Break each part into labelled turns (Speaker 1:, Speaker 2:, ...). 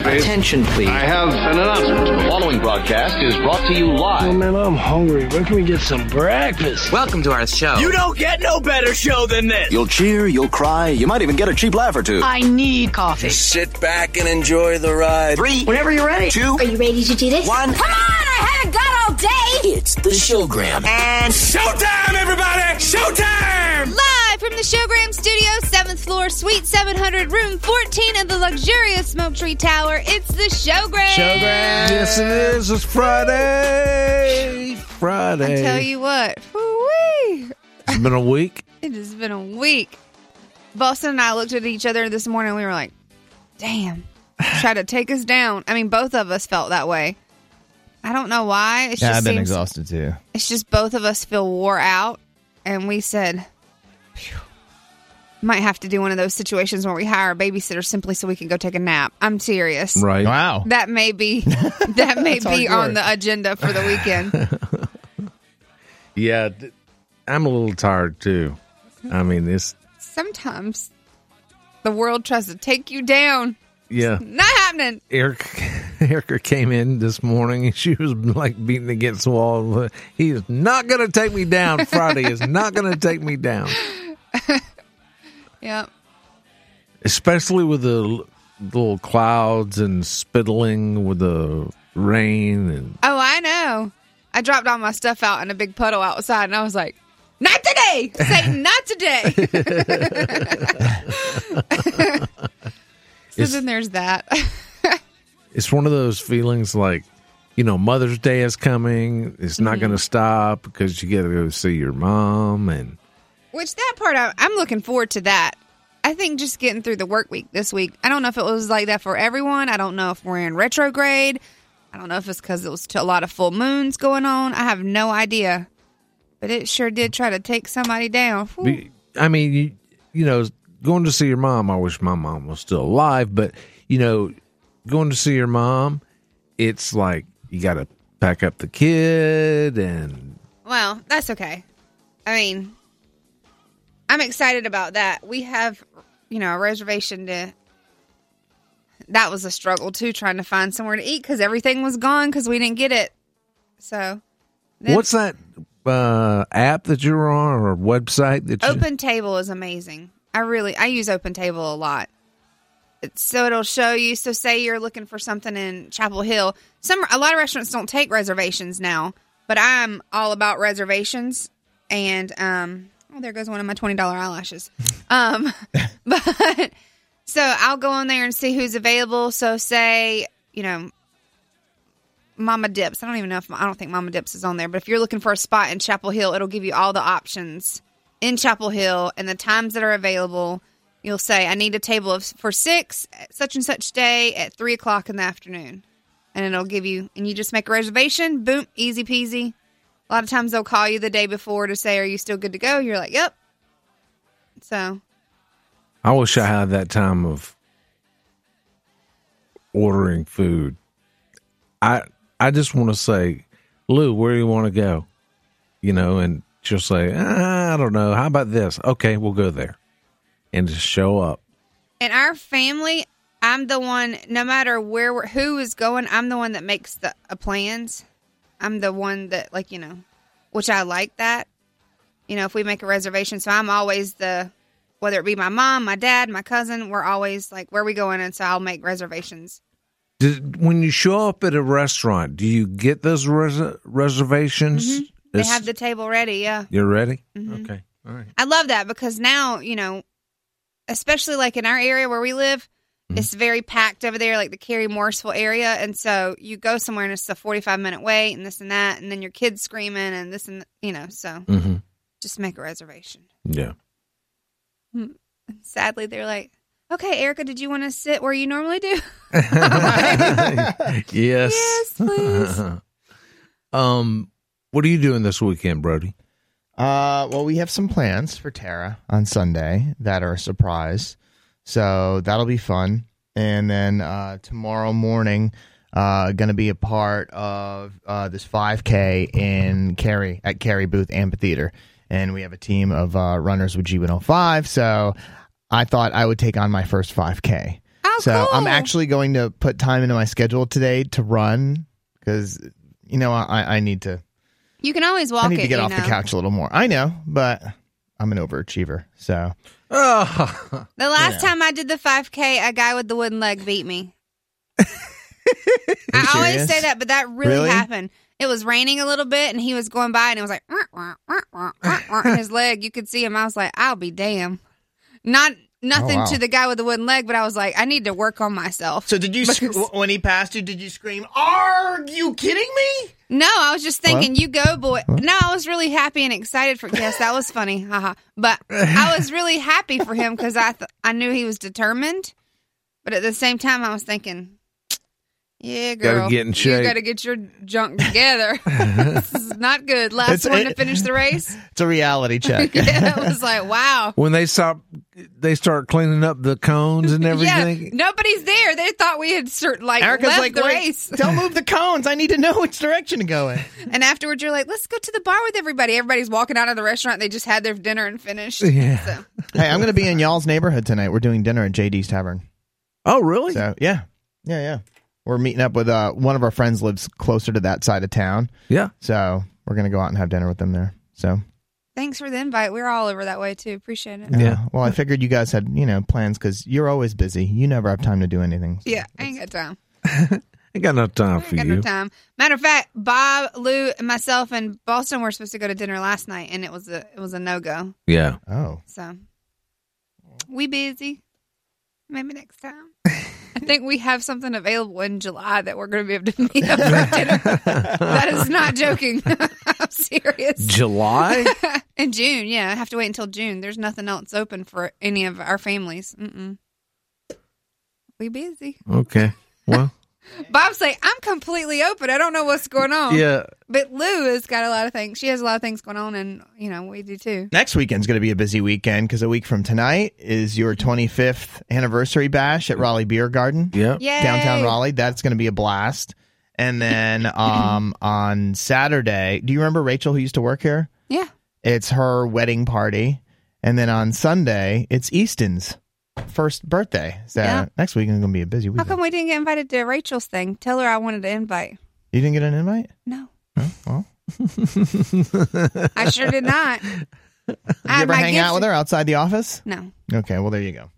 Speaker 1: Attention, please.
Speaker 2: I have an announcement.
Speaker 1: The following broadcast is brought to you live.
Speaker 2: Oh man, I'm hungry. Where can we get some breakfast?
Speaker 1: Welcome to our show.
Speaker 3: You don't get no better show than this.
Speaker 1: You'll cheer, you'll cry, you might even get a cheap laugh or two.
Speaker 4: I need coffee.
Speaker 5: Just sit back and enjoy the ride.
Speaker 1: Three.
Speaker 4: Whenever you're ready.
Speaker 1: Two.
Speaker 6: Are you ready to do this?
Speaker 1: One.
Speaker 6: Come on! I haven't got all day!
Speaker 5: It's the showgram.
Speaker 1: And
Speaker 3: Showtime, everybody! Showtime!
Speaker 7: Live from the Showgram Studio, 7th floor, Suite 700, Room 14 of the luxurious Smoke Tree Tower, it's the Showgram!
Speaker 3: Showgram!
Speaker 8: Yes, it is. It's Friday. Friday.
Speaker 7: I tell you what, woo-wee.
Speaker 8: It's been a week.
Speaker 7: it has been a week. Boston and I looked at each other this morning and we were like, damn, try to take us down. I mean, both of us felt that way. I don't know why. It's
Speaker 9: Yeah,
Speaker 7: just
Speaker 9: I've been
Speaker 7: seems-
Speaker 9: exhausted too.
Speaker 7: it's just both of us feel wore out and we said "Phew, might have to do one of those situations where we hire a babysitter simply so we can go take a nap i'm serious
Speaker 8: Right.
Speaker 9: Wow.
Speaker 7: that may be that may
Speaker 9: That's
Speaker 7: be
Speaker 9: hardcore.
Speaker 7: on the agenda for the weekend
Speaker 8: Yeah. th- I'm a little tired too. I mean, this.
Speaker 7: sometimes the world tries to take you down
Speaker 8: Yeah.
Speaker 7: not happening
Speaker 8: Eric, Erica came in this morning and she was like beating against the wall. He is not going to take me down. Friday is not going to take me down,
Speaker 7: yep
Speaker 8: especially with the l- little clouds and spittling with the rain and
Speaker 7: oh i know i dropped all my stuff out in a big puddle outside and i was like not today say not today so
Speaker 8: It's-
Speaker 7: then there's that
Speaker 8: it's one of those feelings like you know mother's day is coming it's not going to stop because you got to go see your mom and
Speaker 7: Which that part I, I'm looking forward to that. I think just getting through the work week this week. I don't know if it was like that for everyone. I don't know if we're in retrograde. I don't know if it's because it was t- a lot of full moons going on. I have no idea. But it sure did try to take somebody down. Whew.
Speaker 8: be- i mean you, you know going to see your mom i wish my mom was still alive but you know going to see your mom it's like you got to pack up the kid and
Speaker 7: Well, that's okay. I mean, I'm excited about that. We have, you know, a reservation to. That was a struggle too, trying to find somewhere to eat because everything was gone because we didn't get it. So, then-
Speaker 8: what's that uh app that you're on or website that you
Speaker 7: Open Table is amazing. I really I use Open Table a lot. It's, so it'll show you. So say you're looking for something in Chapel Hill. Some a lot of restaurants don't take reservations now, but I'm all about reservations. And um, oh, there goes one of my twenty dollar eyelashes. Um, but so I'll go on there and see who's available. So say you know. Mama Dips. I don't even know if I don't think Mama Dips is on there, but if you're looking for a spot in Chapel Hill, it'll give you all the options in Chapel Hill and the times that are available. You'll say, I need a table of, for six at such and such day at three o'clock in the afternoon. And it'll give you, and you just make a reservation. Boom, easy peasy. A lot of times they'll call you the day before to say, Are you still good to go? You're like, Yep. So,
Speaker 8: I wish I had that time of ordering food. I I just want to say, Lou, where do you want to go? You know, and she'll say, "Ah, I don't know. How about this? Okay, we'll go there, and just show up.
Speaker 7: in our family, I'm the one. No matter where we're, who is going, I'm the one that makes the uh, plans. I'm the one that, like you know, which I like that. You know, if we make a reservation, so I'm always the, whether it be my mom, my dad, my cousin, we're always like, where are we going? And so I'll make reservations.
Speaker 8: Did, when you show up at a restaurant, do you get those res- reservations?
Speaker 7: Mm-hmm. They
Speaker 8: It's-
Speaker 7: have Mm-hmm. the table ready. Yeah.
Speaker 8: you're ready. Okay, all right.
Speaker 7: I love that because now, you know, especially like in our area where we live,
Speaker 4: Mm-hmm.
Speaker 7: it's very packed over there, like the Cary Morrisville area. And so you go somewhere and it's a 45 minute wait and this and that. And then your kids screaming and this and, you know, so
Speaker 4: Mm-hmm.
Speaker 8: hmm
Speaker 7: just make a reservation.
Speaker 8: Yeah.
Speaker 7: Sadly, they're like, Okay, Erica, did you want to sit where you normally do?
Speaker 8: yes.
Speaker 7: Yes, please.
Speaker 8: um, what are you doing this weekend, Brody?
Speaker 4: Uh, well, we have some plans for Tara on Sunday that are a surprise, so that'll be fun. And then uh, tomorrow morning, uh, going to be a part of uh, this 5K in Cary at Cary Booth Amphitheater, and we have a team of uh, runners with G105. So I thought I would take on my first 5K.
Speaker 7: Oh,
Speaker 4: so I'm
Speaker 7: cool.
Speaker 4: actually going to put time into my schedule today to run because you know I, I need to
Speaker 7: You can always walk
Speaker 4: I need
Speaker 7: it.
Speaker 4: to get
Speaker 7: you
Speaker 4: off the
Speaker 7: know.
Speaker 4: couch a little more. I know, but I'm an overachiever. So
Speaker 7: The last
Speaker 4: Yeah.
Speaker 7: time I did the 5K, a guy with the wooden leg beat me. I always
Speaker 4: serious?
Speaker 7: say that, but that really,
Speaker 4: Really?
Speaker 7: happened. It was raining a little bit, and he was going by, and it was like "Wah, wah, wah, wah, wah, wah," and his leg. You could see him. I was like, I'll be damn. Not nothing
Speaker 4: Oh, wow.
Speaker 7: to the guy with the wooden leg, but I was like, I need to work on myself.
Speaker 4: So did you sc- when he passed you? Did you scream? Are you kidding me?
Speaker 7: No, I was just thinking,
Speaker 4: What?
Speaker 7: you go, boy. No, I was really happy and excited for. Yes, that was funny, haha. But I was really happy for him because I th- I knew he was determined. But at the same time, I was thinking, yeah,
Speaker 8: Gotta
Speaker 7: girl,
Speaker 8: get in shape.
Speaker 7: You got to get your junk together. this is not good. Last
Speaker 4: It's-
Speaker 7: one to
Speaker 4: it-
Speaker 7: finish the race.
Speaker 4: It's a reality check.
Speaker 7: yeah, it was like, wow.
Speaker 8: When they stop, they start cleaning up the cones and
Speaker 7: Yeah,
Speaker 8: everything.
Speaker 7: nobody's there. They thought we had certain like
Speaker 4: Erica's
Speaker 7: left
Speaker 4: like,
Speaker 7: the
Speaker 4: "Wait,
Speaker 7: race.
Speaker 4: don't move the cones. I need to know which direction to go in.
Speaker 7: And afterwards, you're like, let's go to the bar with everybody. Everybody's walking out of the restaurant. They just had their dinner and finished.
Speaker 8: Yeah.
Speaker 7: So,
Speaker 4: hey, I'm going to be in y'all's neighborhood tonight. We're doing dinner at JD's Tavern.
Speaker 8: Oh, really?
Speaker 4: So yeah, yeah, yeah. We're meeting up with uh, one of our friends lives closer to that side of town.
Speaker 8: Yeah.
Speaker 4: So we're going to go out and have dinner with them there. So
Speaker 7: thanks for the invite. We're all over that way too. Appreciate it.
Speaker 4: Yeah. uh, well, I figured you guys had you know plans because you're always busy. You never have time to do anything.
Speaker 7: Yeah, I ain't got time.
Speaker 8: Ain't got no time
Speaker 7: I
Speaker 8: for
Speaker 7: ain't got
Speaker 8: you.
Speaker 7: no time. Matter of fact, Bob, Lou, and myself and Boston were supposed to go to dinner last night, and it was a it was a no go.
Speaker 8: Yeah.
Speaker 4: Oh.
Speaker 7: So we busy. Maybe next time. I think we have something available in July that we're going to be able to meet up for dinner. that is not joking. I'm serious.
Speaker 8: July?
Speaker 7: in June, yeah, I have to wait until June. There's nothing else open for any of our families. Mm-mm. We busy.
Speaker 8: Okay. Well,
Speaker 7: Bob's like, I'm completely open. I don't know what's going on.
Speaker 8: Yeah.
Speaker 7: But Lou has got a lot of things. She has a lot of things going on, and you know we do too.
Speaker 4: Next weekend's going to be a busy weekend because a week from tonight is your 25th anniversary bash at Raleigh Beer Garden.
Speaker 8: Yeah.
Speaker 7: Yay.
Speaker 4: Downtown Raleigh. That's going to be a blast. And then um, on Saturday, do you remember Rachel who used to work here?
Speaker 7: Yeah.
Speaker 4: It's her wedding party. And then on Sunday, it's Easton's first birthday. So
Speaker 7: Yeah.
Speaker 4: next weekend's going to be a busy
Speaker 7: How
Speaker 4: weekend.
Speaker 7: come we didn't get invited to Rachel's thing? Tell her I wanted an invite.
Speaker 4: you didn't get an invite?
Speaker 7: No,
Speaker 4: Well,
Speaker 7: I sure did not.
Speaker 4: did you ever hang out with her outside the office?
Speaker 7: No.
Speaker 4: Okay, well, there you go.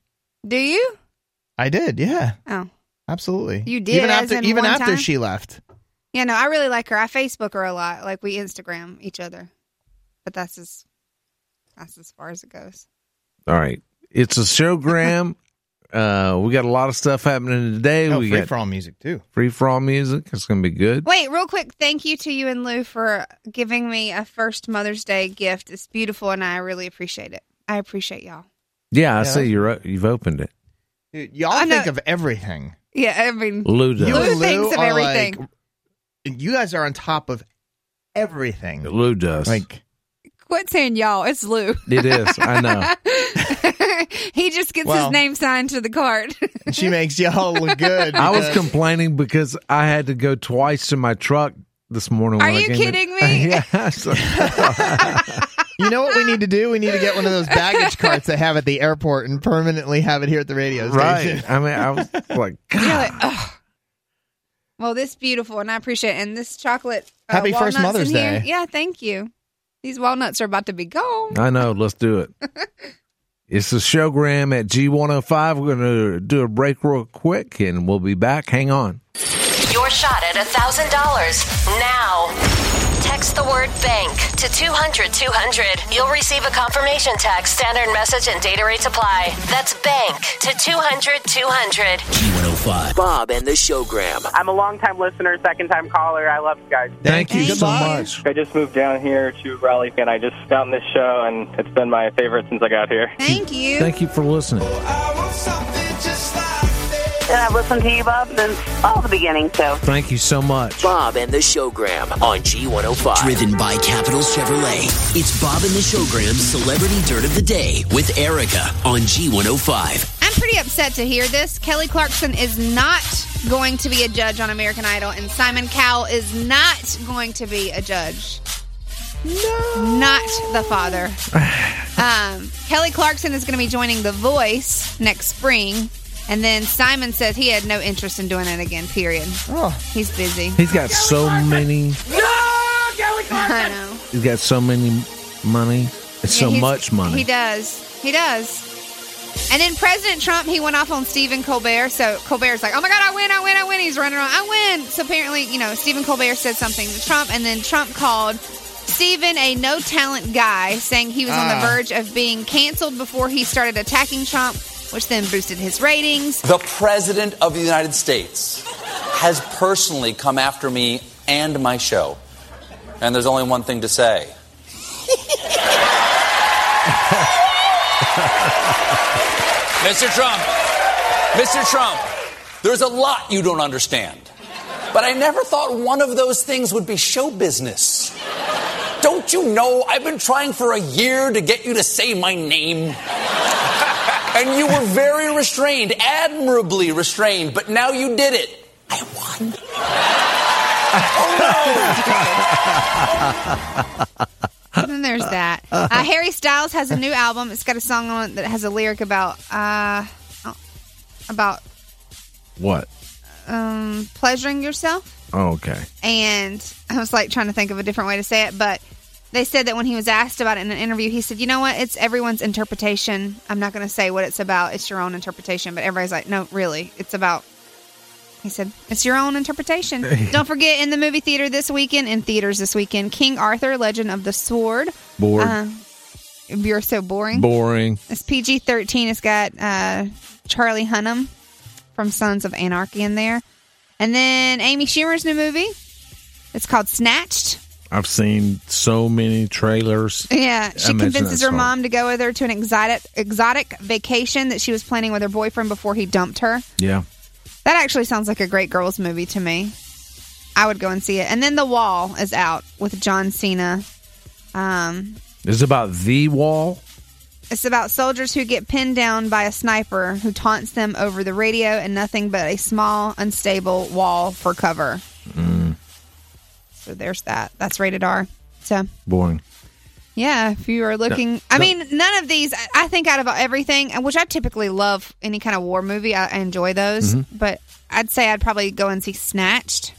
Speaker 7: Do you?
Speaker 4: I did, yeah.
Speaker 7: Oh,
Speaker 4: Absolutely.
Speaker 7: You did,
Speaker 4: Even
Speaker 7: as
Speaker 4: after
Speaker 7: in
Speaker 4: even
Speaker 7: one
Speaker 4: after
Speaker 7: time?
Speaker 4: she left.
Speaker 7: yeah. No, I really like her. I Facebook her a lot. Like we Instagram each other, but that's as that's as far as it goes.
Speaker 8: all right. It's a showgram. uh, we got a lot of stuff happening today.
Speaker 4: Oh,
Speaker 8: we
Speaker 4: free
Speaker 8: got
Speaker 4: for all music too.
Speaker 8: free for all music. It's gonna be good.
Speaker 7: Wait, real quick. Thank you to you and Lou for giving me a first Mother's Day gift. It's beautiful, and I really appreciate it. I appreciate y'all.
Speaker 8: Yeah, I
Speaker 4: Yeah.
Speaker 8: see you're you've opened it.
Speaker 4: Dude, y'all
Speaker 7: I know-
Speaker 4: think of everything.
Speaker 7: Yeah, I mean,
Speaker 8: Lou does.
Speaker 7: Lou,
Speaker 4: and
Speaker 7: thinks of
Speaker 4: are
Speaker 7: everything.
Speaker 4: like- and you guys are on top of everything.
Speaker 8: Lou does.
Speaker 4: Like
Speaker 7: Quit saying y'all. It's Lou.
Speaker 8: it is. I know.
Speaker 7: he just gets
Speaker 4: Well-
Speaker 7: his name signed to the card.
Speaker 4: she makes y'all look good.
Speaker 8: I was
Speaker 4: because-
Speaker 8: complaining because I had to go twice to my truck this morning.
Speaker 7: Are
Speaker 8: when I
Speaker 7: you
Speaker 8: came in.
Speaker 7: kidding me?
Speaker 8: yeah. I was-
Speaker 4: You know what we need to do? We need to get one of those baggage carts they have at the airport and permanently have it here at the radio station.
Speaker 8: right. I mean, I was like,
Speaker 7: You're
Speaker 8: God.
Speaker 7: like, "Ugh." Well, this beautiful, and I appreciate it. And this chocolate. Uh,
Speaker 4: Happy first
Speaker 7: walnuts in
Speaker 4: Mother's
Speaker 7: here.
Speaker 4: Day.
Speaker 7: Yeah, thank you. These walnuts are about to be gone.
Speaker 8: I know. Let's do it. It's the showgram at G105. We're going to do a break real quick and we'll be back. Hang on.
Speaker 9: Your shot at $1,000 now. Text the word bank to 200 200. You'll receive a confirmation text. Standard message and data rates apply. That's bank to 200 200.
Speaker 5: G105. Bob and the showgram.
Speaker 10: I'm a longtime listener, second time caller. I love you guys.
Speaker 8: Thank, you so
Speaker 4: Goodbye.
Speaker 8: much.
Speaker 11: I just moved down here to Raleigh, and I just found this show, and it's been my favorite since I got here.
Speaker 7: Thank you.
Speaker 8: Thank you for listening.
Speaker 3: I want something
Speaker 12: And I've listened to you, Bob, since all the beginning, so.
Speaker 8: Thank you so much.
Speaker 5: Bob and the Showgram on G105. Driven by Capital Chevrolet. It's Bob and the Showgram's Celebrity Dirt of the Day with Erica on G105.
Speaker 7: I'm pretty upset to hear this. Kelly Clarkson is not going to be a judge on American Idol, and Simon Cowell is not going to be a judge. No. Not the father. um, Kelly Clarkson is going to be joining The Voice next spring. And then Simon says he had no interest in doing it again, period.
Speaker 4: Oh.
Speaker 7: He's busy.
Speaker 8: He's got so many.
Speaker 7: I know.
Speaker 8: He's got so many money. It's so
Speaker 7: Yeah, he's-
Speaker 8: much money.
Speaker 7: He does. He does. And then President Trump, he went off on Stephen Colbert. So Colbert's like, oh my God, I win, I win, I win. He's running around, I win. So apparently, you know, Stephen Colbert said something to Trump, and then Trump called Stephen a no talent guy, saying he was on
Speaker 13: Ah.
Speaker 7: the verge of being canceled before he started attacking Trump, which then boosted his ratings.
Speaker 13: The President of the United States has personally come after me and my show. And there's only one thing to say. Mr. Trump, Mr. Trump, there's a lot you don't understand. But I never thought one of those things would be show business. Don't you know I've been trying for a year to get you to say my name? And you were very restrained, admirably restrained, but now you did it. Oh,
Speaker 7: And then there's that.
Speaker 8: Uh-huh.
Speaker 7: Uh, Harry Styles has a new album. It's got a song on it that has a lyric about, uh, oh, about
Speaker 8: What?
Speaker 7: um, pleasuring yourself.
Speaker 8: Oh, okay.
Speaker 7: and I was like trying to think of a different way to say it, but they said that when he was asked about it in an interview, he said, "You know what? It's everyone's interpretation. I'm not going to say what it's about. It's your own interpretation." But everybody's like, "No, really, it's about." He said, "It's your own interpretation." Don't forget in the movie theater this weekend, in theaters this weekend, King Arthur: Legend of the Sword.
Speaker 8: Bored.
Speaker 7: Uh, you're so boring.
Speaker 8: Boring.
Speaker 7: It's PG 13. It's got uh, Charlie Hunnam from Sons of Anarchy in there. And then Amy Schumer's new movie. It's called Snatched.
Speaker 8: I've seen so many trailers.
Speaker 7: Yeah,
Speaker 8: I
Speaker 7: she
Speaker 8: mentioned
Speaker 7: convinces
Speaker 8: that
Speaker 7: her
Speaker 8: song.
Speaker 7: mom to go with her to an exotic exotic vacation that she was planning with her boyfriend before he dumped her.
Speaker 8: Yeah.
Speaker 7: That actually sounds like a great girls movie to me. I would go and see it. And then The Wall is out with John Cena. Um,
Speaker 8: It's about the wall.
Speaker 7: It's about soldiers who get pinned down by a sniper who taunts them over the radio and nothing but a small, unstable wall for cover. So there's that. That's rated R. So,
Speaker 8: Boring.
Speaker 7: yeah, if you are looking, I
Speaker 8: no.
Speaker 7: mean, none of these, I- I think out of everything, and which I typically love any kind of war movie, I, I enjoy those,
Speaker 8: Mhm.
Speaker 7: but I'd say I'd probably go and see Snatched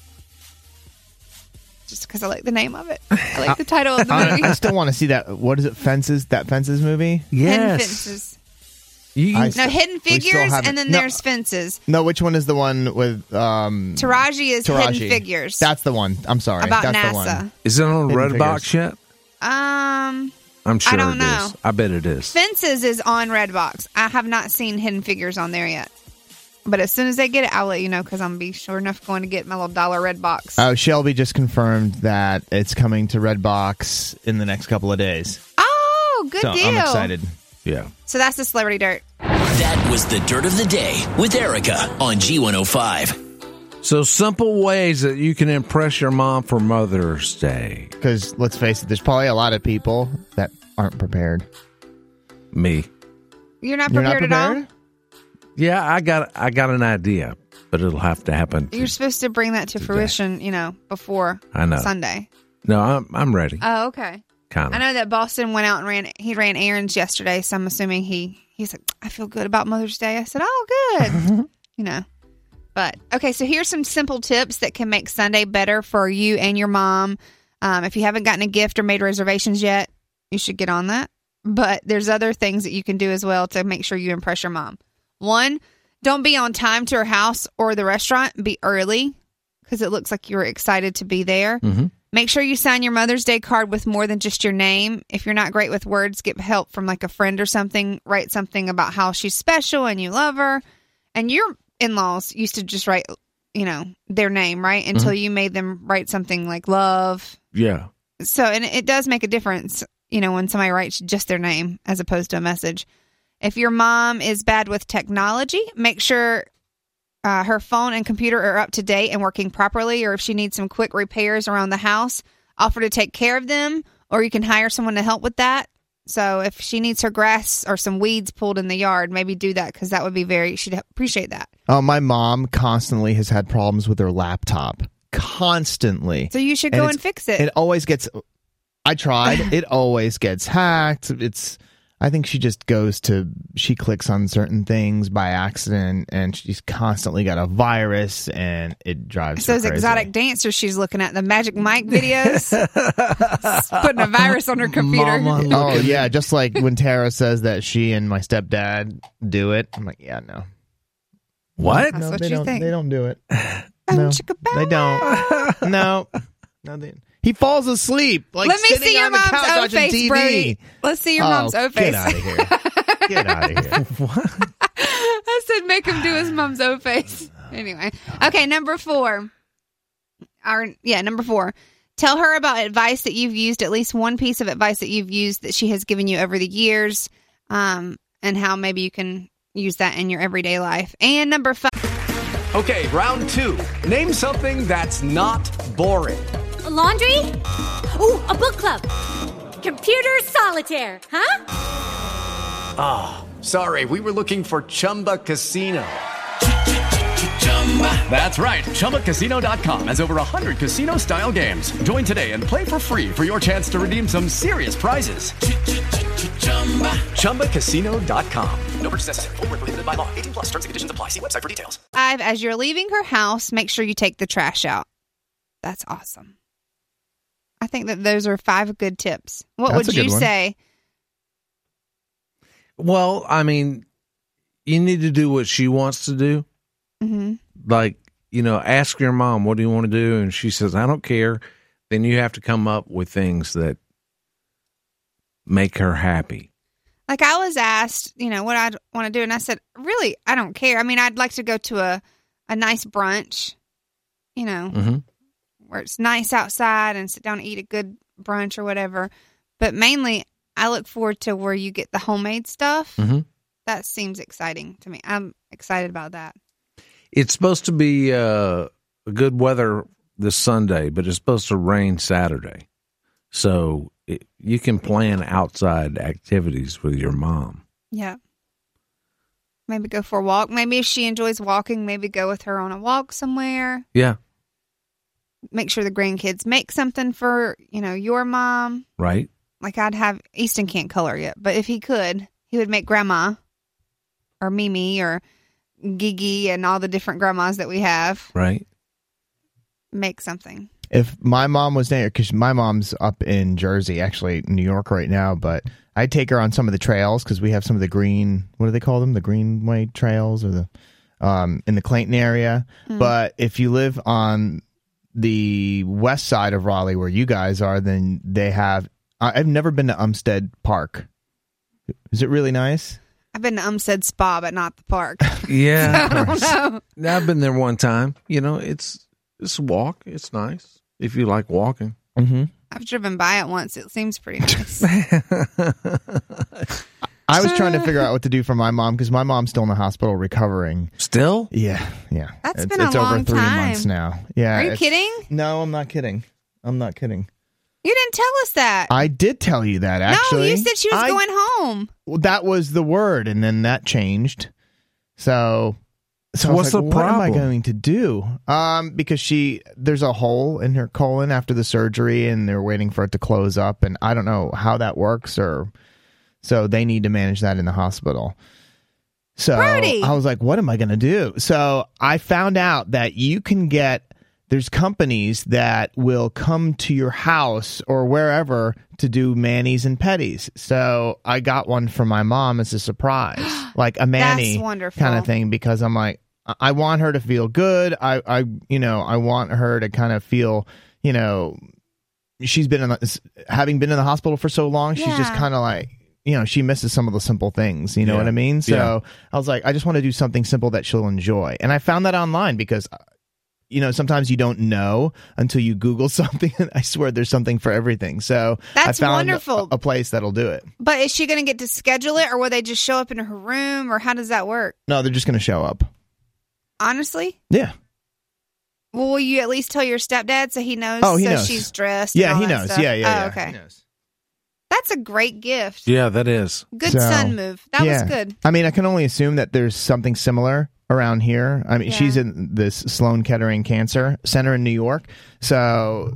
Speaker 7: just because I like the name of it. I like the title of the
Speaker 4: I,
Speaker 7: movie.
Speaker 4: I still want to see that. What is it? Fences? That Fences movie?
Speaker 7: Hidden Fences.
Speaker 4: I
Speaker 7: No,
Speaker 4: still-
Speaker 7: Hidden
Speaker 4: we still
Speaker 7: Figures,
Speaker 4: haven't-
Speaker 7: and then
Speaker 4: no,
Speaker 7: there's Fences.
Speaker 4: No, which one is the one with um
Speaker 7: Taraji is Hidden Figures.
Speaker 4: That's the one. I'm sorry.
Speaker 7: About
Speaker 4: That's
Speaker 7: NASA.
Speaker 4: the one.
Speaker 8: Is it on
Speaker 4: Hidden
Speaker 8: Redbox yet?
Speaker 7: Um,
Speaker 8: I'm sure
Speaker 7: I don't
Speaker 8: it
Speaker 7: know.
Speaker 8: is. I bet it is.
Speaker 7: Fences is on Redbox. I have not seen Hidden Figures on there yet, but as soon as they get it, I'll let you know because I'm gonna be sure enough going to get my little dollar Redbox.
Speaker 4: Oh, Shelby just confirmed that it's coming to Redbox in the next couple of days.
Speaker 7: Oh, good
Speaker 4: so
Speaker 7: deal!
Speaker 4: I'm excited.
Speaker 8: Yeah.
Speaker 7: So that's the celebrity dirt.
Speaker 5: That was the Dirt of the Day with Erica on G105.
Speaker 8: So simple ways that you can impress your mom for Mother's Day.
Speaker 4: Because let's face it, there's probably a lot of people that aren't prepared.
Speaker 8: Me.
Speaker 7: You're not
Speaker 4: You're
Speaker 7: prepared,
Speaker 4: not
Speaker 7: at all.
Speaker 4: prepared?
Speaker 8: Yeah, I got I got an idea, but it'll have to happen.
Speaker 7: You're supposed to bring that to fruition, you know, before
Speaker 8: I know.
Speaker 7: Sunday.
Speaker 8: No, I'm I'm ready.
Speaker 7: Oh, okay.
Speaker 8: Kinda.
Speaker 7: I know that Boston went out and ran. He ran errands yesterday, so I'm assuming he he's like, I feel good about Mother's Day. I said, Oh, good. you know, but okay. So here's some simple tips that can make Sunday better for you and your mom. Um, if you haven't gotten a gift or made reservations yet, you should get on that. But there's other things that you can do as well to make sure you impress your mom. One, don't be on time to her house or the restaurant. Be early because it looks like you were excited to be there.
Speaker 8: Mm-hmm.
Speaker 7: Make sure you sign your Mother's Day card with more than just your name. If you're not great with words, get help from like a friend or something. Write something about how she's special and you love her. And your in laws used to just write, you know, their name, right? Until
Speaker 8: Mhm.
Speaker 7: you made them write something like love.
Speaker 8: Yeah.
Speaker 7: So, and it does make a difference, you know, when somebody writes just their name as opposed to a message. If your mom is bad with technology, make sure uh, her phone and computer are up to date and working properly, or if she needs some quick repairs around the house, offer to take care of them, or you can hire someone to help with that. So if she needs her grass or some weeds pulled in the yard, maybe do that because that would be very, she'd appreciate that.
Speaker 4: Oh, my mom constantly has had problems with her laptop. Constantly.
Speaker 7: So you should go
Speaker 4: it's-
Speaker 7: and fix it.
Speaker 4: It always gets. I tried. it always gets hacked. It's. I think she just goes to. She clicks on certain things by accident, and she's constantly got a virus, and it drives.
Speaker 7: It's those
Speaker 4: her crazy.
Speaker 7: exotic dancers she's looking at, the Magic Mike videos, putting a virus on her computer.
Speaker 4: Oh yeah, just like when Tara says that she and my stepdad do it. I'm like, yeah, no.
Speaker 8: What?
Speaker 4: No,
Speaker 8: That's what
Speaker 4: they
Speaker 8: you
Speaker 4: don't.
Speaker 8: think.
Speaker 4: They don't do it. No, they don't. No, no. They, he falls asleep. Like
Speaker 7: Let me
Speaker 4: sitting
Speaker 7: see your
Speaker 4: on the
Speaker 7: mom's
Speaker 4: couch
Speaker 7: O
Speaker 4: watching
Speaker 7: face,
Speaker 4: TV.
Speaker 7: Brody. Let's see your
Speaker 4: Oh,
Speaker 7: mom's O
Speaker 4: Get
Speaker 7: face.
Speaker 4: out of here. Get out of here.
Speaker 7: I said, make him do his mom's O face. Anyway, okay, number four. Our yeah, number four. Tell her about advice that you've used, at least one piece of advice that you've used that she has given you over the years, um, and how maybe you can use that in your everyday life. And number five.
Speaker 14: Okay, round two. Name something that's not boring.
Speaker 6: A laundry? Ooh, a book club. Computer solitaire, huh?
Speaker 14: Ah, sorry, we were looking for Chumba Casino. That's right, ChumbaCasino.com has over 100 casino style games. Join today and play for free for your chance to redeem some serious prizes. ChumbaCasino.com. No purchase necessary, forward prohibited by law, 18 plus terms and conditions apply. See website for details.
Speaker 7: Five, as you're leaving her house, make sure you take the trash out. That's awesome. I think that those are five good tips. What
Speaker 8: That's a
Speaker 7: would
Speaker 8: good
Speaker 7: you
Speaker 8: one.
Speaker 7: say?
Speaker 8: Well, I mean, you need to do what she wants to do.
Speaker 7: hmm
Speaker 4: Mm-hmm.
Speaker 8: Like, you know, ask your mom, what do you want to do? And she says, I don't care. Then you have to come up with things that make her happy.
Speaker 7: Like I was asked, you know, what I'd want to do, and I said, really, I don't care. I mean, I'd like to go to a a nice brunch, you know,
Speaker 15: Mm.
Speaker 8: Mm-hmm.
Speaker 7: where it's nice outside and sit down and eat a good brunch or whatever. But mainly, I look forward to where you get the homemade stuff.
Speaker 8: Mm-hmm.
Speaker 7: That seems exciting to me. I'm excited about that.
Speaker 8: It's supposed to be uh, good weather this Sunday, but it's supposed to rain Saturday. So it, you can plan outside activities with your mom.
Speaker 7: Yeah. Maybe go for a walk. Maybe if she enjoys walking, maybe go with her on a walk somewhere.
Speaker 8: Yeah.
Speaker 7: Make sure the grandkids make something for, you know, your mom.
Speaker 8: Right?
Speaker 7: Like I'd have Easton can't color yet, but if he could, he would make grandma or Mimi or Gigi and all the different grandmas that we have
Speaker 8: Right?
Speaker 7: make something.
Speaker 4: if my mom was there because my mom's up in jersey actually new york right now but i take her on some of the trails because we have some of the green what do they call them the greenway trails or the um, in the clayton area but if you live on the west side of raleigh where you guys are then they have I- i've never been to umstead park is it really nice
Speaker 7: I've been to Umstead Spa, but not the park.
Speaker 8: Yeah.
Speaker 7: I don't know.
Speaker 8: I've been there one time. You know, it's it's a walk. It's nice if you like walking.
Speaker 4: Mm-hmm.
Speaker 7: I've driven by it once. It seems pretty nice.
Speaker 4: i was trying to figure out what to do for my mom because my mom's still in the hospital recovering
Speaker 8: still
Speaker 4: yeah yeah
Speaker 7: That's
Speaker 4: it's,
Speaker 7: been a
Speaker 4: it's over
Speaker 7: long
Speaker 4: three
Speaker 7: time.
Speaker 4: months now yeah
Speaker 7: Are you
Speaker 4: it's-
Speaker 7: kidding?
Speaker 4: No, I'm not kidding. I'm not kidding.
Speaker 7: You didn't tell us that.
Speaker 4: I did tell you that actually.
Speaker 7: no, you said she was
Speaker 4: I-
Speaker 7: going home.
Speaker 4: Well, that was the word, and then that changed. So, so I was
Speaker 8: What's
Speaker 4: like,
Speaker 8: the
Speaker 4: what am I
Speaker 8: problem?"
Speaker 4: going to do? Um, because she there's a hole in her colon after the surgery, and they're waiting for it to close up, and I don't know how that works, or so they need to manage that in the hospital. So
Speaker 16: Brody!
Speaker 4: I was like, what am I going to do? So I found out that you can get there's companies that will come to your house or wherever to do manis and petties. So I got one for my mom as a surprise, like a manny
Speaker 7: wonderful.
Speaker 4: kind of thing, because I'm like, I- I want her to feel good. I, I, you know, I want her to kind of feel, you know, she's been in the, having been in the hospital for so long, she's just
Speaker 16: Yeah.
Speaker 4: kind of like, you know, she misses some of the simple things. You know
Speaker 16: Yeah.
Speaker 4: what I mean? So
Speaker 16: Yeah.
Speaker 4: I was like, I just want to do something simple that she'll enjoy. And I found that online because, uh, you know, sometimes you don't know until you Google something. And I swear there's something for everything. So
Speaker 7: That's
Speaker 4: I found
Speaker 7: wonderful.
Speaker 4: A, a place that'll do it.
Speaker 7: But is she going to get to schedule it, or will they just show up in her room, or how does that work?
Speaker 4: No, they're just going to show up.
Speaker 7: Honestly,
Speaker 4: Yeah.
Speaker 7: well, will you at least tell your stepdad so he knows?
Speaker 4: Oh, he
Speaker 7: so
Speaker 4: knows.
Speaker 7: she's dressed.
Speaker 4: Yeah,
Speaker 7: and all
Speaker 4: he
Speaker 7: that
Speaker 4: knows.
Speaker 7: stuff?
Speaker 4: Yeah, yeah,
Speaker 7: Oh,
Speaker 4: yeah.
Speaker 7: okay.
Speaker 4: He
Speaker 7: That's a great gift.
Speaker 8: Yeah, that is.
Speaker 7: Good
Speaker 4: So,
Speaker 7: son move. That
Speaker 4: yeah.
Speaker 7: was good.
Speaker 4: I mean, I can only assume that there's something similar around here. I mean,
Speaker 7: Yeah.
Speaker 4: she's in this Sloan Kettering Cancer Center in New York. So,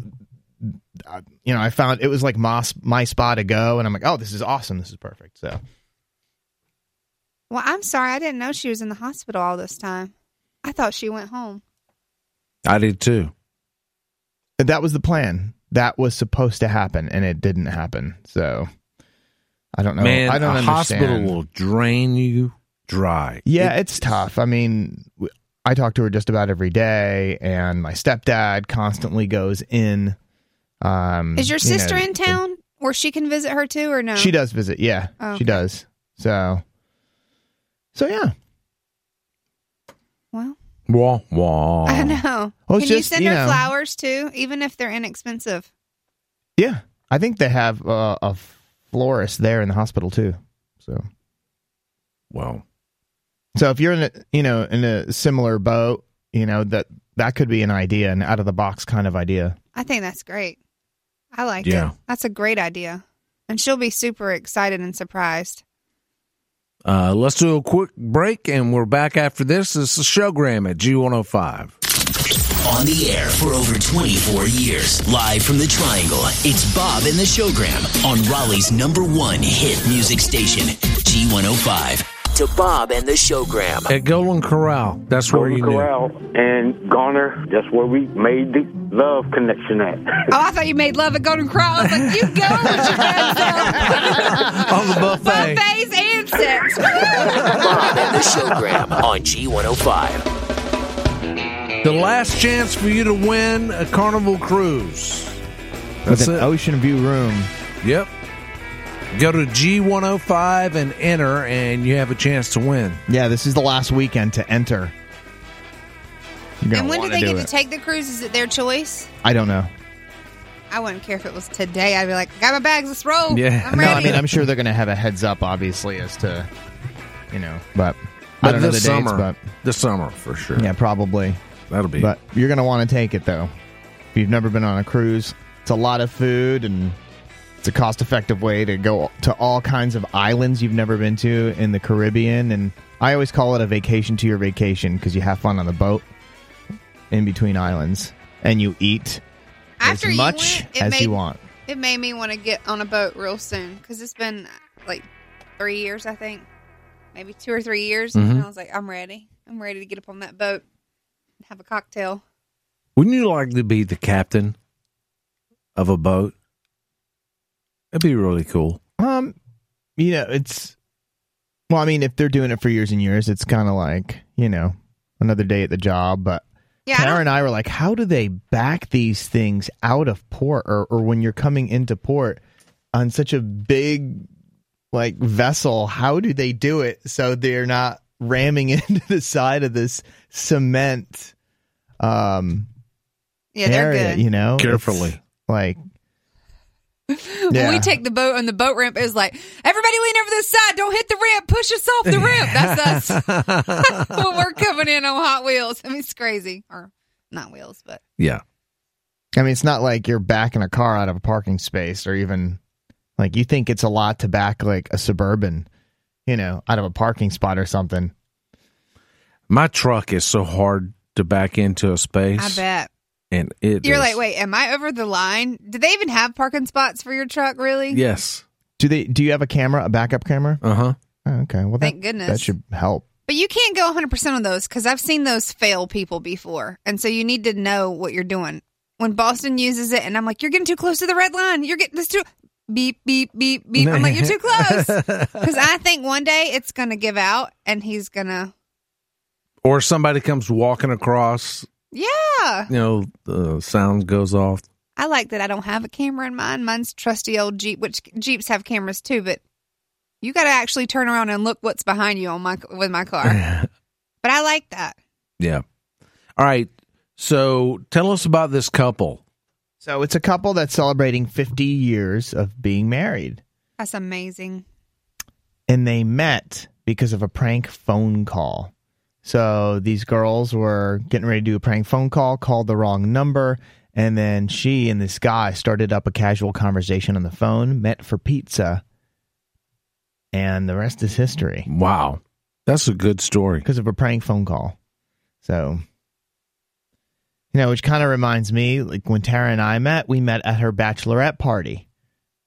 Speaker 4: uh, you know, I found it was like my, my spa to go, and I'm like, oh, this is awesome. This is perfect. So,
Speaker 7: Well, I'm sorry, I didn't know she was in the hospital all this time. I thought she went home.
Speaker 8: I did too.
Speaker 4: that was the plan. That was supposed to happen, and it didn't happen. So, I don't know.
Speaker 8: Man,
Speaker 4: I don't
Speaker 8: a
Speaker 4: understand.
Speaker 8: hospital will drain you dry.
Speaker 4: Yeah, it's tough. I mean, w- I talk to her just about every day, and my stepdad constantly goes in. Um,
Speaker 7: Is your
Speaker 4: you know,
Speaker 7: sister in town where she can visit her too, or no?
Speaker 4: She does visit. Yeah,
Speaker 7: Oh,
Speaker 4: she
Speaker 7: okay.
Speaker 4: does. So, so yeah.
Speaker 8: Wah wah.
Speaker 7: I know.
Speaker 4: Well,
Speaker 7: can
Speaker 4: Oh, it's
Speaker 7: you
Speaker 4: just,
Speaker 7: send
Speaker 4: you
Speaker 7: her
Speaker 4: know-
Speaker 7: flowers too, even if they're inexpensive?
Speaker 4: Yeah, I think they have uh, a florist there in the hospital too. So,
Speaker 8: wow.
Speaker 4: So if you're in a you know in a similar boat, you know that that could be an idea, an out of the box kind of idea.
Speaker 7: I think that's great. I like
Speaker 4: Yeah.
Speaker 7: it. That's a great idea. And she'll be super excited and surprised.
Speaker 8: Uh, let's do a quick break and we're back after this. This is Showgram at G105.
Speaker 5: On the air for over 24 years, live from the Triangle, it's Bob and the Showgram on Raleigh's number one hit music station, G105. To Bob and the Showgram.
Speaker 8: At Golden Corral. That's where you knew.
Speaker 16: Corral and Garner. That's where we made the love connection at.
Speaker 7: Oh, I thought you made love at Golden Crow. I was like, you go with your bad self.
Speaker 8: On the buffet.
Speaker 7: Buffets and sex.
Speaker 5: Bob and the Showgram on G105.
Speaker 8: The last chance for you to win a Carnival Cruise. That's
Speaker 4: With an
Speaker 8: it.
Speaker 4: ocean view room.
Speaker 8: Yep. Go to G105 and enter, and you have a chance to win.
Speaker 4: Yeah, this is the last weekend to enter. You're gonna
Speaker 7: and when do
Speaker 4: wanna
Speaker 7: they
Speaker 4: do
Speaker 7: get
Speaker 4: it.
Speaker 7: to take the cruise? Is it their choice?
Speaker 4: I don't know.
Speaker 7: I wouldn't care if it was today. I'd be like, got my bags, let's roll. I'm
Speaker 4: no,
Speaker 7: ready.
Speaker 4: I mean, I'm sure they're going to have a heads up, obviously, as to, you know, but,
Speaker 8: But
Speaker 4: I don't know the
Speaker 8: this
Speaker 4: dates,
Speaker 8: summer.
Speaker 4: but
Speaker 8: This summer, for sure.
Speaker 4: yeah, probably
Speaker 8: that'll be.
Speaker 4: But you're going to want to take it though. If you've never been on a cruise, it's a lot of food and it's a cost-effective way to go to all kinds of islands you've never been to in the Caribbean. And I always call it a vacation to your vacation because you have fun on the boat in between islands and you eat
Speaker 7: After
Speaker 4: as
Speaker 7: you
Speaker 4: much
Speaker 7: went, it
Speaker 4: as
Speaker 7: made-
Speaker 4: you want.
Speaker 7: It made me want to get on a boat real soon because it's been like three years, I think, maybe two or three years. And
Speaker 4: Mm-hmm.
Speaker 8: Mhm.
Speaker 7: I was like, I'm ready. I'm ready to get up on that boat and have a cocktail.
Speaker 8: Wouldn't you like to be the captain of a boat? That'd be really cool.
Speaker 4: Um, you know, it's well, I mean, if they're doing it for years and years, it's kind of like you know another day at the job. But
Speaker 7: yeah,
Speaker 4: Tara and I were like, how do they back these things out of port or or when you're coming into port on such a big like vessel? How do they do it so they're not ramming into the side of this cement? Um,
Speaker 7: Yeah, they're
Speaker 4: area,
Speaker 7: good.
Speaker 4: You know, It's
Speaker 8: Carefully.
Speaker 4: like
Speaker 7: When we
Speaker 4: Yeah.
Speaker 7: take the boat on the boat ramp, it was like, everybody lean over this side. Don't hit the ramp. Push us off the ramp. That's us. when we're coming in on Hot Wheels. I mean, it's crazy. Or not wheels, but
Speaker 8: Yeah.
Speaker 4: I mean, it's not like you're backing a car out of a parking space or even like you think it's a lot to back like a suburban, you know, out of a parking spot or something.
Speaker 8: My truck is so hard to back into a space.
Speaker 7: I bet.
Speaker 8: And it
Speaker 7: You're
Speaker 8: is-
Speaker 7: like, wait, am I over the line? Do they even have parking spots for your truck, really?
Speaker 8: Yes.
Speaker 4: Do they do you have a camera, a backup camera?
Speaker 8: Uh-huh.
Speaker 4: Oh, okay. Well,
Speaker 7: Thank
Speaker 4: that,
Speaker 7: goodness.
Speaker 4: That should help.
Speaker 7: But you can't go 100% on those because I've seen those fail people before. And so you need to know what you're doing. When Boston uses it, and I'm like, you're getting too close to the red line. You're getting this too. Beep, beep, beep, beep. I'm like, you're too close. Because I think one day it's going to give out and he's going to,
Speaker 8: Or somebody comes walking across,
Speaker 7: yeah.
Speaker 8: you know, the sound goes off.
Speaker 7: I like that I don't have a camera in mine. Mine's trusty old Jeep, which Jeeps have cameras too, but you got to actually turn around and look what's behind you on my with my car. but I like that.
Speaker 8: Yeah. All right. So tell us about this couple.
Speaker 4: So it's a couple that's celebrating 50 years of being married,
Speaker 7: That's amazing.
Speaker 4: and they met because of a prank phone call. So these girls were getting ready to do a prank phone call, called the wrong number, and then she and this guy started up a casual conversation on the phone, met for pizza, and the rest is history.
Speaker 8: Wow. That's a good story.
Speaker 4: Because of a prank phone call. So, you know, which kind of reminds me like when Tara and I met, we met at her bachelorette party.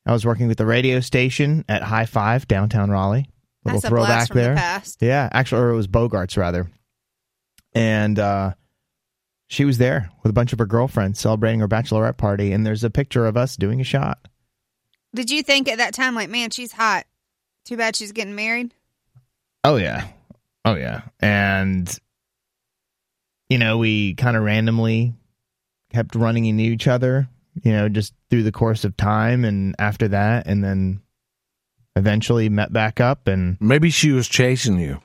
Speaker 4: I was working with the radio station at High Five, downtown Raleigh. Little
Speaker 7: That's a
Speaker 4: throwback
Speaker 7: blast from the
Speaker 4: there.
Speaker 7: past.
Speaker 4: Yeah, actually, or it was Bogart's rather. And uh, she was there with a bunch of her girlfriends celebrating her bachelorette party. And there's a picture of us doing a shot.
Speaker 7: Did you think at that time, like, man, she's hot? Too bad she's getting married.
Speaker 4: Oh yeah. Oh yeah. And you know, we kind of randomly kept running into each other, you know, just through the course of time and after that and then eventually met back up and
Speaker 8: maybe she was chasing you.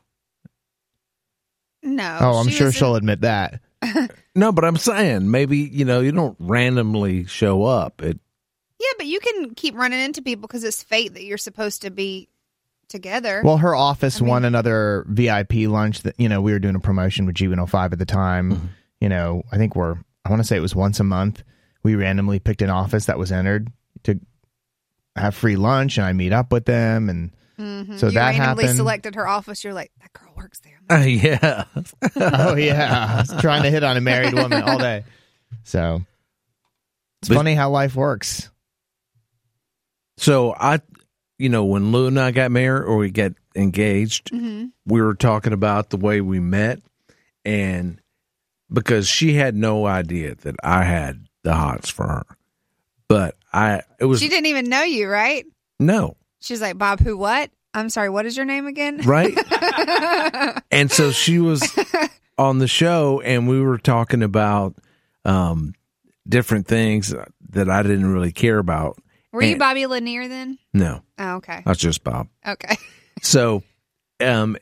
Speaker 7: No.
Speaker 4: Oh, I'm
Speaker 7: she
Speaker 4: sure
Speaker 7: was in-
Speaker 4: she'll admit that.
Speaker 8: No, but I'm saying maybe, you know, you don't randomly show up. It
Speaker 7: Yeah, but you can keep running into people because it's fate that you're supposed to be together.
Speaker 4: Well, her office won another VIP lunch that, you know, we were doing a promotion with G105 at the time.
Speaker 8: Mm-hmm.
Speaker 4: You know, I think we're, I want to say it was once a month. We randomly picked an office that was entered to have free lunch and I meet up with them. And
Speaker 7: Mhm.
Speaker 4: so
Speaker 7: you
Speaker 4: that
Speaker 7: randomly
Speaker 4: happened.
Speaker 7: selected her office. You're like, that girl works there.
Speaker 8: Uh, yeah.
Speaker 4: oh, yeah. I was trying to hit on a married woman all day. So it's funny how life works.
Speaker 8: So I, you know, when Lou and I got married or we got engaged,
Speaker 7: Mhm.
Speaker 8: we were talking about the way we met, and because she had no idea that I had the hots for her, but I it was
Speaker 7: she didn't even know you, right?
Speaker 8: no
Speaker 7: She's like, Bob, who what? I'm sorry, what is your name again?
Speaker 8: right, and so she was on the show, and we were talking about um different things that I didn't really care about.
Speaker 7: Were you
Speaker 8: And-
Speaker 7: Bobby Lanier then?
Speaker 8: No,
Speaker 7: Oh, okay.
Speaker 8: that's just Bob.
Speaker 7: Okay.
Speaker 8: so um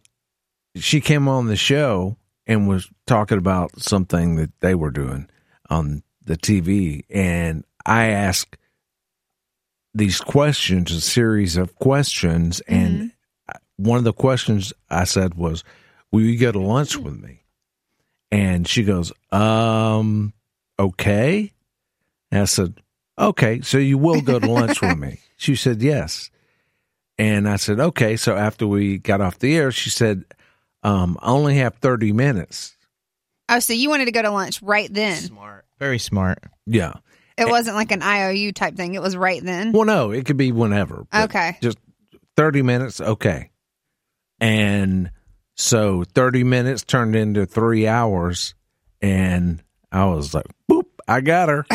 Speaker 8: she came on the show and was talking about something that they were doing on the TV and I asked these questions a series of questions and I- one of the questions I said was will you go to lunch with me and she goes um okay and I said okay so you will go to lunch with me she said yes and I said, okay. So after we got off the air, she said, um, I only have 30 minutes.
Speaker 7: Oh, so you wanted to go to lunch right then.
Speaker 4: Very smart.
Speaker 8: Yeah.
Speaker 7: It wasn't like an IOU type thing. It was right then.
Speaker 8: Well, no, it could be whenever. but
Speaker 7: Mm-hmm. Okay.
Speaker 8: Just 30 minutes. Okay. And so 30 minutes turned into three hours. And I was like, boop, I got her.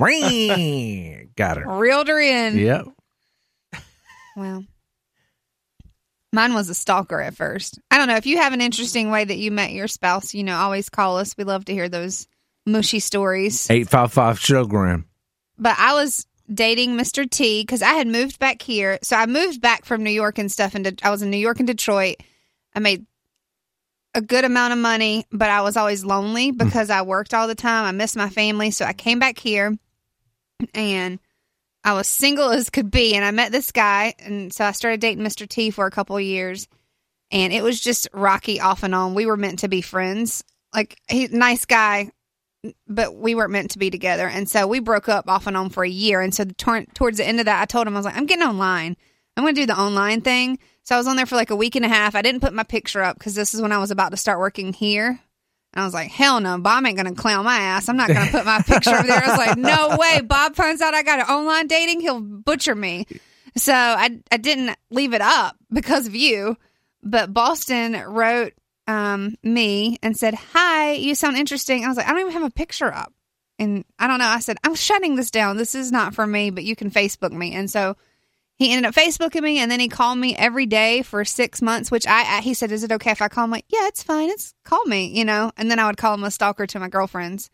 Speaker 8: Ring. got her.
Speaker 7: Reeled her in.
Speaker 8: Yep.
Speaker 7: Well, mine was a stalker at first. I don't know. If you have an interesting way that you met your spouse, you know, always call us. We love to hear those mushy stories.
Speaker 8: 855 showgram.
Speaker 7: But I was dating Mr. T because I had moved back here. So I moved back from New York and stuff. And De- I was in New York and Detroit. I made a good amount of money, but I was always lonely because I worked all the time. I missed my family. So I came back here and I was single as could be. And I met this guy. And so I started dating Mr. T for a couple of years. And it was just rocky off and on. We were meant to be friends. Like, he, nice guy, but we weren't meant to be together. And so we broke up off and on for a year. And so the tor- towards the end of that, I told him, I was like, I'm getting online. I'm going to do the online thing. So I was on there for like a week and a half. I didn't put my picture up because this is when I was about to start working here. And I was like, hell no, Bob ain't going to clown my ass. I'm not going to put my picture up there. I was like, no way. Bob finds out I got an online dating, he'll butcher me. So I, I didn't leave it up because of you. But Boston wrote um, me and said, Hi, you sound interesting. I was like, I don't even have a picture up. And I don't know. I said, I'm shutting this down. This is not for me, but you can Facebook me. And so he ended up Facebooking me and then he called me every day for six months, which I, I he said, Is it okay if I call him? Like, yeah, it's fine. It's call me, you know? And then I would call him a stalker to my girlfriends.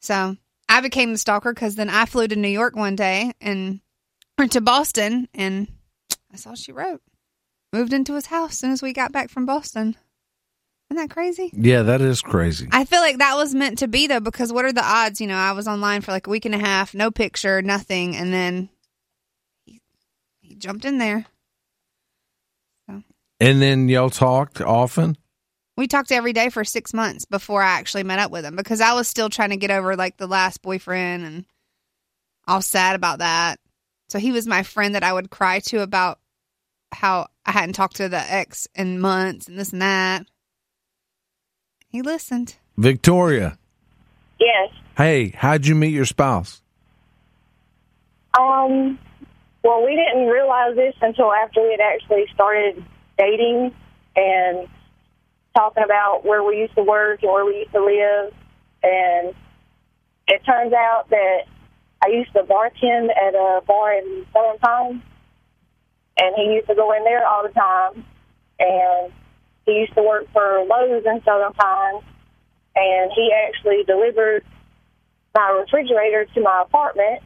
Speaker 7: So I became the stalker because then I flew to New York one day and or to Boston and that's all she wrote. Moved into his house as soon as we got back from Boston. Isn't that crazy?
Speaker 8: Yeah, that is crazy.
Speaker 7: I feel like that was meant to be though, because what are the odds? You know, I was online for like a week and a half, no picture, nothing, and then he, he jumped in there.
Speaker 8: And then y'all talked often.
Speaker 7: We talked every day for six months before I actually met up with him because I was still trying to get over like the last boyfriend and all sad about that. So he was my friend that I would cry to about how I hadn't talked to the ex in months and this and that. He listened.
Speaker 8: Victoria,
Speaker 12: Yes.
Speaker 8: hey, how'd you meet your spouse?
Speaker 12: Um. Well, we didn't realize this until after we had actually started dating and talking about where we used to work and where we used to live. And it turns out that I used to bartend at a bar in Southern Pines, and he used to go in there all the time. And he used to work for Lowe's in Southern Pines, and he actually delivered my refrigerator to my apartment.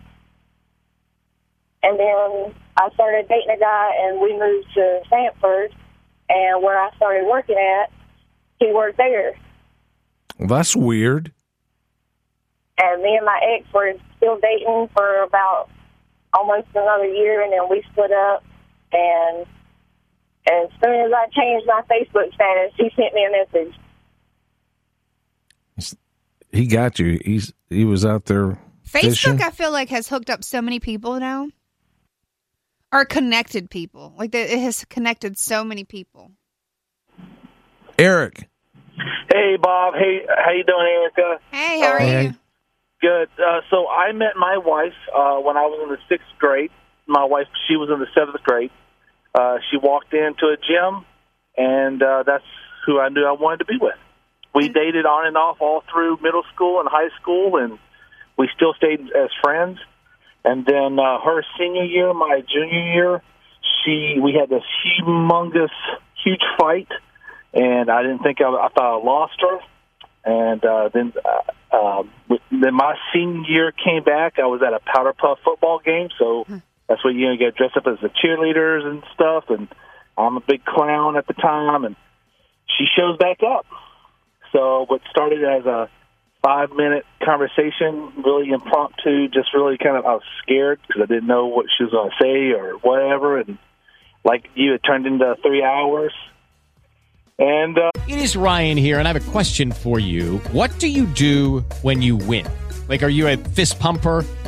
Speaker 12: And then I started dating a guy, and we moved to Sanford, and where I started working at, he worked there.
Speaker 8: Well, that's weird.
Speaker 12: And me and my ex were still dating for about almost another year, and then we split up. And as soon as I changed my Facebook status, he sent me a message.
Speaker 8: He got you. He's he was out there.
Speaker 7: Facebook,
Speaker 8: fishing.
Speaker 7: I feel like, has hooked up so many people now, or connected people. Like that it has connected so many people.
Speaker 8: Eric.
Speaker 17: Hey, Bob. Hey, how you doing, Erica?
Speaker 7: Hey, how are you?
Speaker 17: Good. Uh, so I met my wife uh, when I was in the sixth grade. My wife, she was in the seventh grade. Uh, she walked into a gym, and uh, that's who I knew I wanted to be with. We dated on and off all through middle school and high school, and we still stayed as friends. And then uh, her senior year, my junior year, she we had this humongous, huge fight, and I didn't think I, I thought I lost her. And uh, then, uh, um, with- then my senior year came back. I was at a powder puff football game, so that's when you know, you get dressed up as the cheerleaders and stuff. And I'm a big clown at the time, and she shows back up. So what started as a five minute conversation, really impromptu, just really kind of I was scared because I didn't know what she was going to say or whatever, and like you, it turned into three hours. And uh,
Speaker 18: It is Ryan here, and I have a question for you. What do you do when you win? Like, are you a fist pumper?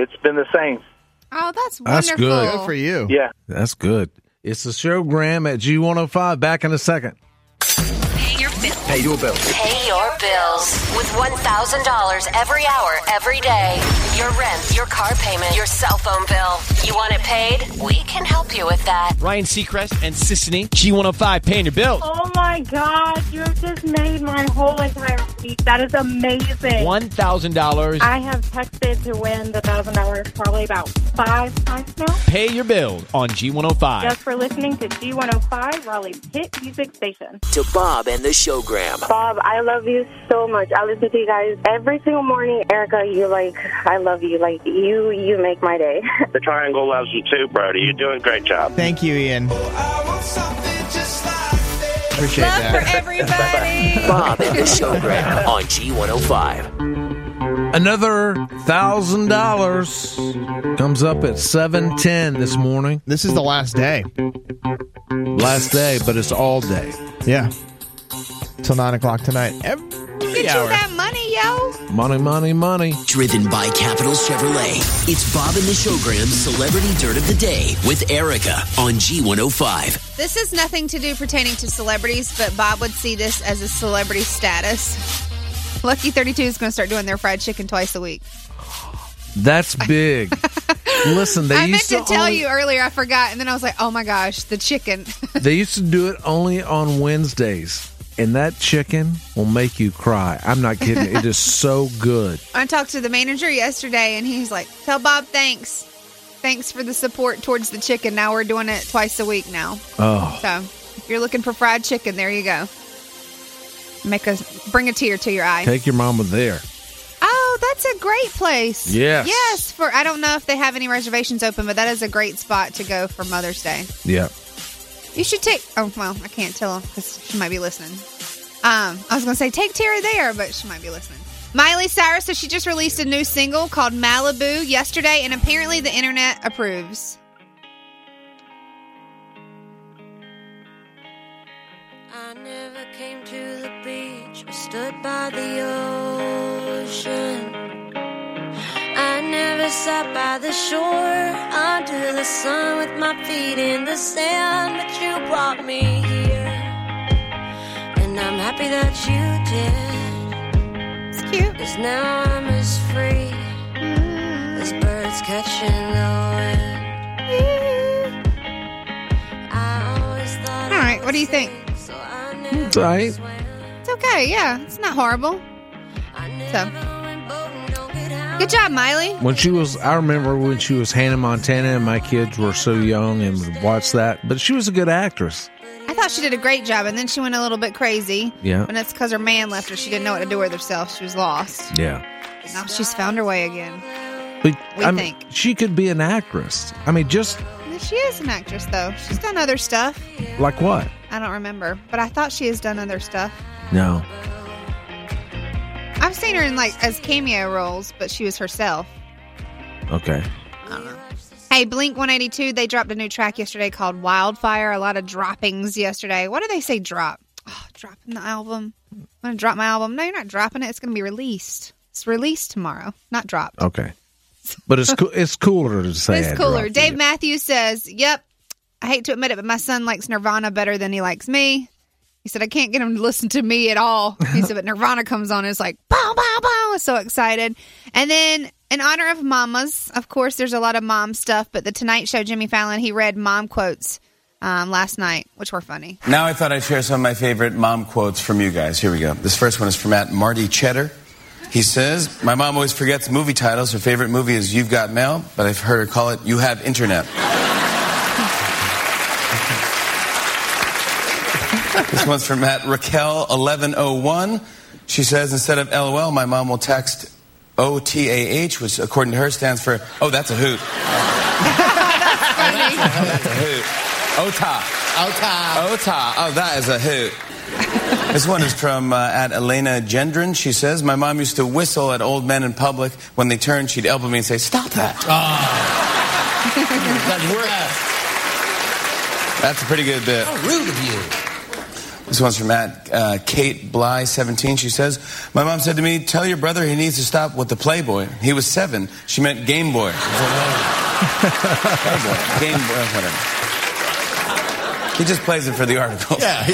Speaker 17: it's been the same.
Speaker 7: Oh, that's
Speaker 8: That's
Speaker 7: wonderful.
Speaker 8: good. you.
Speaker 17: Yeah.
Speaker 8: That's good. It's the show, Graham, at G105. Back in a second.
Speaker 9: Pay your bill.
Speaker 8: Hey, do a bill.
Speaker 9: Pay your bills with $1,000 every hour, every day. Your rent, your car payment, your cell phone bill. You want it paid? We can help you with that.
Speaker 18: Ryan Seacrest and Sissany, G105, paying your bills.
Speaker 19: Oh my God, you just made my whole entire week. That is amazing.
Speaker 18: $1,000.
Speaker 19: I have texted to win the thousand dollars probably about five times now.
Speaker 18: Pay your bill on G105.
Speaker 19: Just for listening to G105 Raleigh's hit music station.
Speaker 5: To Bob and the showgram.
Speaker 12: Bob, I love you so much. I listen to you guys every single morning. Erica, you're like, I love you. Like you, you make my day.
Speaker 20: The Triangle loves you too, Brody. You're doing a great job.
Speaker 4: Thank you, Ian. Appreciate
Speaker 5: Love
Speaker 4: that.
Speaker 5: for
Speaker 7: everybody.
Speaker 5: Bob and the showgram on G105.
Speaker 8: Another thousand dollars comes up at seven ten this morning.
Speaker 4: This is the last day.
Speaker 8: Last day, but it's all day.
Speaker 4: Yeah. Till nine o'clock tonight. Every
Speaker 7: Get you
Speaker 4: hour.
Speaker 7: that money, yo.
Speaker 8: Money, money, money.
Speaker 5: Driven by Capital Chevrolet. It's Bob and the showgram's celebrity dirt of the day with Erica on G105.
Speaker 7: This has nothing to do pertaining to celebrities, but Bob would see this as a celebrity status. Lucky 32 is going to start doing their fried chicken twice a week.
Speaker 8: That's big. Listen, they
Speaker 7: I meant
Speaker 8: used
Speaker 7: to, tell
Speaker 8: only-
Speaker 7: you earlier, I forgot, and then I was like, oh my gosh, the chicken.
Speaker 8: they used to do it only on Wednesdays, and that chicken will make you cry. I'm not kidding. it is so good.
Speaker 7: I talked to the manager yesterday, and he's like, tell Bob thanks. Thanks for the support towards the chicken. Now we're doing it twice a week now.
Speaker 8: Oh.
Speaker 7: So if you're looking for fried chicken, there you go. Make a bring a tear to your eye.
Speaker 8: Take your mama there.
Speaker 7: Oh, that's a great place.
Speaker 8: Yes.
Speaker 7: Yes. For I don't know if they have any reservations open, but that is a great spot to go for Mother's Day.
Speaker 8: Yeah.
Speaker 7: You should take. Oh well, I can't tell because she might be listening. Um, I was gonna say take Tara there, but she might be listening. Miley Cyrus, so she just released a new single called Malibu yesterday, and apparently the internet approves.
Speaker 21: I never came to the beach or stood by the ocean. I never sat by the shore under the sun with my feet in the sand, but you brought me here. And I'm happy that you did.
Speaker 7: It's cute.
Speaker 21: Cause now I'm as free
Speaker 7: Mm.
Speaker 21: as birds catching the wind. I always thought.
Speaker 7: All right, what do you think?
Speaker 8: It's all right.
Speaker 7: It's okay. Yeah, it's not horrible. So, good job, Miley.
Speaker 8: When she was, I remember when she was Hannah Montana, and my kids were so young and would watch that. But she was a good actress.
Speaker 7: I thought she did a great job, and then she went a little bit crazy.
Speaker 8: Yeah.
Speaker 7: And it's because her man left her. She didn't know what to do with herself. She was lost.
Speaker 8: Yeah.
Speaker 7: Now she's found her way again.
Speaker 8: But
Speaker 7: We
Speaker 8: I mean,
Speaker 7: think.
Speaker 8: she could be an actress. I mean, just
Speaker 7: She is an actress, though. She's done other stuff.
Speaker 8: like what?
Speaker 7: I don't remember, but I thought she has done other stuff.
Speaker 8: No.
Speaker 7: I've seen her in like as cameo roles, but she was herself.
Speaker 8: Okay.
Speaker 7: Uh-uh. Hey, Blink 182, they dropped a new track yesterday called Wildfire. A lot of droppings yesterday. What do they say drop? Oh, dropping the album. I'm going to drop my album. No, you're not dropping it. It's going to be released. It's released tomorrow, not dropped.
Speaker 8: Okay. But it's cool. It's cooler to say.
Speaker 7: It's
Speaker 8: I
Speaker 7: cooler.
Speaker 8: dropped it.
Speaker 7: Dave Matthews says, Yep, I hate to admit it, but my son likes Nirvana better than he likes me. He said, I can't get him to listen to me at all. He said, But Nirvana comes on, and it's like, bow, bow, bow. So excited. And then, in honor of mamas, of course, there's a lot of mom stuff, but the Tonight Show, Jimmy Fallon, he read mom quotes um, last night, which were funny.
Speaker 22: Now I thought I'd share some of my favorite mom quotes from you guys. Here we go. This first one is from at Marty Cheddar. He says, My mom always forgets movie titles. Her favorite movie is You've Got Mail, but I've heard her call it You Have Internet. this one's from at Raquel1101. She says, Instead of LOL, my mom will text OTAH, which according to her stands for, Oh, that's a hoot. That's a hoot. Ota. Ota. Ota. Oh, that is a hoot. this one is from uh, at Elena Gendron. She says, My mom used to whistle at old men in public. When they turned, she'd elbow me and say, Stop that. That's a pretty good bit. How rude of you. This one's from at uh, Kate Bly, 17. She says, My mom said to me, Tell your brother he needs to stop with the Playboy. He was seven. She meant Game Boy. Playboy. Game Boy, whatever. He just plays it for the article. Yeah.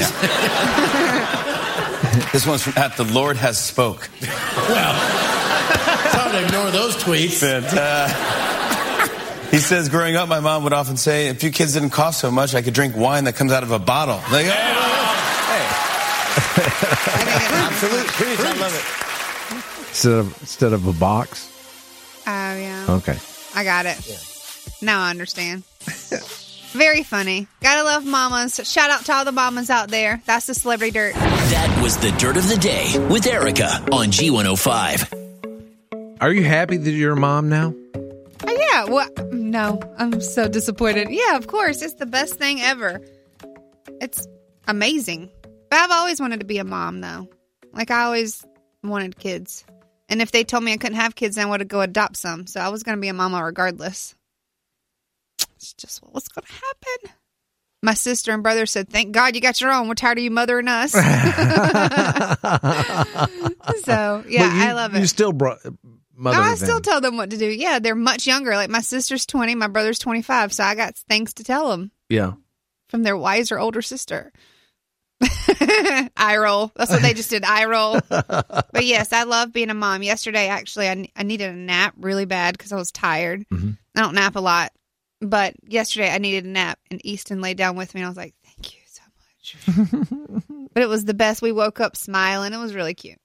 Speaker 22: this one's from at The Lord Has Spoke.
Speaker 23: Time to ignore those tweets.
Speaker 22: uh, He says, growing up, my mom would often say, if you kids didn't cough so much, I could drink wine that comes out of a bottle. Like, Absolutely. I love it.
Speaker 8: Instead of instead of a box.
Speaker 7: Oh, yeah.
Speaker 8: Okay.
Speaker 7: I got it. Now I understand. Very funny. Gotta love mamas. Shout out to all the mamas out there. That's the celebrity dirt.
Speaker 5: That was the dirt of the day with Erica on G105.
Speaker 8: Are you happy that you're a mom now?
Speaker 7: Oh, yeah. Well, no, I'm so disappointed. Yeah, of course. It's the best thing ever. It's amazing. But I've always wanted to be a mom, though. Like, I always wanted kids. And if they told me I couldn't have kids, then I would go adopt some. So I was going to be a mama regardless. It's just what was going to happen. My sister and brother said, Thank God you got your own. We're tired of you mothering us. so, yeah,
Speaker 8: But you-
Speaker 7: I love it.
Speaker 8: You still brought mother.
Speaker 7: I still tell them what to do. Yeah, they're much younger. Like my sister's 20, my brother's 25, so I got things to tell them
Speaker 8: yeah.
Speaker 7: from their wiser older sister. eye roll. That's what they just did. Eye roll. But yes, I love being a mom. Yesterday, actually, I, I needed a nap really bad because I was tired. I don't nap a lot, but yesterday I needed a nap, and Easton laid down with me, and I was like, "Thank you so much." but it was the best. We woke up smiling. It was really cute.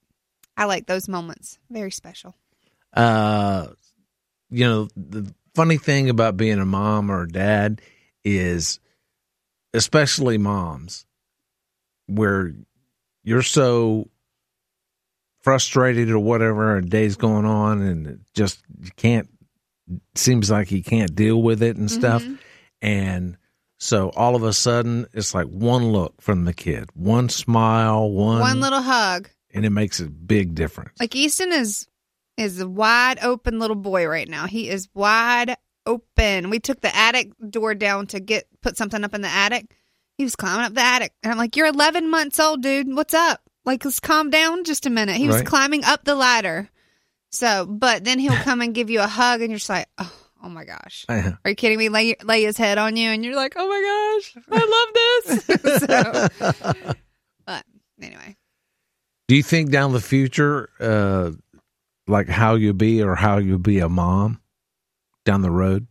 Speaker 7: I like those moments. Very special.
Speaker 8: uh, you know, the funny thing about being a mom or a dad is, especially moms, where you're so frustrated or whatever, and day's going on, and it just you can't. Seems like you can't deal with it
Speaker 7: Mm-hmm.
Speaker 8: and stuff,
Speaker 23: Mhm.
Speaker 8: and so all of a sudden it's like one look from the kid, one smile, one,
Speaker 7: One little hug.
Speaker 8: and it makes a big difference.
Speaker 7: Like Easton is is a wide open little boy right now. He is wide open. We took the attic door down to get put something up in the attic. He was climbing up the attic, and I'm like, "You're 11 months old, dude. What's up? Like, let's calm down just a minute." He was
Speaker 24: Right.
Speaker 7: climbing up the ladder. So, but then he'll come and give you a hug, and you're just like, "Oh, oh my gosh." Are you kidding me? Lay, lay his head on you, and you're like, "Oh my gosh, I love this." so, but anyway,
Speaker 8: Do you think down the future, uh, like how you be or how you be a mom down the road,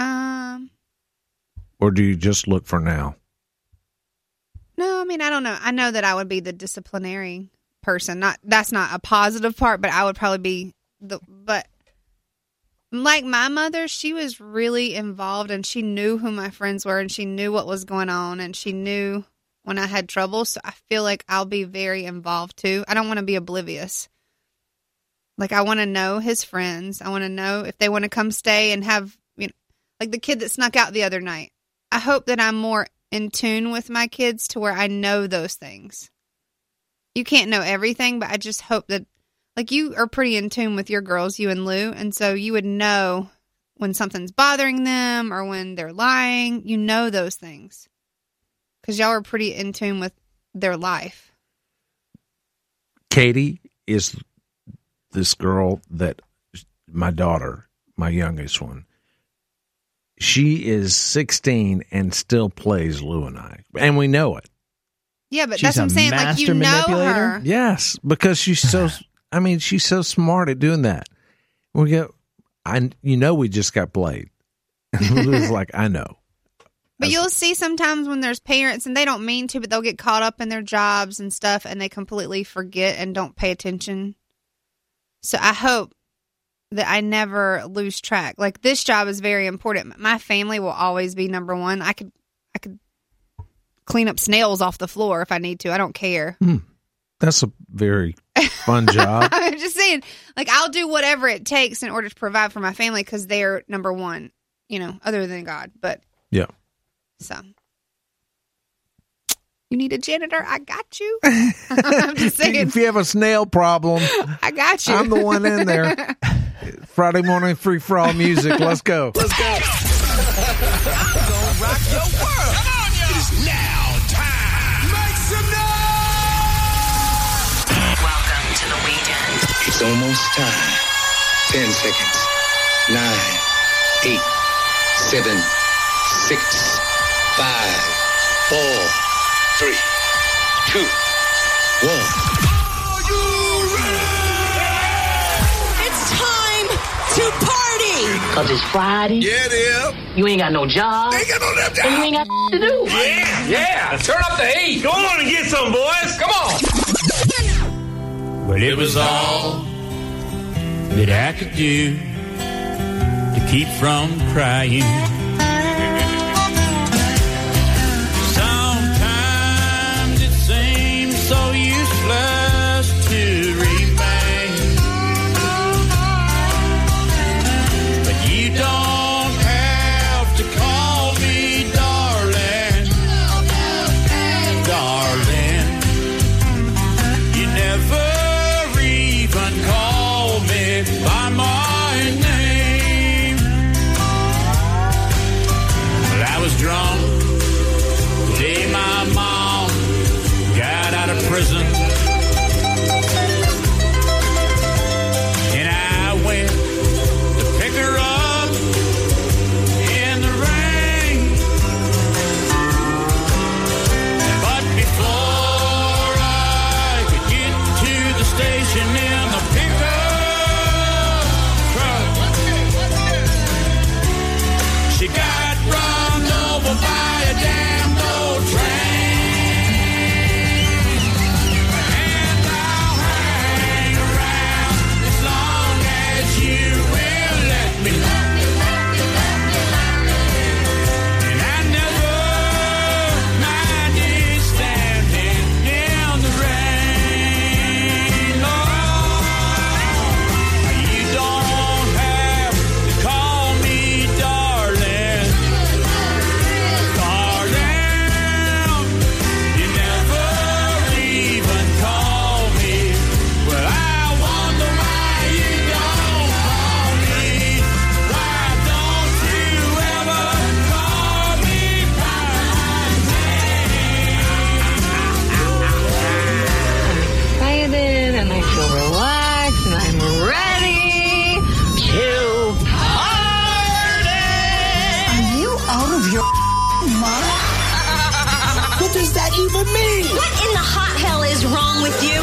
Speaker 7: um,
Speaker 8: or do you just look for now?
Speaker 7: No, I mean I don't know. I know that I would be the disciplinary person. Not that's not a positive part, but I would probably be the but like my mother, she was really involved and she knew who my friends were and she knew what was going on and she knew when I had trouble, so I feel like I'll be very involved too. I don't want to be oblivious. Like I want to know his friends. I want to know if they want to come stay and have you know, like the kid that snuck out the other night. I hope that I'm more in tune with my kids to where I know those things. You can't know everything, but I just hope that like you are pretty in tune with your girls, you and Lou, and so you would know when something's bothering them or when they're lying. You know those things because y'all are pretty in tune with their life.
Speaker 8: Katie is this girl that my daughter, my youngest one, she is 16 and still plays Lou and I. And we know it.
Speaker 7: Yeah, but
Speaker 8: She's
Speaker 7: that's what I'm
Speaker 8: a
Speaker 7: saying. Like you
Speaker 8: master
Speaker 7: know her.
Speaker 8: Yes, because she's so, I mean, she's so smart at doing that. We go, I, you know, we just got played. Lou's like, I know.
Speaker 7: But you'll see sometimes when there's parents and they don't mean to, but they'll get caught up in their jobs and stuff and they completely forget and don't pay attention. So I hope that I never lose track. Like this job is very important. My family will always be number one. I could I could clean up snails off the floor if I need to. I don't care.
Speaker 8: Hmm, that's a very fun job.
Speaker 7: I'm just saying, like I'll do whatever it takes in order to provide for my family because they're number one, you know, other than God. But
Speaker 8: Yeah.
Speaker 7: So you need a janitor? I got you. I'm just saying,
Speaker 8: If you have a snail problem,
Speaker 7: I got you.
Speaker 8: I'm the one in there. Friday morning free for all music. Let's go.
Speaker 5: Let's go.
Speaker 3: rock your world. Come on, y'all. It is now time. Make some
Speaker 5: Welcome to the weekend.
Speaker 25: It's almost time. Ten seconds. Nine, eight, seven, six, five, four, three, two, one.
Speaker 1: It's time to party.
Speaker 2: Cause it's Friday. Yeah, it is. You ain't got no job.
Speaker 1: Ain't got no damn job.
Speaker 2: And you ain't got to do.
Speaker 1: Yeah, yeah. Turn up the heat. Go on and get some, boys. Come on.
Speaker 15: But it was all that I could do to keep from crying. Sometimes it seems so useless to remain. But you don't have to call me darling, darling. You never even call me by my name.
Speaker 23: you mean?
Speaker 24: What in the hot hell is wrong with you?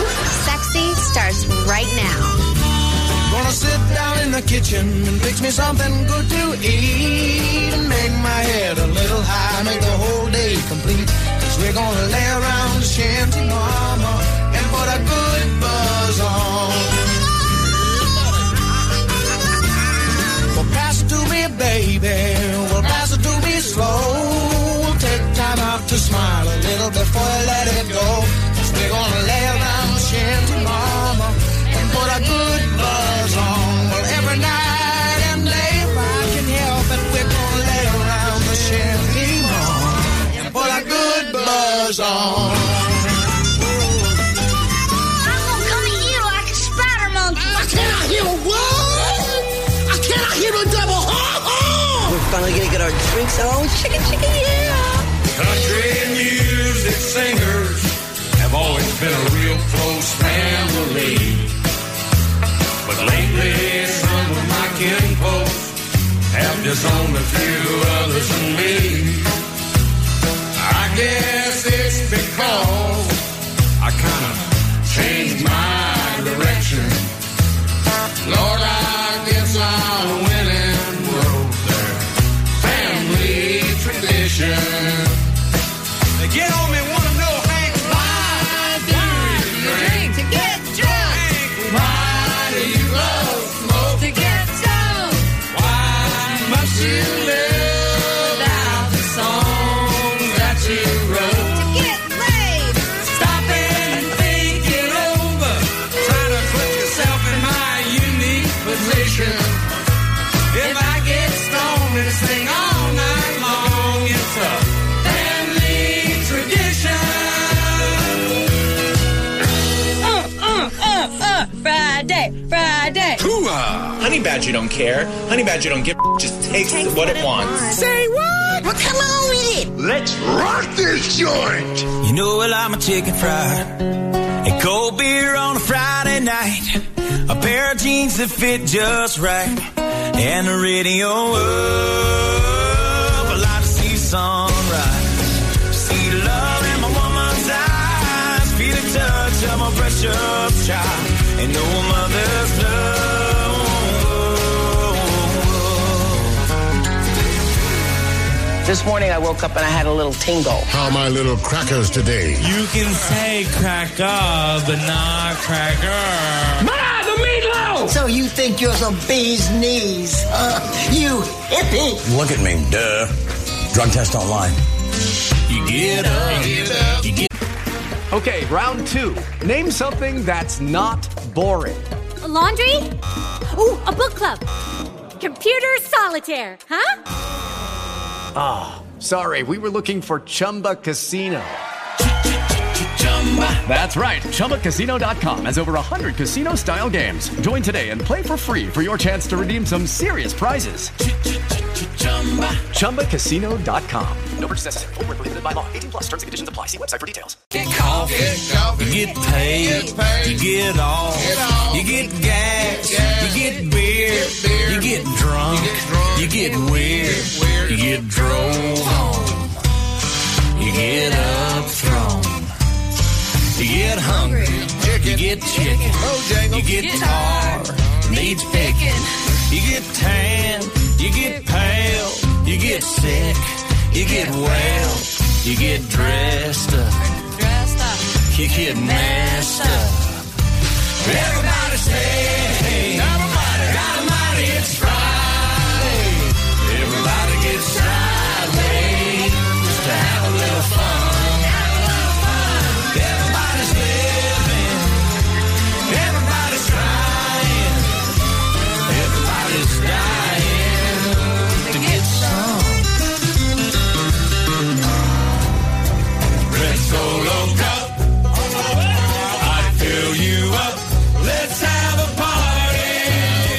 Speaker 24: Sexy starts right now.
Speaker 15: Gonna sit down in the kitchen and fix me something good to eat and make my head a little high, make the whole day complete. Cause we're gonna lay around the shanty mama and put a good buzz on. Well, pass it to me, baby. Well, pass it to me slow. We'll take time out to smile a little before I let it go. Cause we're gonna lay around the shanty mama and put a good buzz on. Well, every night and day, if I can help it, we're gonna lay around the shanty mama and put a good buzz on.
Speaker 24: I'm gonna come at you like a spider monkey. I cannot hear a word. I cannot hear a double
Speaker 23: We're finally gonna get our drinks on. Chicken, chicken, yeah.
Speaker 15: Country music singers have always been a real close family. But lately, some of my kinfolk have disowned a few others than me. I guess it's because I kind of changed my direction. Lord, I guess I went and broke their family tradition. They get on me, wanna know, Hank, why do you drink to get drunk? Hank, why do you love smoke to get stoned? Why must you live out the songs that you wrote? To get laid. Stop and think it over. Try to put yourself in my unique position. If I get stoned and sing all night long, it's a family tradition.
Speaker 23: Uh, uh, uh, uh. Friday, Friday.
Speaker 6: Honey Badger don't care. Honey Badger don't give. a Just takes what it wants.
Speaker 23: Say what? Well, come on with it.
Speaker 6: Let's rock this joint.
Speaker 10: You know, well, I'm a chicken fried. And cold beer on a Friday night. A pair of jeans that fit just right. And the radio up. Well, I just see sunrise. See love in my woman's eyes. Feel the touch of my precious child. And no mother's love.
Speaker 11: This morning I woke up and I had a little tingle.
Speaker 13: How are my little crackers today?
Speaker 26: You can say cracker, but not cracker.
Speaker 11: Ma, the meatloaf! So you think you're some bee's knees? Uh, you hippie!
Speaker 10: Look at me, duh. Drug test online.
Speaker 15: You get up. You get up. You get
Speaker 14: Okay, round two. Name something that's not boring.
Speaker 27: A laundry? Ooh, a book club. Computer solitaire, huh?
Speaker 14: Ah, sorry, we were looking for Chumba Casino. That's right, ChumbaCasino.com has over 100 casino style games. Join today and play for free for your chance to redeem some serious prizes. ChumbaCasino.com.
Speaker 28: No purchase necessary. Void where prohibited by law. 18 plus terms and conditions apply. See website for details.
Speaker 15: Get coffee, get coffee,
Speaker 10: You get paid,
Speaker 15: Get paid.
Speaker 10: you get off,
Speaker 15: Get off.
Speaker 10: you get
Speaker 15: Get
Speaker 10: gas,
Speaker 15: gas.
Speaker 10: you get beer, you get drunk, you get weird, you get drove on, you get upthrown, you get Oh, hungry, you get chicken, you get tar, needs picking, you get tan, you get pale, you get sick, you get well, you get dressed up. You get messed up. Everybody say, hey, everybody, everybody, it's Friday. Everybody gets Friday just to have a little fun. Everybody's living. Everybody's trying. Everybody's dying to get some.
Speaker 15: Red Solo Cup. I fill you up. Let's have a party.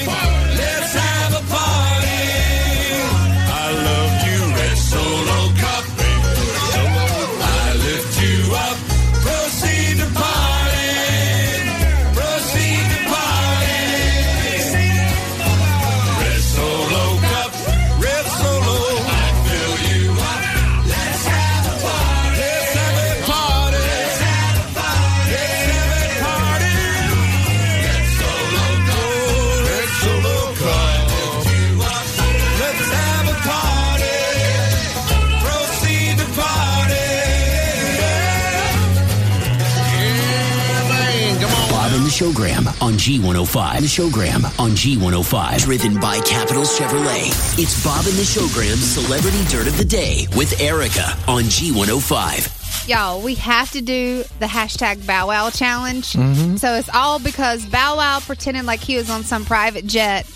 Speaker 5: Showgram on G105. The Showgram on G105. Driven by Capital Chevrolet. It's Bob and the Showgram Celebrity Dirt of the Day with Erica on G105.
Speaker 7: Y'all, we have to do the hashtag Bow Wow challenge.
Speaker 8: Mm-hmm.
Speaker 7: So it's all because Bow Wow pretended like he was on some private jet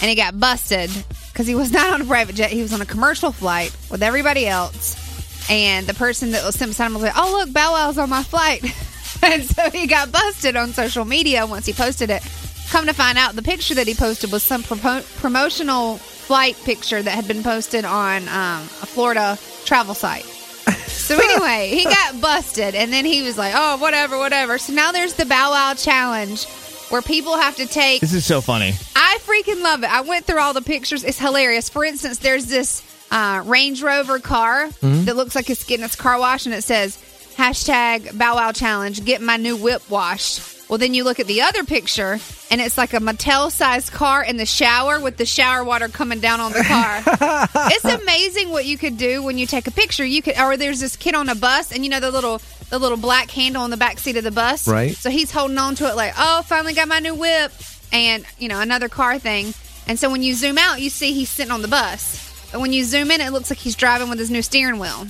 Speaker 7: and he got busted because he was not on a private jet. He was on a commercial flight with everybody else. And the person that was sent beside him was like, oh, look, Bow Wow's on my flight. and so he got busted on social media once he posted it. Come to find out, the picture that he posted was some propo- promotional flight picture that had been posted on um, a Florida travel site. So anyway, he got busted, and then he was like, "Oh, whatever, whatever." So now there's the Bow Wow challenge, where people have to take.
Speaker 4: This is so funny.
Speaker 7: I freaking love it. I went through all the pictures. It's hilarious. For instance, there's this uh, Range Rover car
Speaker 4: Mhm.
Speaker 7: that looks like it's getting its car washed, and it says hashtag Bow Wow challenge. Get my new whip washed. Well, then you look at the other picture, and it's like a Mattel-sized car in the shower with the shower water coming down on the car it's amazing what you could do when you take a picture. You could, or there's this kid on a bus, and you know the little the little black handle on the back seat of the bus,
Speaker 4: Right.
Speaker 7: So he's holding on to it like, oh, finally got my new whip, and you know another car thing. And so when you zoom out, you see he's sitting on the bus, but when you zoom in, it looks like he's driving with his new steering wheel.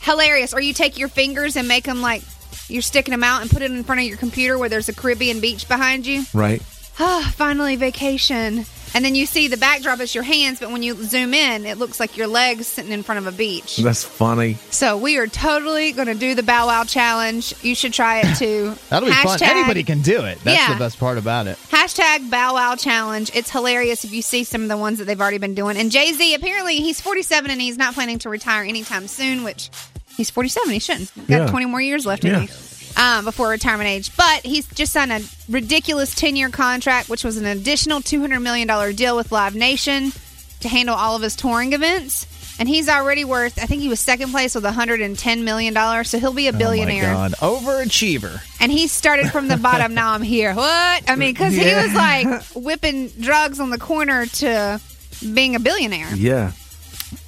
Speaker 7: Hilarious. Or you take your fingers and make them like you're sticking them out and put it in front of your computer where there's a Caribbean beach behind you.
Speaker 8: Right.
Speaker 7: Ah, finally vacation. And then you see the backdrop is your hands, but when you zoom in, it looks like your legs sitting in front of a beach.
Speaker 8: That's funny.
Speaker 7: So we are totally going to do the Bow Wow challenge. You should try it too.
Speaker 4: That'll be fun.
Speaker 7: Hashtag-
Speaker 4: Anybody can do it. That's
Speaker 7: Yeah.
Speaker 4: the best part about it. Oh,
Speaker 7: Hashtag Bow Wow Challenge. It's hilarious if you see some of the ones that they've already been doing. And Jay Z, apparently, he's 47 and he's not planning to retire anytime soon, which he's 47. He shouldn't. He's got
Speaker 9: Yeah.
Speaker 7: 20 more years left
Speaker 9: Yeah.
Speaker 7: in him um, before retirement age. But he's just signed a ridiculous 10 year contract, which was an additional $200 million deal with Live Nation to handle all of his touring events. And he's already worth, I think he was second place with $110 million. So he'll be a billionaire.
Speaker 4: Oh my God. Overachiever.
Speaker 7: And he started from the bottom. now I'm here. What? I mean, because
Speaker 4: Yeah.
Speaker 7: he was like whipping drugs on the corner to being a billionaire.
Speaker 8: Yeah.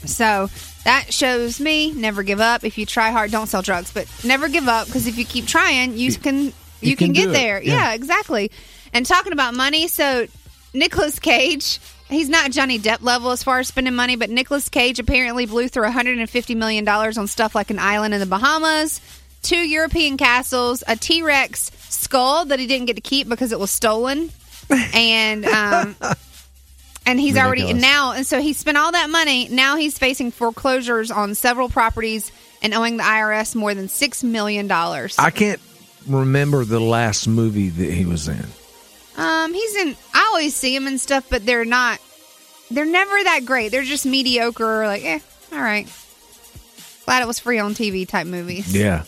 Speaker 7: So that shows me never give up. If you try hard, don't sell drugs, but never give up because if you keep trying, you can you,
Speaker 9: you
Speaker 7: can,
Speaker 9: can do
Speaker 7: get
Speaker 9: it.
Speaker 7: there.
Speaker 9: Yeah.
Speaker 7: yeah, exactly. And talking about money, so Nicolas Cage. He's not Johnny Depp level as far as spending money, but Nicolas Cage apparently blew through $150 million on stuff like an island in the Bahamas, two European castles, a T Rex skull that he didn't get to keep because it was stolen, and um, and he's already
Speaker 9: Ridiculous.
Speaker 7: now and so he spent all that money now he's facing foreclosures on several properties and owing the irs more than six million dollars
Speaker 8: I can't remember the last movie that he was in.
Speaker 7: um he's in i always see him and stuff but they're not they're never that great they're just mediocre or like eh all right glad it was free on tv type movies
Speaker 8: Yeah.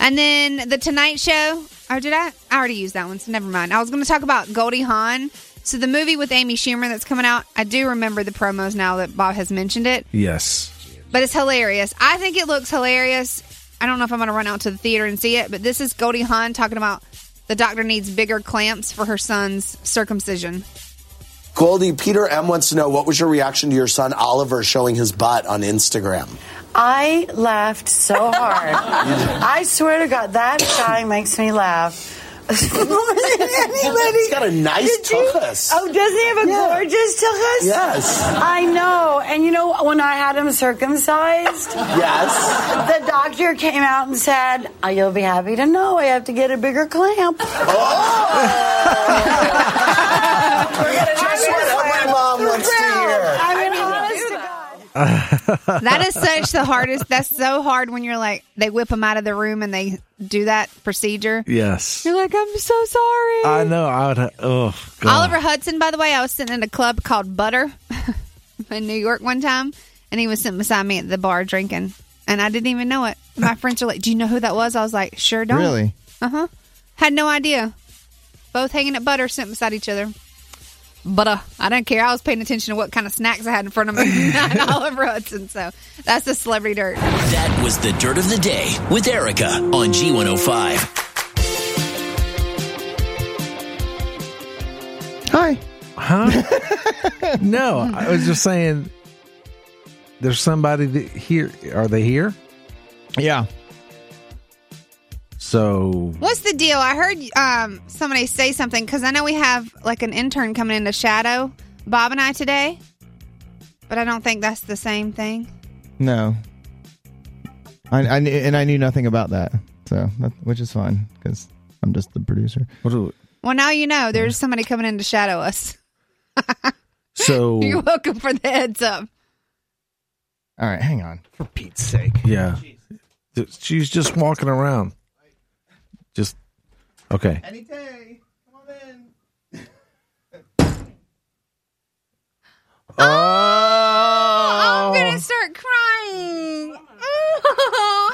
Speaker 7: and then the tonight show oh did i i already used that one so never mind i was going to talk about goldie hawn so the movie with amy schumer that's coming out i do remember the promos now that bob has mentioned it
Speaker 8: Yes.
Speaker 7: But it's hilarious. I think it looks hilarious. I don't know if I'm going to run out to the theater and see it, but this is Goldie Hawn talking about the doctor needs bigger clamps for her son's circumcision.
Speaker 12: Goldie, Peter M wants to know what was your reaction to your son Oliver showing his butt on Instagram?
Speaker 16: I laughed so hard. I swear to God, that guy makes me laugh. He's
Speaker 12: got a nice tuchus.
Speaker 16: Oh, does he have a gorgeous tuchus?
Speaker 12: Yes.
Speaker 16: I know. And you know, when I had him circumcised,
Speaker 12: Yes.
Speaker 16: the doctor came out and said, "Oh, You'll be happy to know I have to get a bigger clamp.
Speaker 12: Oh! Just what every mom wants to hear.
Speaker 16: I mean, honest to
Speaker 7: That is such the hardest. That's so hard when you're like, they whip him out of the room and they do that procedure.
Speaker 8: Yes.
Speaker 7: You're like, I'm so sorry.
Speaker 8: I know. I would. Oh, God.
Speaker 7: Oliver Hudson, by the way, I was sitting in a club called Butter in New York one time, and he was sitting beside me at the bar drinking, and I didn't even know it. My friends are like, "Do you know who that was?" I was like, "Sure don't."
Speaker 4: Really?
Speaker 7: Uh huh. Had no idea. Both hanging at Butter, sitting beside each other. Butter. I didn't care. I was paying attention to what kind of snacks I had in front of me. Not Oliver Hudson. So that's the celebrity dirt.
Speaker 5: That was the Dirt of the Day with Erica on G105.
Speaker 8: Hi. Huh? no, I was just saying. There's somebody that here. Are they here?
Speaker 4: Yeah.
Speaker 8: So
Speaker 7: What's the deal? I heard um, somebody say something because I know we have like an intern coming into shadow, Bob and I today, but I don't think that's the same thing.
Speaker 4: No. I, I knew- and I knew nothing about that, so that, which is fine because I'm just the producer.
Speaker 8: What do
Speaker 7: Well, now you know there's somebody coming in to shadow us.
Speaker 8: so
Speaker 7: You're welcome for the heads up.
Speaker 4: all right, hang on for Pete's sake.
Speaker 8: Yeah, Th- she's just walking around. Just okay.
Speaker 4: Any day, come on in.
Speaker 7: I'm
Speaker 8: Oh,
Speaker 7: gonna start crying. Oh,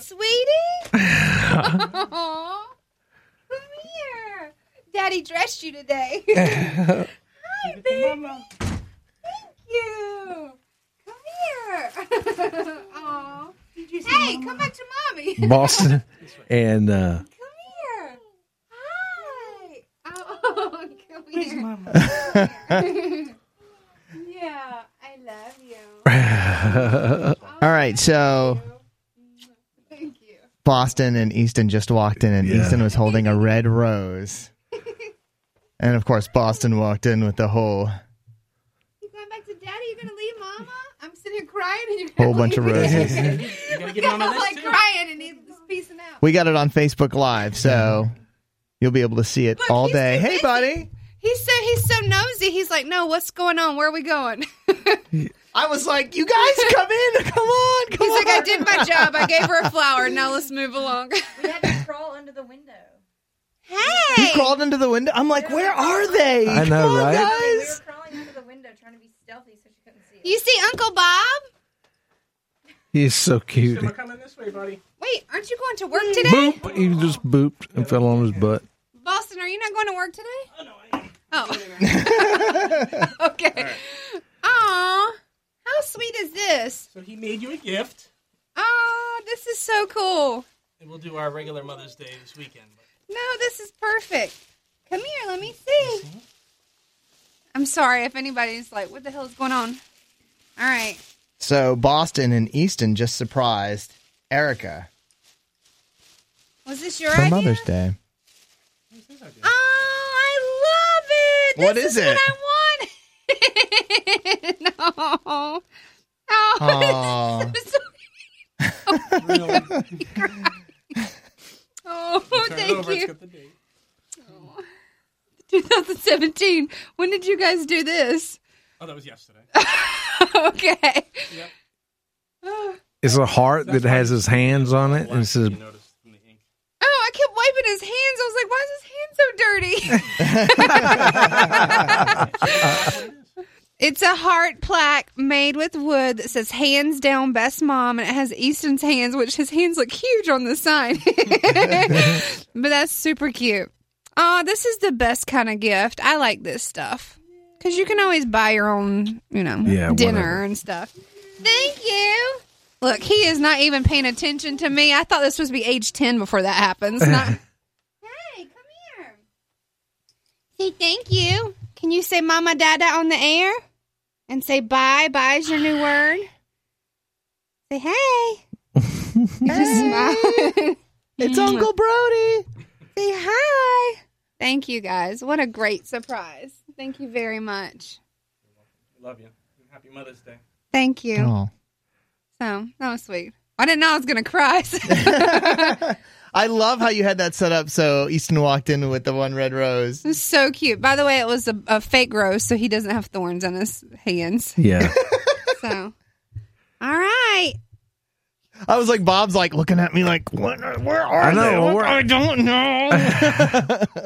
Speaker 7: sweetie. Aw, Come here. Daddy dressed you today. hi, baby. Thank you. Come here. Aw. Hey, come back to mommy.
Speaker 8: Boston and uh,
Speaker 7: Here. Hi. Oh, come Where's here. Mama? yeah, I love you.
Speaker 4: All right, so Boston and Easton just walked in, and
Speaker 8: Yeah.
Speaker 4: Easton was holding a red rose, and of course Boston walked in with the whole
Speaker 7: You going back to daddy? You gonna leave mama? I'm sitting here crying and you're
Speaker 4: whole bunch of roses.
Speaker 7: we got all like crying and he's piecing out.
Speaker 4: We got it on Facebook Live, so you'll be able to see it all day. Hey, buddy.
Speaker 7: He's so he's so nosy. He's like, no, what's going on? Where are we going?
Speaker 4: I was like, you guys come in. Come on. Come
Speaker 7: he's like, I did my job. I gave her a flower. Now let's move along. we had to crawl under the window. Hey.
Speaker 4: He crawled into the window. I'm like, where are they?
Speaker 8: I know,
Speaker 4: Come on,
Speaker 8: right?
Speaker 4: guys.
Speaker 7: You see Uncle Bob?
Speaker 8: he's so cute.
Speaker 7: coming this way, buddy. Mm. Wait, aren't you going to work today?
Speaker 8: Boop! He just booped and fell on his butt.
Speaker 7: Boston, are you not going to work today? Oh no, I am. Oh. okay. Aw. How sweet is this?
Speaker 21: So he made you a gift,
Speaker 7: Oh, this is so cool.
Speaker 21: and we'll do our regular Mother's Day this weekend.
Speaker 7: No, this is perfect. Come here, let me see. I'm sorry if anybody's like, what the hell is going on? All right.
Speaker 4: So Boston and Easton just surprised Erica
Speaker 7: Was this your
Speaker 4: for
Speaker 7: idea?
Speaker 4: Mother's Day.
Speaker 7: Oh, I love it.
Speaker 4: What
Speaker 7: This
Speaker 4: is
Speaker 7: is
Speaker 4: it?
Speaker 7: What I want. no. Oh, this is so Oh,
Speaker 21: Turn it
Speaker 7: thank
Speaker 21: over, it's
Speaker 7: you.
Speaker 21: got the date.
Speaker 7: 2017. When did you guys do this?
Speaker 21: Oh, that was yesterday.
Speaker 7: okay.
Speaker 21: Yep.
Speaker 8: It's a heart that has his hands on it and it says
Speaker 7: Oh, I kept wiping his hands. I was like, why is his hand so dirty? it's a heart plaque made with wood that says hands down best mom and it has Easton's hands, which his hands look huge on the sign. but that's super cute. Oh, this is the best kind of gift. I like this stuff. Because you can always buy your own, you know,
Speaker 8: Yeah,
Speaker 7: dinner
Speaker 8: whatever.
Speaker 7: and stuff. Thank you. Look, he is not even paying attention to me. I thought this was be age 10 before that happens. Not- Say thank you. Can you say mama dada on the air? And say bye. Bye's your new word. Say hey. You just smile.
Speaker 4: It's Uncle Brody.
Speaker 7: Say hi. Thank you guys. What a great surprise. Thank you very much.
Speaker 21: Love you. And Happy Mother's Day.
Speaker 7: Thank you.
Speaker 4: Oh.
Speaker 7: So that was sweet. I didn't know I was gonna cry.
Speaker 4: I love how you had that set up so Easton walked in with the one red rose.
Speaker 7: It's so cute. By the way, it was a, a fake rose, so he doesn't have thorns on his hands.
Speaker 8: Yeah.
Speaker 7: so, all right.
Speaker 4: I was like, Bob's like looking at me like, what, where are
Speaker 8: I know,
Speaker 4: they?
Speaker 8: where-
Speaker 4: I don't know.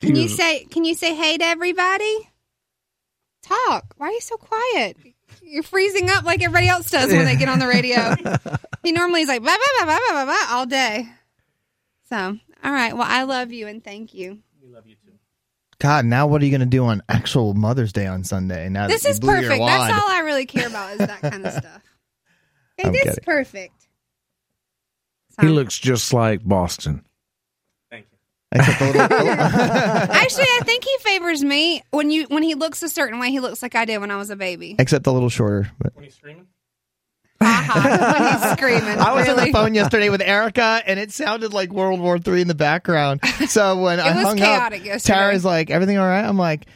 Speaker 7: Can you
Speaker 4: Dude.
Speaker 7: say? Can you say hey to everybody? Talk. Why are you so quiet? You're freezing up like everybody else does when they get on the radio. he normally is like blah blah blah blah blah blah blah all day. So, all right. Well, I love you and thank you.
Speaker 4: God, now what are you going to do on actual Mother's Day on Sunday? Now
Speaker 7: This
Speaker 4: that you
Speaker 7: is
Speaker 4: blew your
Speaker 7: perfect.
Speaker 4: wad?
Speaker 7: That's all I really care about is that kind of stuff. Hey,
Speaker 8: I'm
Speaker 7: this is
Speaker 8: kidding.
Speaker 7: perfect.
Speaker 8: he looks just like Boston.
Speaker 4: Except a little,
Speaker 7: Actually, I think he favors me when you when he looks a certain way. He looks like I did when I was a baby.
Speaker 4: except a little shorter. But
Speaker 7: When he's screaming. ha ha when he's screaming.
Speaker 4: I was on the
Speaker 7: really.
Speaker 4: phone yesterday with Erica, and it sounded like World War III in the background. So when I
Speaker 7: was
Speaker 4: hung
Speaker 7: chaotic
Speaker 4: up,
Speaker 7: yesterday.
Speaker 4: Tara's like, "Everything all right?" I'm like,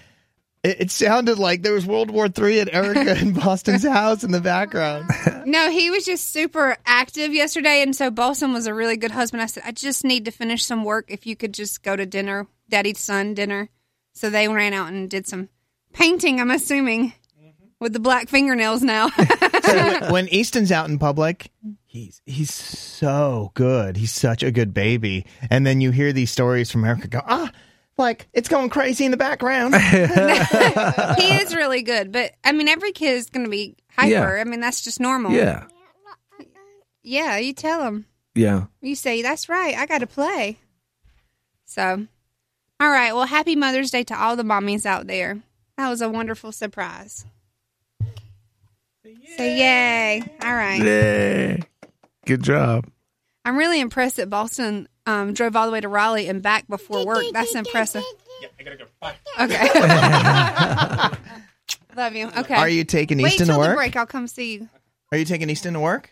Speaker 4: "It, it sounded like there was World War III at Erica in Boston's house in the background."
Speaker 7: No, he was just super active yesterday, and so Balsam was a really good husband. I said, I just need to finish some work. If you could just go to dinner, daddy son dinner. So they ran out and did some painting. I'm assuming
Speaker 8: Mm-hmm.
Speaker 7: with the black fingernails now.
Speaker 4: when Easton's out in public, he's he's so good. He's such a good baby. And then you hear these stories from Erica go, "Ah, like it's going crazy in the background."
Speaker 7: he is really good, but I mean, every kid is going to be hyper.
Speaker 8: Yeah.
Speaker 7: I mean, that's just normal.
Speaker 8: Yeah.
Speaker 7: yeah. You tell him.
Speaker 8: Yeah.
Speaker 7: You say, that's right. I got to play. So, all right. Well, happy Mother's Day to all the mommies out there. That was a wonderful surprise. Say yay. All right.
Speaker 8: Yeah. Good job.
Speaker 7: I'm really impressed that Boston um, drove all the way to Raleigh and back before work. That's impressive.
Speaker 21: Yeah, I gotta go. Bye.
Speaker 7: Okay. Love you. Okay.
Speaker 4: Are you taking
Speaker 7: Wait
Speaker 4: Easton to
Speaker 7: till the
Speaker 4: work?
Speaker 7: break. I'll come see you.
Speaker 4: Are you taking Easton to work?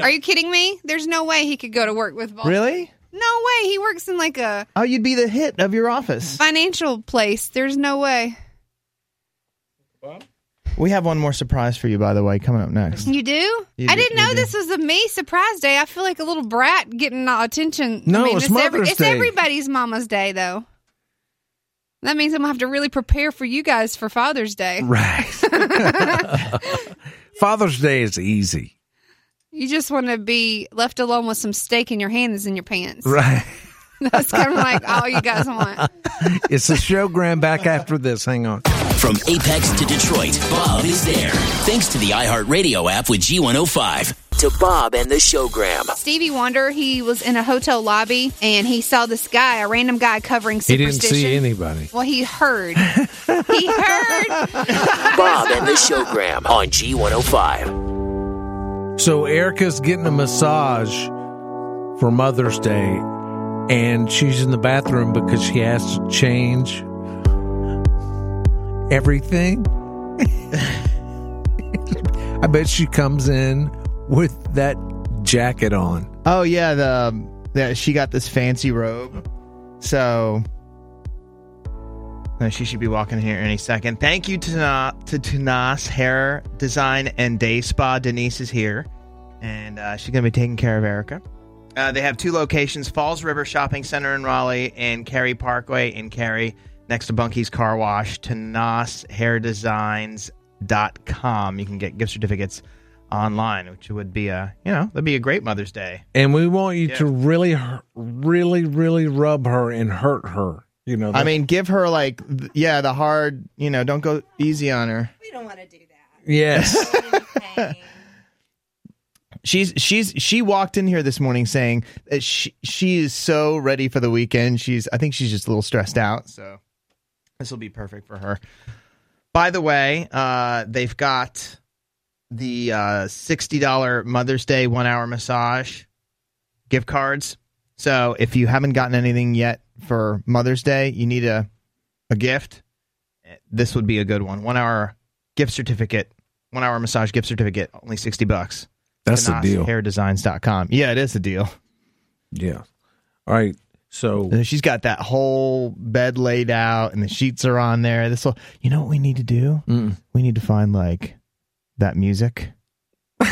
Speaker 7: Are you kidding me? There's no way he could go to work with Boston.
Speaker 4: Really?
Speaker 7: No way. He works in like a
Speaker 4: Oh, you'd be the hit of your office.
Speaker 7: financial place. There's no way.
Speaker 4: We have one more surprise for you, by the way, coming up next.
Speaker 7: You do?
Speaker 4: You
Speaker 7: I
Speaker 4: do-
Speaker 7: didn't
Speaker 4: you
Speaker 7: know
Speaker 4: do.
Speaker 7: this was a me surprise day. I feel like a little brat getting all attention.
Speaker 4: No,
Speaker 7: I mean,
Speaker 4: it's Mother's
Speaker 7: it's
Speaker 4: Day.
Speaker 7: everybody's mama's day though. That means I'm gonna have to really prepare for you guys for Father's Day.
Speaker 8: Right. Father's Day is easy.
Speaker 7: You just want to be left alone with some steak in your hand is in your pants.
Speaker 8: Right.
Speaker 7: That's kind of like all you guys want.
Speaker 8: It's the show, Graham, back after this. Hang on.
Speaker 5: From Apex to Detroit, Bob is there. Thanks to the iHeartRadio app with G105. To Bob and the showgram.
Speaker 7: Stevie Wonder, he was in a hotel lobby and he saw this guy, a random guy covering
Speaker 8: He didn't
Speaker 7: superstition.
Speaker 8: see anybody.
Speaker 7: Well, he heard. he heard.
Speaker 5: Bob and the showgram on G105.
Speaker 8: So Erica's getting a massage for Mother's Day, and she's in the bathroom because she has to change everything. I bet she comes in with that jacket on.
Speaker 4: Oh yeah, the that she got this fancy robe. So no, she should be walking here any second. Thank you to Na- to Tanas Hair Design and Day Spa. Denise is here, and uh, she's gonna be taking care of Erica. Uh, they have two locations: Falls River Shopping Center in Raleigh and Cary Parkway in Cary, next to Bunky's Car Wash. Tanas Hair Designs dot com. You can get gift certificates online, which would be a you know that'd be a great Mother's Day.
Speaker 8: And we want you to really, hu- really, really rub her and hurt her. You know,
Speaker 4: I mean, give her like, th- yeah, the hard, you know, don't go easy on her.
Speaker 8: Yes.
Speaker 4: she's she's she walked in here this morning saying that she she is so ready for the weekend. She's I think she's just a little stressed out, so this will be perfect for her. By the way, uh, they've got the uh, sixty dollar Mother's Day one hour massage gift cards. So if you haven't gotten anything yet for Mother's Day, you need a a gift. eh, This would be a good one. One hour gift certificate, one hour massage gift certificate, only sixty bucks.
Speaker 8: That's the deal.
Speaker 4: Hairdesigns.com. Yeah, it is a deal.
Speaker 8: Yeah. All right. So
Speaker 4: she's got that whole bed laid out and the sheets are on there. This will, you know what we need to do? We need to find like that music.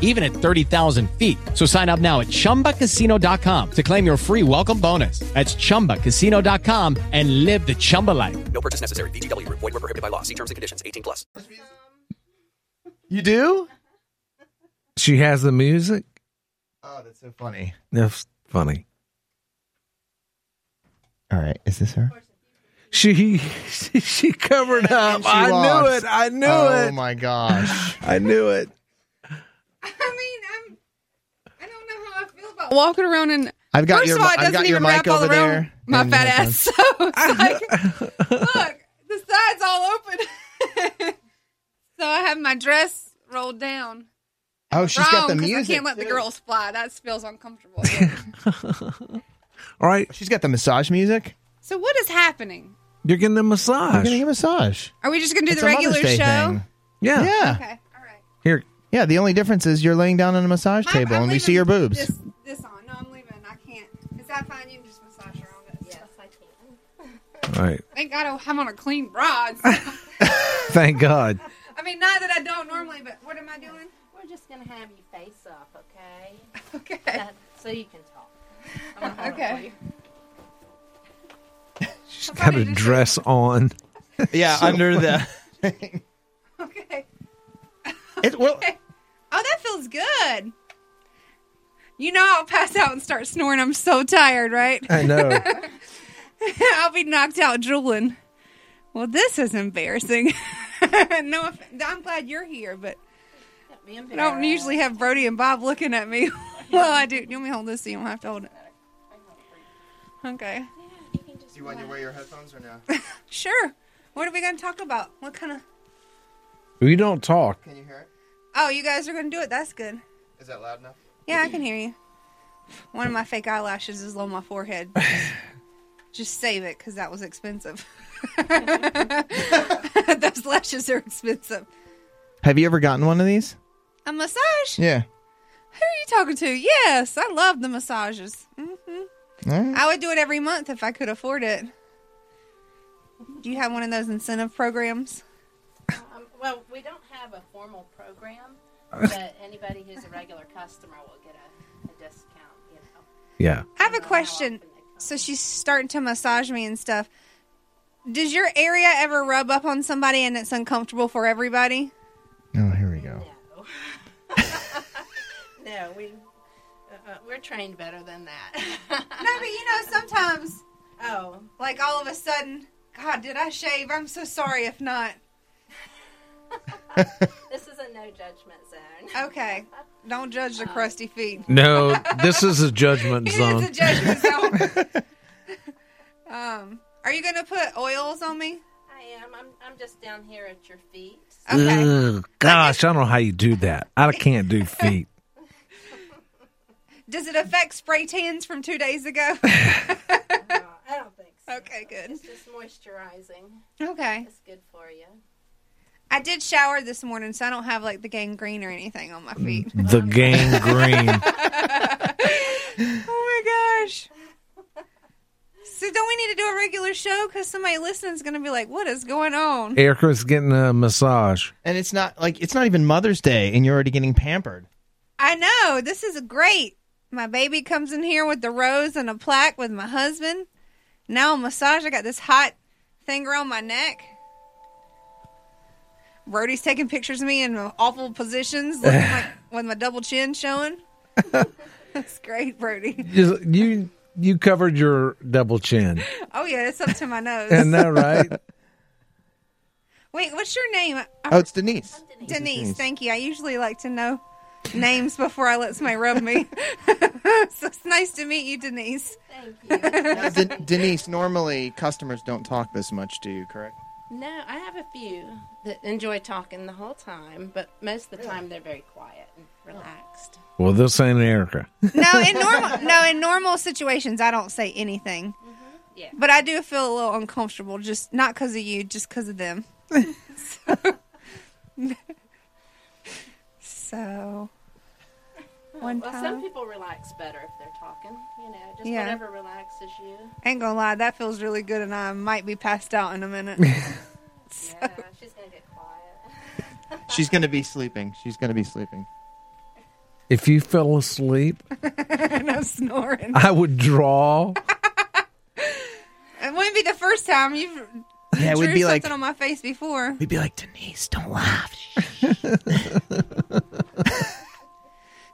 Speaker 22: even at 30,000 feet. So sign up now at chumbacasino.com to claim your free welcome bonus. That's chumbacasino.com and live the Chumba life.
Speaker 28: No purchase necessary. VGW Group. Void were prohibited by law. See terms and conditions. 18 plus.
Speaker 4: You do?
Speaker 8: she has the music.
Speaker 4: Oh, that's so funny.
Speaker 8: That's funny.
Speaker 4: All right, is this her?
Speaker 8: She she, she covered up.
Speaker 4: she
Speaker 8: Um, I knew
Speaker 4: lost.
Speaker 8: it. I knew
Speaker 4: Oh
Speaker 8: it.
Speaker 4: my gosh.
Speaker 8: I knew it.
Speaker 7: Walking around and
Speaker 4: I've got
Speaker 7: first
Speaker 4: your
Speaker 7: of all,
Speaker 4: mi-
Speaker 7: it
Speaker 4: I've
Speaker 7: doesn't
Speaker 4: got your
Speaker 7: even
Speaker 4: mic
Speaker 7: wrap all
Speaker 4: over
Speaker 7: around
Speaker 4: there
Speaker 7: my
Speaker 4: and
Speaker 7: fat
Speaker 4: your
Speaker 7: ass. So it's like, look, the sides all open. so I have my dress rolled down.
Speaker 4: Oh, she's got the
Speaker 7: Wrong, 'cause
Speaker 4: music.
Speaker 7: I can't let the girls fly. That feels uncomfortable.
Speaker 8: All right.
Speaker 4: She's got the massage music.
Speaker 7: so what is happening?
Speaker 8: You're getting a massage.
Speaker 4: You're getting a massage.
Speaker 7: Are we just gonna do
Speaker 4: It's
Speaker 7: the
Speaker 4: a Mother's
Speaker 7: regular
Speaker 4: Day
Speaker 7: show?
Speaker 4: thing. Yeah. Yeah.
Speaker 7: Okay.
Speaker 8: Here.
Speaker 4: Yeah, the only difference is you're laying down on a massage table and we see your boobs.
Speaker 7: This, this on. No, I'm leaving. I can't. Is that fine? You can just massage her on this. Yes, I can.
Speaker 8: All right.
Speaker 7: Thank God I- I'm on a clean bra. and stuff.
Speaker 8: Thank God.
Speaker 7: I mean, not that I don't normally, but what am I doing?
Speaker 25: We're just gonna have you face up, okay? Okay. so you can talk. I'm gonna hold it for
Speaker 7: Okay.
Speaker 25: you.
Speaker 8: She's got a dress on.
Speaker 4: Yeah, under the-
Speaker 7: Okay.
Speaker 4: It well,
Speaker 7: Oh, that feels good. You know I'll pass out and start snoring. I'm so tired, right?
Speaker 8: I know.
Speaker 7: I'll be knocked out drooling. Well, this is embarrassing. no, off- I'm glad you're here, but I don't usually have Brody and Bob looking at me. well, I do. You want me to hold this so you don't have to hold it? Okay.
Speaker 4: Do you want to wear your headphones or no?
Speaker 7: Sure. What are we going to talk about? What kind of.
Speaker 8: We don't talk.
Speaker 4: Can you hear it?
Speaker 7: Oh, you guys are going to do it. That's good.
Speaker 4: Is that loud enough?
Speaker 7: Yeah, I can hear you. One of my fake eyelashes is on my forehead. Just save it because that was expensive. Those lashes are expensive.
Speaker 4: Have you ever gotten one of these?
Speaker 7: A massage?
Speaker 4: Yeah.
Speaker 7: Who are you talking to? Yes, I love the massages. hmm
Speaker 4: Oh,
Speaker 7: I would do it every month if I could afford it. Do you have one of those incentive programs?
Speaker 25: Um, well, we don't have a formal program, but anybody who's a regular customer will get a, a discount. You know.
Speaker 8: Yeah.
Speaker 7: I have a question. So she's starting to massage me and stuff. Does your area ever rub up on somebody and it's uncomfortable for everybody?
Speaker 4: Oh, here we go.
Speaker 25: No, we uh, uh, we're trained better than that.
Speaker 7: No, but you know, sometimes. Oh. Like all of a sudden, God, did I shave? I'm so sorry if not.
Speaker 25: this is a no judgment zone. Um,
Speaker 7: Okay. Don't judge the crusty feet.
Speaker 8: No, this is a judgment
Speaker 7: It
Speaker 8: zone.
Speaker 7: is a judgment zone. um, are you going to put oils on me?
Speaker 25: I am. I'm, I'm just down here at your feet.
Speaker 8: Ugh, gosh, I don't know how you do that. I can't do feet.
Speaker 7: Does it affect spray tans from two days ago?
Speaker 25: I don't think so.
Speaker 7: Okay, good.
Speaker 25: It's just moisturizing.
Speaker 7: Okay.
Speaker 14: It's
Speaker 25: good for you.
Speaker 7: I did shower this morning, so I don't have like the gangrene or anything on my
Speaker 8: Mm.
Speaker 7: feet.
Speaker 8: The gangrene.
Speaker 7: oh my gosh. So don't we need to do a regular show? Because somebody listening is going to be like, "What is going on?"
Speaker 8: Erica's getting a massage.
Speaker 4: And it's not like it's not even Mother's Day and you're already getting pampered.
Speaker 7: I know this is great. My baby comes in here with the rose and a plaque with my husband. Now a massage. I got this hot thing around my neck. Brody's taking pictures of me in awful positions, looking like with my double chin showing. That's great, Brody.
Speaker 8: Just- You you covered your double chin.
Speaker 7: Oh yeah, it's up to my nose.
Speaker 8: Isn't that right?
Speaker 7: Wait, what's your name?
Speaker 4: Oh, it's Denise.
Speaker 7: Denise, thank you. I usually like to know names before I let somebody rub me. so it's nice to meet you, Denise.
Speaker 4: Now, De- Denise, normally customers don't talk this much to you, correct?
Speaker 25: No, I have a few that enjoy talking the whole time, but most of the time they're very quiet and relaxed.
Speaker 8: Well, this ain't Erica.
Speaker 7: No, in normal no, in normal situations I don't say anything.
Speaker 25: Mm-hmm. Yeah.
Speaker 7: But I do feel a little uncomfortable, just not because of you, just because of them. so, one
Speaker 25: well,
Speaker 7: time.
Speaker 25: some people relax better if they're talking. You know, just
Speaker 7: Yeah.
Speaker 25: whatever relaxes you.
Speaker 7: ain't gonna lie, that feels really good, and I might be passed out in a minute. So-
Speaker 25: Yeah, she's gonna get quiet.
Speaker 4: She's going to be sleeping. She's going to be sleeping.
Speaker 8: If you fell asleep,
Speaker 7: and I'm snoring.
Speaker 8: I would draw.
Speaker 7: It wouldn't be the first time you've
Speaker 4: Yeah,
Speaker 7: drew
Speaker 4: we'd be
Speaker 7: something
Speaker 4: like-
Speaker 7: on my face before.
Speaker 4: We'd be like, Denise, don't laugh.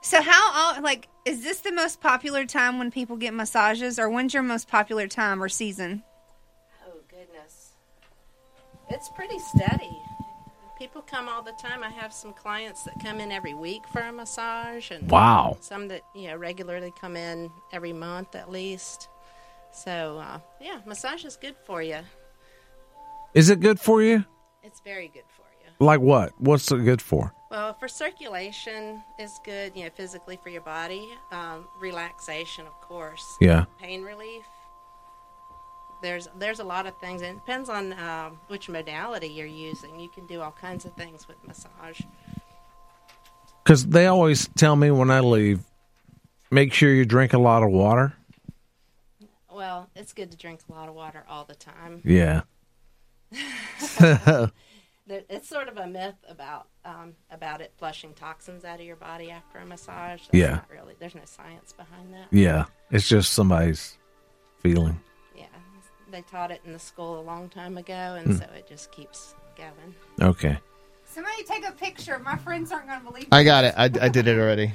Speaker 7: So how all like is this the most popular time when people get massages, or when's your most popular time or season?
Speaker 25: oh goodness, it's pretty steady. People come all the time. I have some clients that come in every week for a massage, and
Speaker 8: Wow.
Speaker 25: some that you know regularly come in every month at least. So uh, yeah, massage is good for you.
Speaker 8: Is it good for you?
Speaker 25: It's very good for you.
Speaker 8: Like what? What's it good for?
Speaker 25: Well, for circulation, it's good, you know, physically for your body. Um, relaxation, of course.
Speaker 8: Yeah.
Speaker 25: Pain relief. There's there's a lot of things, and it depends on um, which modality you're using. You can do all kinds of things with massage.
Speaker 8: Because they always tell me when I leave, make sure you drink a lot of water.
Speaker 25: Well, it's good to drink a lot of water all the time.
Speaker 8: Yeah.
Speaker 25: There- It's sort of a myth about um, about it flushing toxins out of your body after a massage. That's
Speaker 8: Yeah.
Speaker 25: not really. There's no science behind that.
Speaker 8: yeah. It's just somebody's feeling.
Speaker 25: Yeah, they taught it in the school a long time ago, and
Speaker 8: Hmm.
Speaker 25: so it just keeps going.
Speaker 8: Okay.
Speaker 7: Somebody take a picture. My friends aren't going to believe.
Speaker 4: I got it. I, I did it already.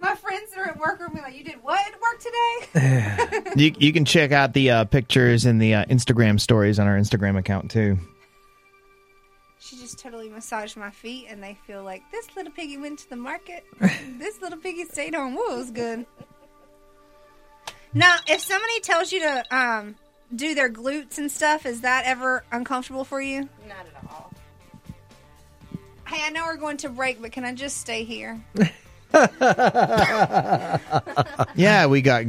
Speaker 7: My friends that are at work are gonna be like, "You did what at work today?"
Speaker 4: You, you can check out the uh, pictures and the uh, Instagram stories on our Instagram account too.
Speaker 7: She just totally massaged my feet, and they feel like this little piggy went to the market. this little piggy stayed home. Whoa, it was good. Now, if somebody tells you to um, do their glutes and stuff, is that ever uncomfortable for you?
Speaker 25: Not at all.
Speaker 7: Hey, I know we're going to break, but can I just stay here?
Speaker 4: yeah, we got.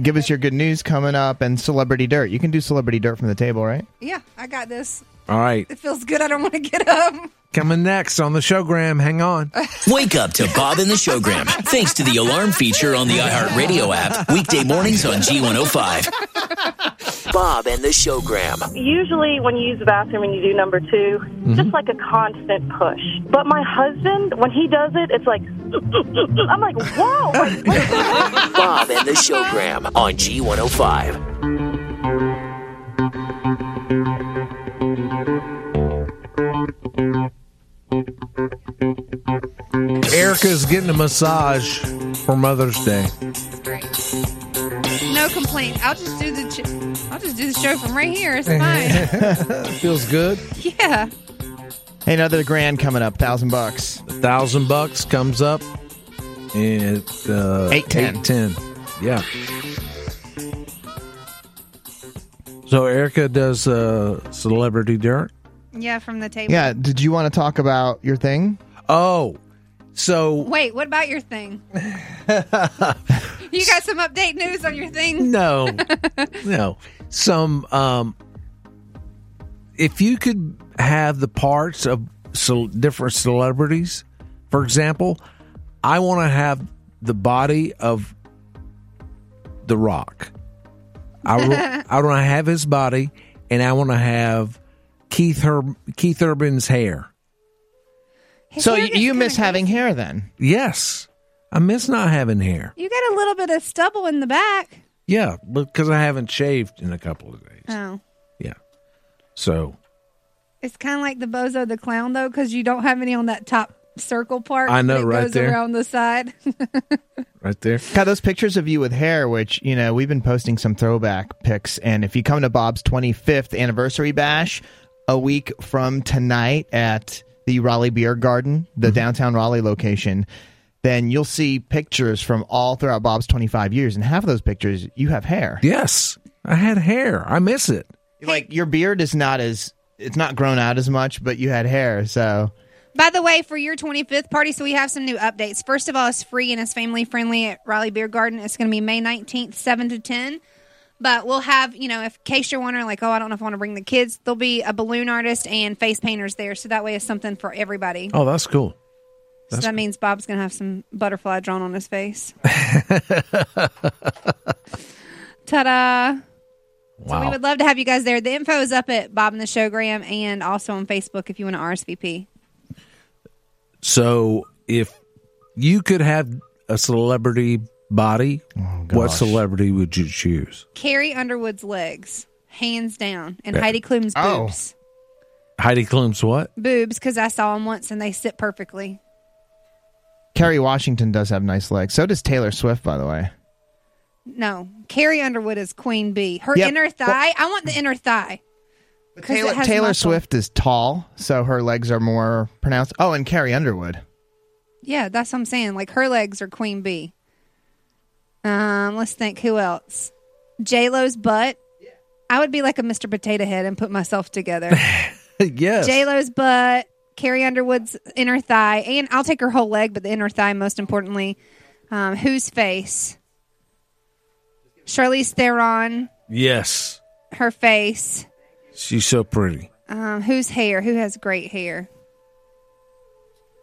Speaker 4: Give us your good news coming up and celebrity dirt. You can do celebrity dirt from the table, right?
Speaker 7: Yeah, I got this.
Speaker 8: All right.
Speaker 7: It feels good. I don't want to get up.
Speaker 8: Coming next on the showgram. Hang on.
Speaker 5: Wake up to Bob and the Showgram thanks to the alarm feature on the iHeartRadio app. Weekday mornings on G105. Bob and the Showgram.
Speaker 1: Usually, when you use the bathroom and you do number 2 just like a constant push. But my husband, when he does it, it's like, I'm like, whoa. Like,
Speaker 5: Bob and the Showgram on G105.
Speaker 8: Erica's getting a massage for Mother's Day.
Speaker 7: No complaints. I'll just do the ch- I'll just do the show from right here. It's fine.
Speaker 8: Feels good.
Speaker 7: yeah.
Speaker 4: Hey, another grand coming up. Thousand bucks.
Speaker 8: A thousand bucks comes up and uh,
Speaker 4: Eight ten.
Speaker 8: eight ten. Yeah. So Erica does uh, celebrity dirt.
Speaker 7: Yeah, from the table.
Speaker 4: Yeah. Did you want to talk about your thing?
Speaker 8: Oh, so
Speaker 7: Wait, what about your thing? you got some update news on your thing?
Speaker 8: No, no. Some, um, if you could have the parts of cel- different celebrities, for example, I want to have the body of The Rock. I, wa- I want to have his body, and I want to have Keith Herb- Keith Urban's hair.
Speaker 4: so you, you miss having hair then?
Speaker 8: Yes, I miss not having hair.
Speaker 7: You got a little bit of stubble in the back.
Speaker 8: Yeah, because I haven't shaved in a couple of days.
Speaker 7: Oh.
Speaker 8: Yeah, so.
Speaker 7: It's kind of like the bozo the clown though cuz you don't have any on that top circle part.
Speaker 8: I know,
Speaker 7: that
Speaker 8: right
Speaker 7: goes
Speaker 8: there.
Speaker 7: around the side.
Speaker 8: Right there.
Speaker 4: Got those pictures of you with hair, which, you know, we've been posting some throwback pics. And if you come to Bob's 25th anniversary bash a week from tonight at the Raleigh Beer Garden, the
Speaker 8: Mm-hmm.
Speaker 4: downtown Raleigh location, then you'll see pictures from all throughout Bob's 25 years. And half of those pictures, you have hair.
Speaker 8: Yes. I had hair. I miss it.
Speaker 4: Like your beard is not as, it's not grown out as much, but you had hair. So.
Speaker 7: By the way, for your 25th party, so we have some new updates. First of all, it's free and it's family friendly at Raleigh Beer Garden. It's going to be May 19th, 7 to 10. But we'll have, you know, if in case you're wondering, like, oh, I don't know if I want to bring the kids, there'll be a balloon artist and face painters there. So that way it's something for everybody.
Speaker 8: Oh, that's cool.
Speaker 7: so that means Bob's going to have some butterfly drawn on his face. Ta da! So we
Speaker 8: Wow.
Speaker 7: would love to have you guys there. The info is up at Bob and the Showgram and also on Facebook if you want to RSVP.
Speaker 8: So if you could have a celebrity body, what celebrity would you choose?
Speaker 7: Carrie Underwood's legs, hands down, and
Speaker 8: Yeah.
Speaker 7: Heidi Klum's
Speaker 8: Oh.
Speaker 7: boobs.
Speaker 8: Heidi Klum's what?
Speaker 7: Boobs, because I saw them once and they sit perfectly.
Speaker 4: Kerry Washington does have nice legs. So does Taylor Swift, by the way.
Speaker 7: No, Carrie Underwood is queen bee. Her
Speaker 4: Yep.
Speaker 7: inner thigh. I want the inner thigh. 'Cause it
Speaker 4: Taylor,
Speaker 7: has
Speaker 4: Taylor
Speaker 7: muscle.
Speaker 4: Swift is tall, so her legs are more pronounced. Oh, and Carrie Underwood.
Speaker 7: Yeah, that's what I'm saying. Like her legs are queen bee. Um, let's think. Who else? J Lo's butt. I would be like a Mr. Potato Head and put myself together.
Speaker 8: yes.
Speaker 7: J Lo's butt, Carrie Underwood's inner thigh, and I'll take her whole leg, but the inner thigh most importantly. Um, whose face? Charlize Theron,
Speaker 8: yes.
Speaker 7: her face.
Speaker 8: She's so pretty.
Speaker 7: Um, whose hair? Who has great hair?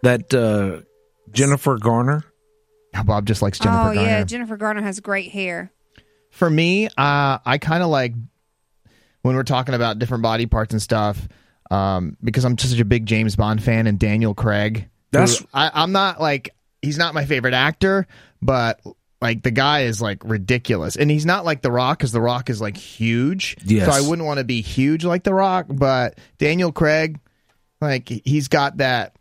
Speaker 8: That uh Jennifer Garner.
Speaker 4: Bob just likes Jennifer
Speaker 7: oh
Speaker 4: Garner.
Speaker 7: yeah, Jennifer Garner has great hair.
Speaker 4: For me, uh, I kind of like when we're talking about different body parts and stuff um, because I'm just such a big James Bond fan and Daniel Craig. who-
Speaker 8: That's-
Speaker 4: I, I'm not like he's not my favorite actor, but like the guy is like ridiculous, and he's not like The Rock because The Rock is like huge.
Speaker 8: Yes.
Speaker 4: So I wouldn't want to be huge like The Rock, but Daniel Craig, like he's got that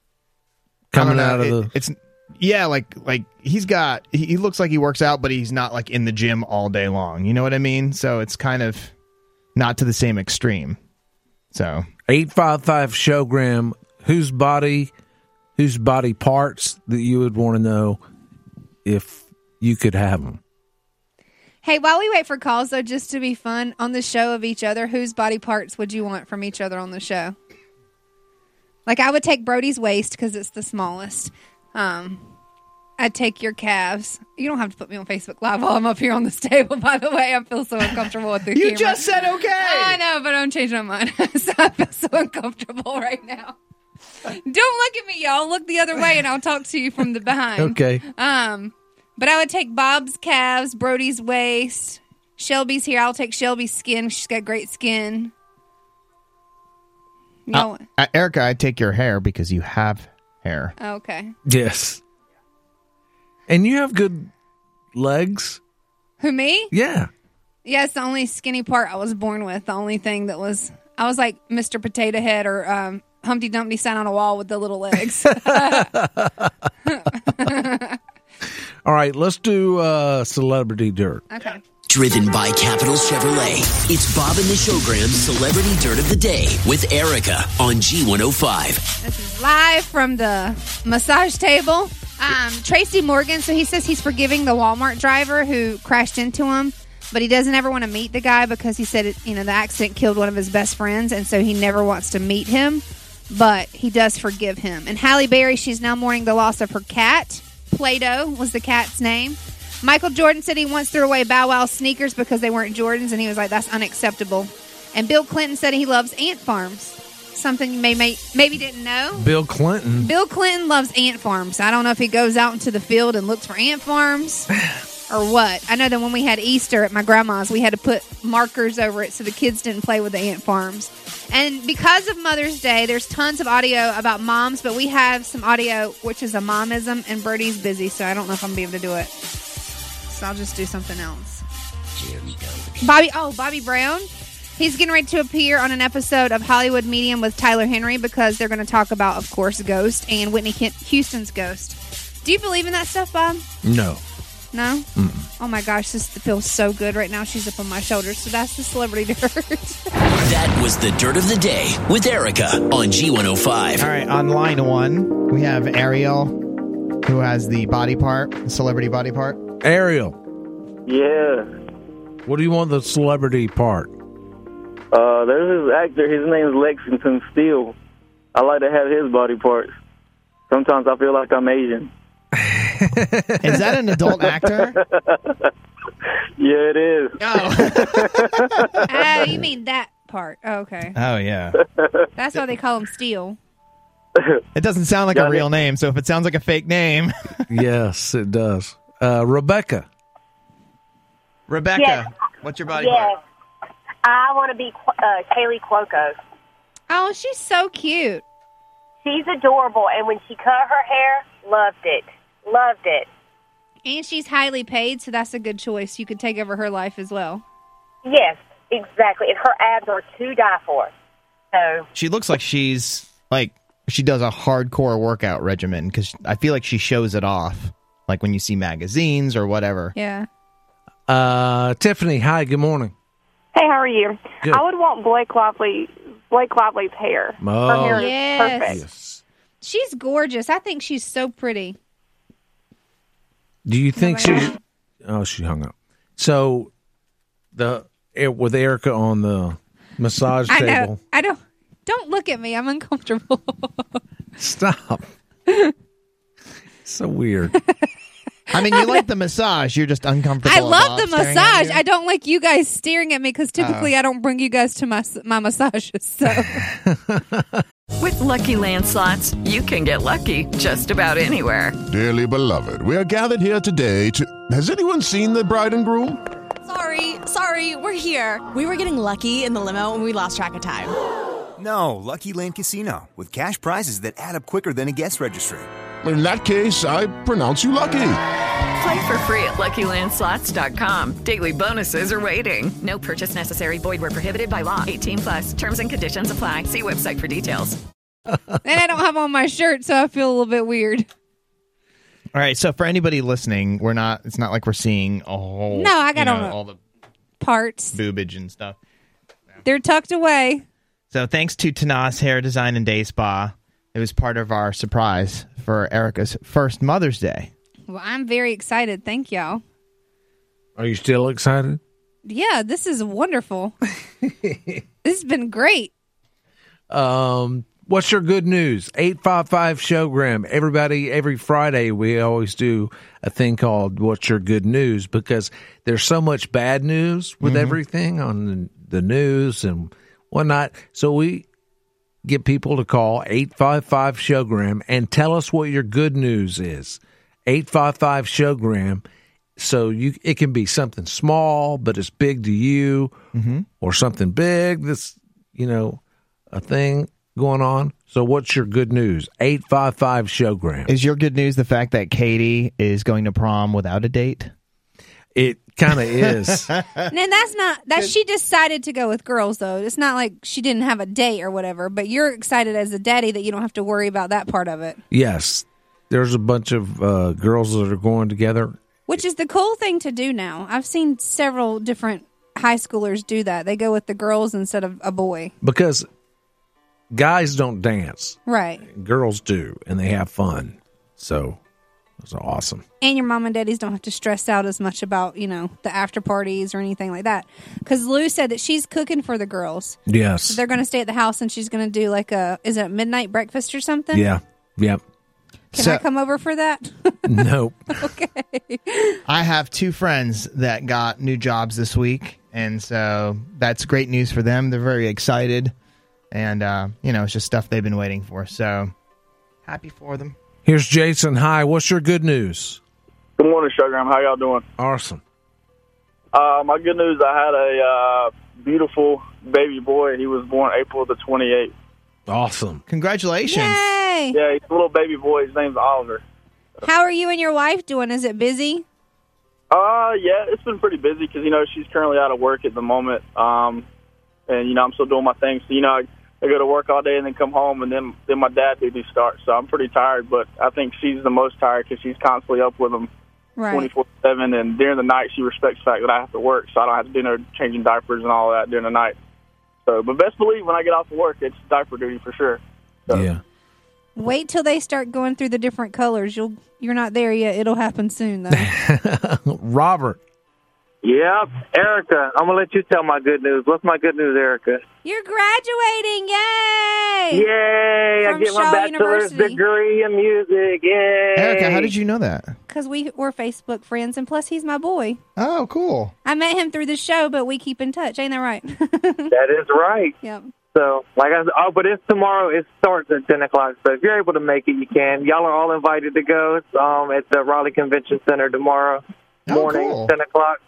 Speaker 4: I don't
Speaker 8: Coming
Speaker 4: know,
Speaker 8: out of
Speaker 4: it-
Speaker 8: the-
Speaker 4: it's yeah like like he's got he, he looks like he works out but he's not like in the gym all day long you know what i mean so it's kind of not to the same extreme so
Speaker 8: Eight five five showgram. Whose body, whose body parts that you would want to know if you could have them?
Speaker 7: Hey, while we wait for calls, though, just to be fun on the show of each other, whose body parts would you want from each other on the show? Like, I would take Brody's waist because it's the smallest. Um, I'd take your calves. You don't have to put me on Facebook Live while I'm up here on this table. By the way, I feel so uncomfortable with the
Speaker 4: You
Speaker 7: camera.
Speaker 4: just said okay.
Speaker 7: I know, but I'm changing my mind. so I feel so uncomfortable right now. Don't look at me, y'all. Look the other way, and I'll talk to you from the behind.
Speaker 8: Okay.
Speaker 7: Um, but I would take Bob's calves, Brody's waist, Shelby's here. I'll take Shelby's skin. She's got great skin. No.
Speaker 4: Uh, uh, erica i take your hair because you have hair
Speaker 7: okay.
Speaker 8: Yes. And you have good legs.
Speaker 7: Who me?
Speaker 8: Yeah.
Speaker 7: Yeah, it's the only skinny part I was born with. The only thing that was I was like Mr. Potato Head or um, Humpty Dumpty sat on a wall with the little legs.
Speaker 8: All right, let's do uh celebrity dirt.
Speaker 7: okay.
Speaker 5: Driven by Capital Chevrolet, it's Bob and the Showgram Celebrity Dirt of the Day with Erica on G105.
Speaker 7: live from the massage table. Um, Tracy Morgan. So he says he's forgiving the Walmart driver who crashed into him, but he doesn't ever want to meet the guy because he said it, you know the accident killed one of his best friends, and so he never wants to meet him. But he does forgive him. And Halle Berry, she's now mourning the loss of her cat. Plato was the cat's name. Michael Jordan said he once threw away Bow Wow sneakers because they weren't Jordans, and he was like, "That's unacceptable." And Bill Clinton said he loves ant farms, something you may, may maybe didn't know.
Speaker 8: Bill Clinton.
Speaker 7: Bill Clinton loves ant farms. I don't know if he goes out into the field and looks for ant farms or what. I know that when we had Easter at my grandma's, we had to put markers over it so the kids didn't play with the ant farms. And because of Mother's Day, there's tons of audio about moms, but we have some audio which is a momism, and Birdie's busy, so I don't know if I'm gonna be able to do it. So I'll just do something else.
Speaker 5: Here we go.
Speaker 7: Bobby, oh, Bobby Brown. He's getting ready to appear on an episode of Hollywood Medium with Tyler Henry because they're going to talk about, of course, Ghost and Whitney Hu- Houston's Ghost. Do you believe in that stuff, Bob?
Speaker 8: No.
Speaker 7: No? Oh my gosh, this feels so good right now. She's up on my shoulders. So that's the celebrity dirt.
Speaker 5: That was the Dirt of the Day with Erica on G105.
Speaker 4: all right on line one we have ariel who has the body part celebrity body part
Speaker 8: Ariel,
Speaker 10: Yeah.
Speaker 8: what do you want the celebrity part?
Speaker 10: Uh, there's this actor. His name's Lexington Steele. I like to have his body parts. Sometimes I feel like I'm Asian.
Speaker 4: is that an adult actor
Speaker 10: Yeah, it is.
Speaker 7: oh, you mean that part. Oh, okay.
Speaker 4: oh yeah
Speaker 7: That's why they call him Steel.
Speaker 4: it doesn't sound like a real name so if it sounds like a fake name
Speaker 8: yes, it does. Uh Rebecca.
Speaker 4: rebecca
Speaker 12: Yes.
Speaker 4: what's your body
Speaker 12: yes.
Speaker 4: part
Speaker 12: I want to be Qu- uh, Kaylee Cuoco.
Speaker 7: Oh, she's so cute.
Speaker 12: She's adorable, and when she cut her hair, loved it. Loved it.
Speaker 7: And she's highly paid, so that's a good choice. You could take over her life as well.
Speaker 12: Yes, exactly. And her abs are to die for. So
Speaker 4: She looks like she's like she does a hardcore workout regimen because I feel like she shows it off, like when you see magazines or whatever.
Speaker 7: Yeah.
Speaker 8: Uh Tiffany, hi, good morning.
Speaker 29: Hey, how are you?
Speaker 8: Good.
Speaker 29: I would want Blake Lively, Blake Lively's hair.
Speaker 8: Oh.
Speaker 29: Her hair is
Speaker 7: Yes.
Speaker 29: perfect.
Speaker 7: She's gorgeous. I think she's so pretty.
Speaker 8: Do you think
Speaker 7: Nobody
Speaker 8: she Oh, she hung up. So the eh, with Erica on the massage
Speaker 7: I
Speaker 8: table.
Speaker 7: know. I don't. Don't look at me. I'm uncomfortable.
Speaker 8: Stop. so weird.
Speaker 4: I mean, you like the massage. You're just uncomfortable.
Speaker 7: I love
Speaker 4: about
Speaker 7: the
Speaker 4: staring at
Speaker 7: massage.
Speaker 4: you.
Speaker 7: I don't like you guys staring at me because typically
Speaker 4: Oh.
Speaker 7: I don't bring you guys to my my massages. So
Speaker 24: With Lucky Land slots, you can get lucky just about anywhere.
Speaker 30: Dearly beloved, we are gathered here today to. Has anyone seen the bride and groom?
Speaker 21: Sorry, sorry, we're here. We were getting lucky in the limo and we lost track of time.
Speaker 31: No, Lucky Land Casino with cash prizes that add up quicker than a guest registry.
Speaker 30: In that case, I pronounce you lucky.
Speaker 24: Play for free at LuckyLandSlots.com. Daily bonuses are waiting. No purchase necessary. Void where prohibited by law. 18 plus terms and conditions apply. See website for details.
Speaker 7: and I don't have on my shirt, so I feel a little bit weird.
Speaker 4: All right. So for anybody listening, we're not. It's not like we're seeing a whole.
Speaker 7: No, I got
Speaker 4: you know,
Speaker 7: on a-
Speaker 4: all the
Speaker 7: Parts
Speaker 4: boobage and stuff.
Speaker 7: they're tucked away.
Speaker 4: So thanks to Tanas Hair Design and Day Spa. It was part of our surprise for Erica's first Mother's Day.
Speaker 7: Well, I'm very excited. Thank y'all.
Speaker 8: Are you still excited?
Speaker 7: Yeah, this is wonderful. this has been great.
Speaker 8: Um, what's your good news? 855 Showgram. Everybody, every Friday, we always do a thing called What's Your Good News because there's so much bad news with everything on the- the news and whatnot. So we get people to call 855 Showgram and tell us what your good news is. 855 Showgram. So you it can be something small but it's big to you or something big that's you know a thing going on. So what's your good news? 855 Showgram.
Speaker 4: Is your good news the fact that Katie is going to prom without a date?
Speaker 8: It kind of is.
Speaker 7: And that's not that she decided to go with girls though. It's not like she didn't have a date or whatever. But you're excited as a daddy that you don't have to worry about that part of it,
Speaker 8: Yes. There's a bunch of uh, girls that are going together.
Speaker 7: which is the cool thing to do now. I've seen several different high schoolers do that. They go with the girls instead of a boy.
Speaker 8: because guys don't dance,
Speaker 7: Right.
Speaker 8: girls do, and they have fun. So it's awesome.
Speaker 7: and your mom and daddies don't have to stress out as much about you know the after parties or anything like that because lou said that she's cooking for the girls
Speaker 8: Yes.
Speaker 7: so they're going to stay at the house and she's going to do like a is it a midnight breakfast or something
Speaker 8: Yeah. Yep.
Speaker 7: can i come over for that
Speaker 8: Nope.
Speaker 4: I have two friends that got new jobs this week, and so that's great news for them. They're very excited, and uh, you know, it's just stuff they've been waiting for. So happy for them.
Speaker 8: Here's Jason. Hi. What's your good news?
Speaker 32: Good morning, Showgram. How y'all doing?
Speaker 8: Awesome.
Speaker 32: Uh, my good news, I had a uh, beautiful baby boy. He was born April the 28th.
Speaker 8: Awesome.
Speaker 4: Congratulations.
Speaker 32: Yeah, he's a little baby boy. His name's Oliver.
Speaker 7: how are you and your wife doing is it busy
Speaker 32: Uh, yeah, it's been pretty busy because, you know, she's currently out of work at the moment. Um, and, you know, I'm still doing my thing. So, you know, I, I go to work all day and then come home, and then, then my dad duty starts. So I'm pretty tired, but I think she's the most tired because she's constantly up with him
Speaker 7: Right.
Speaker 32: 24 7. And during the night, she respects the fact that I have to work, so I don't have to do no changing diapers and all that during the night. So, but best believe when I get off of work, it's diaper duty for sure.
Speaker 8: Yeah.
Speaker 7: wait till they start going through the different colors you'll you're not there yet it'll happen soon though
Speaker 8: Robert.
Speaker 19: Yep, Erica. I'm gonna let you tell my good news. What's my good news, Erica?
Speaker 7: you're graduating yay
Speaker 19: Yay! I
Speaker 7: From
Speaker 19: get my
Speaker 7: Shaw
Speaker 19: bachelor's
Speaker 7: University.
Speaker 19: degree in music. Yay!
Speaker 4: Erica, how did you know that?
Speaker 7: because we were facebook friends and plus he's my boy
Speaker 4: Oh, cool.
Speaker 7: i met him through the show but we keep in touch ain't that right
Speaker 19: That is right.
Speaker 7: yep
Speaker 19: So, like I said, oh, but it's tomorrow. It starts at ten o'clock. So if you're able to make it, you can. Y'all are all invited to go. It's um at the Raleigh Convention Center tomorrow
Speaker 8: Oh,
Speaker 19: morning, ten o'clock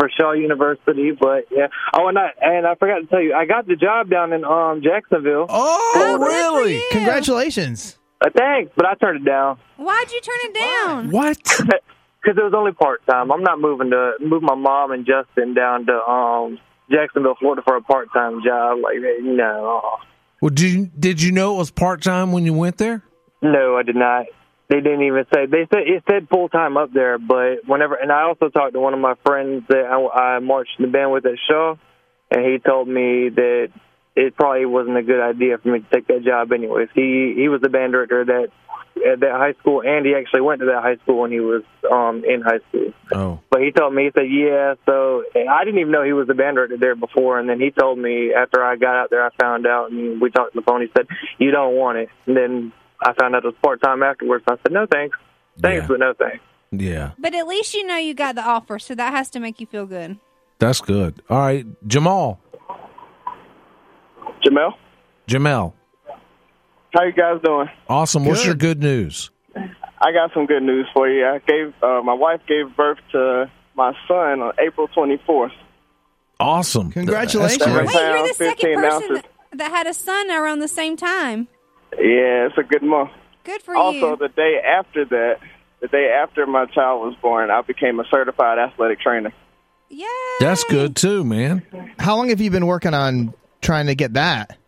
Speaker 19: for Shaw University. But yeah. Oh, and I and I forgot to tell you, I got the job down in um Jacksonville.
Speaker 8: Oh, really?
Speaker 4: Congratulations.
Speaker 19: Uh, thanks, but I turned it down.
Speaker 7: Why'd you turn it down?
Speaker 8: What?
Speaker 19: Because it was only part time. I'm not moving to move my mom and Justin down to um Jacksonville, Florida, for a part time job. Like no,
Speaker 8: Well, did you, did you know it was part time when you went there?
Speaker 19: no, I did not. They didn't even say. They said it said full time up there, but whenever. And I also talked to one of my friends that I, I marched in the band with at Shaw, and he told me that it probably wasn't a good idea for me to take that job. Anyways, he he was the band director that at that high school, and he actually went to that high school when he was um, in high school.
Speaker 8: Oh.
Speaker 19: But he told me, he said, yeah, so and I didn't even know he was the band director there before. And then he told me after I got out there, I found out, and we talked on the phone. He said, you don't want it. And then I found out it was part time afterwards. I said, no thanks. Thanks, but no thanks.
Speaker 8: Yeah.
Speaker 7: But at least you know you got the offer, so that has to make you feel good.
Speaker 8: That's good. All right, Jamal.
Speaker 33: Jamel,
Speaker 8: Jamel.
Speaker 33: how you guys doing?
Speaker 8: Awesome. What's your good news?
Speaker 33: I got some good news for you. I gave uh, my wife gave birth to my son on April 24th.
Speaker 8: Awesome.
Speaker 33: Congratulations.
Speaker 8: That's great.
Speaker 33: Wait, you're the second 15 person ounces.
Speaker 7: that had a son around the same time.
Speaker 33: Yeah, it's a good month.
Speaker 7: Good for
Speaker 33: also,
Speaker 7: you.
Speaker 33: the day after that, the day after my child was born, I became a certified athletic trainer.
Speaker 8: That's good too, man.
Speaker 4: How long have you been working on trying to get that?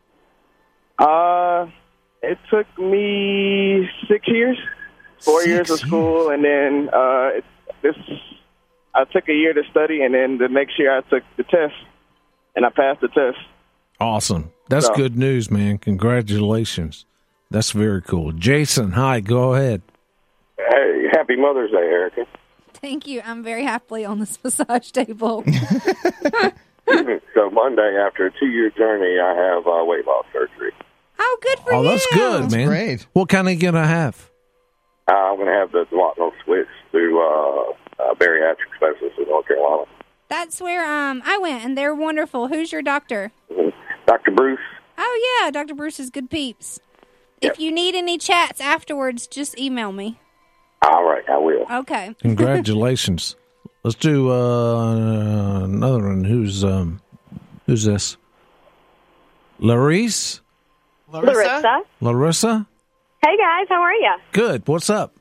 Speaker 33: Uh, it took me six years, four years of school, and then uh, it, this I took a year to study, and then the next year I took the test, and I passed the test.
Speaker 8: Awesome. That's
Speaker 33: So-
Speaker 8: good news, man. Congratulations. That's very cool. Jason, hi, go ahead.
Speaker 10: Hey, happy Mother's Day, Erica.
Speaker 7: Thank you. I'm very happily on this massage table.
Speaker 10: so Monday, after a two-year journey, I have uh, weight loss surgery.
Speaker 7: Oh, good
Speaker 8: for oh, that's good, man. What kind of going to have?
Speaker 10: Uh, I'm going to have the duodenal switch through uh, uh, bariatric specialist in North Carolina.
Speaker 7: That's where um I went, and they're wonderful. Who's your doctor?
Speaker 10: Dr. Mm-hmm. Bruce,
Speaker 7: Oh yeah, Dr. Bruce is good peeps. If you need any chats afterwards, just email me.
Speaker 10: all right, I will.
Speaker 7: Okay.
Speaker 8: Congratulations. Let's do uh, another one. Who's um, who's this? Larice,
Speaker 11: Larissa.
Speaker 8: Larissa.
Speaker 11: Hey guys, how are you?
Speaker 8: Good. What's up?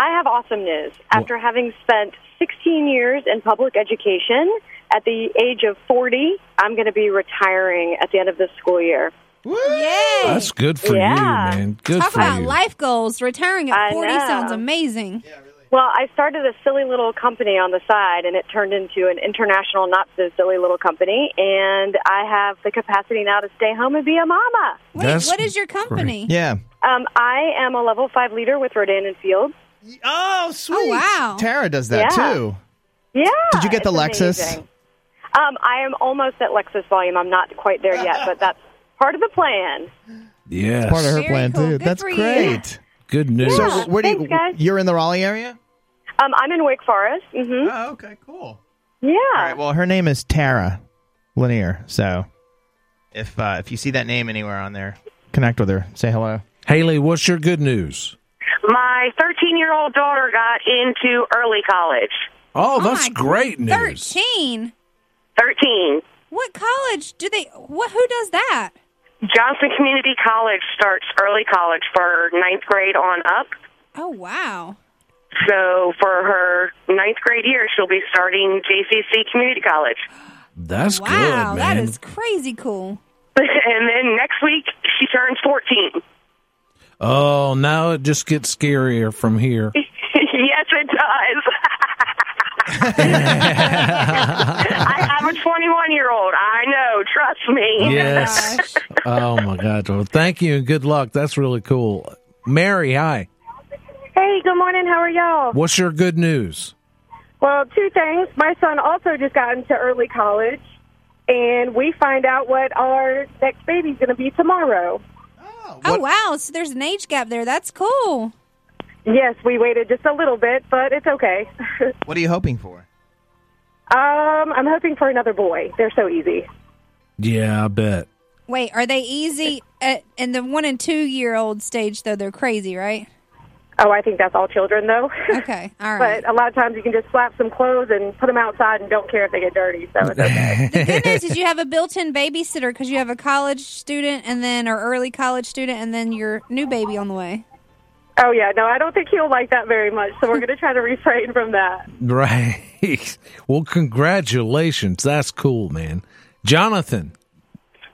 Speaker 11: I have awesome news. After having spent 16 years in public education, at the age of 40, I'm going to be retiring at the end of this school year.
Speaker 7: Yay!
Speaker 8: That's good for you, man. Good
Speaker 7: Talk
Speaker 8: for
Speaker 7: about
Speaker 8: you.
Speaker 7: life goals. Retiring at
Speaker 11: I
Speaker 7: 40
Speaker 11: know.
Speaker 7: sounds amazing.
Speaker 11: Well, I started a silly little company on the side, and it turned into an international, not so silly little company. And I have the capacity now to stay home and be a mama.
Speaker 7: Wait, That's what is your company?
Speaker 4: Yeah.
Speaker 11: Um, I am a level five leader with Rodan and Fields.
Speaker 4: Oh, sweet!
Speaker 11: Oh, wow!
Speaker 4: Tara does that
Speaker 11: Yeah.
Speaker 4: too.
Speaker 11: Yeah.
Speaker 4: Did you get the
Speaker 11: it's
Speaker 4: Lexus?
Speaker 11: amazing. Um, I am almost at Lexus volume. I'm not quite there yet, but that's part of the plan.
Speaker 8: Yes.
Speaker 4: Part of her plan too. That's
Speaker 11: for you.
Speaker 4: great.
Speaker 8: Good news.
Speaker 4: So, where do you,
Speaker 11: Thanks, guys.
Speaker 4: you're in the Raleigh area?
Speaker 11: Um, I'm in Wake Forest. Mm-hmm.
Speaker 4: Oh, okay, cool.
Speaker 11: Yeah.
Speaker 4: Well, her name is Tara Lanier. So, if uh, if you see that name anywhere on there, connect with her. Say hello.
Speaker 8: Haley, what's your good news?
Speaker 34: My 13 year old daughter got into early college.
Speaker 8: Oh, that's great news.
Speaker 7: 13.
Speaker 34: 13.
Speaker 7: What college do they what who does that?
Speaker 34: Johnson Community College starts early college for ninth grade on up.
Speaker 7: Oh wow.
Speaker 34: So for her ninth grade year, she'll be starting JCC Community College.
Speaker 8: That's
Speaker 7: Wow,
Speaker 8: good, man.
Speaker 7: that is crazy cool.
Speaker 34: and then next week, she turns 14.
Speaker 8: Oh, now it just gets scarier from here.
Speaker 34: yes, it does. I have a 21 year old. I know. Trust me.
Speaker 8: Yes. oh my God. Well, thank you and good luck. That's really cool. Mary, hi.
Speaker 12: Hey, good morning. How are y'all?
Speaker 8: What's your good news?
Speaker 12: Well, two things. My son also just got into early college, and we find out what our next baby's going to be tomorrow.
Speaker 7: Oh wow, so there's an age gap there. That's cool.
Speaker 12: Yes, we waited just a little bit, but it's okay. um,
Speaker 4: What are you hoping for?
Speaker 12: I'm hoping for another boy. They're so easy.
Speaker 8: Yeah, I bet.
Speaker 7: Wait, are they easy at, in the 1 and 2 year old stage though? They're crazy, right?
Speaker 12: Oh, I think that's all children, though.
Speaker 7: Okay. All right.
Speaker 12: But a lot of times you can just slap some clothes and put them outside and don't care if they get dirty. So it's okay.
Speaker 7: Good news is you have a built-in babysitter because you have a college student and then or early college student and then your new baby on the way.
Speaker 12: oh, yeah. No, I don't think he'll like that very much. So we're going to try to refrain from that.
Speaker 8: Right. well, congratulations. That's cool, man. Jonathan,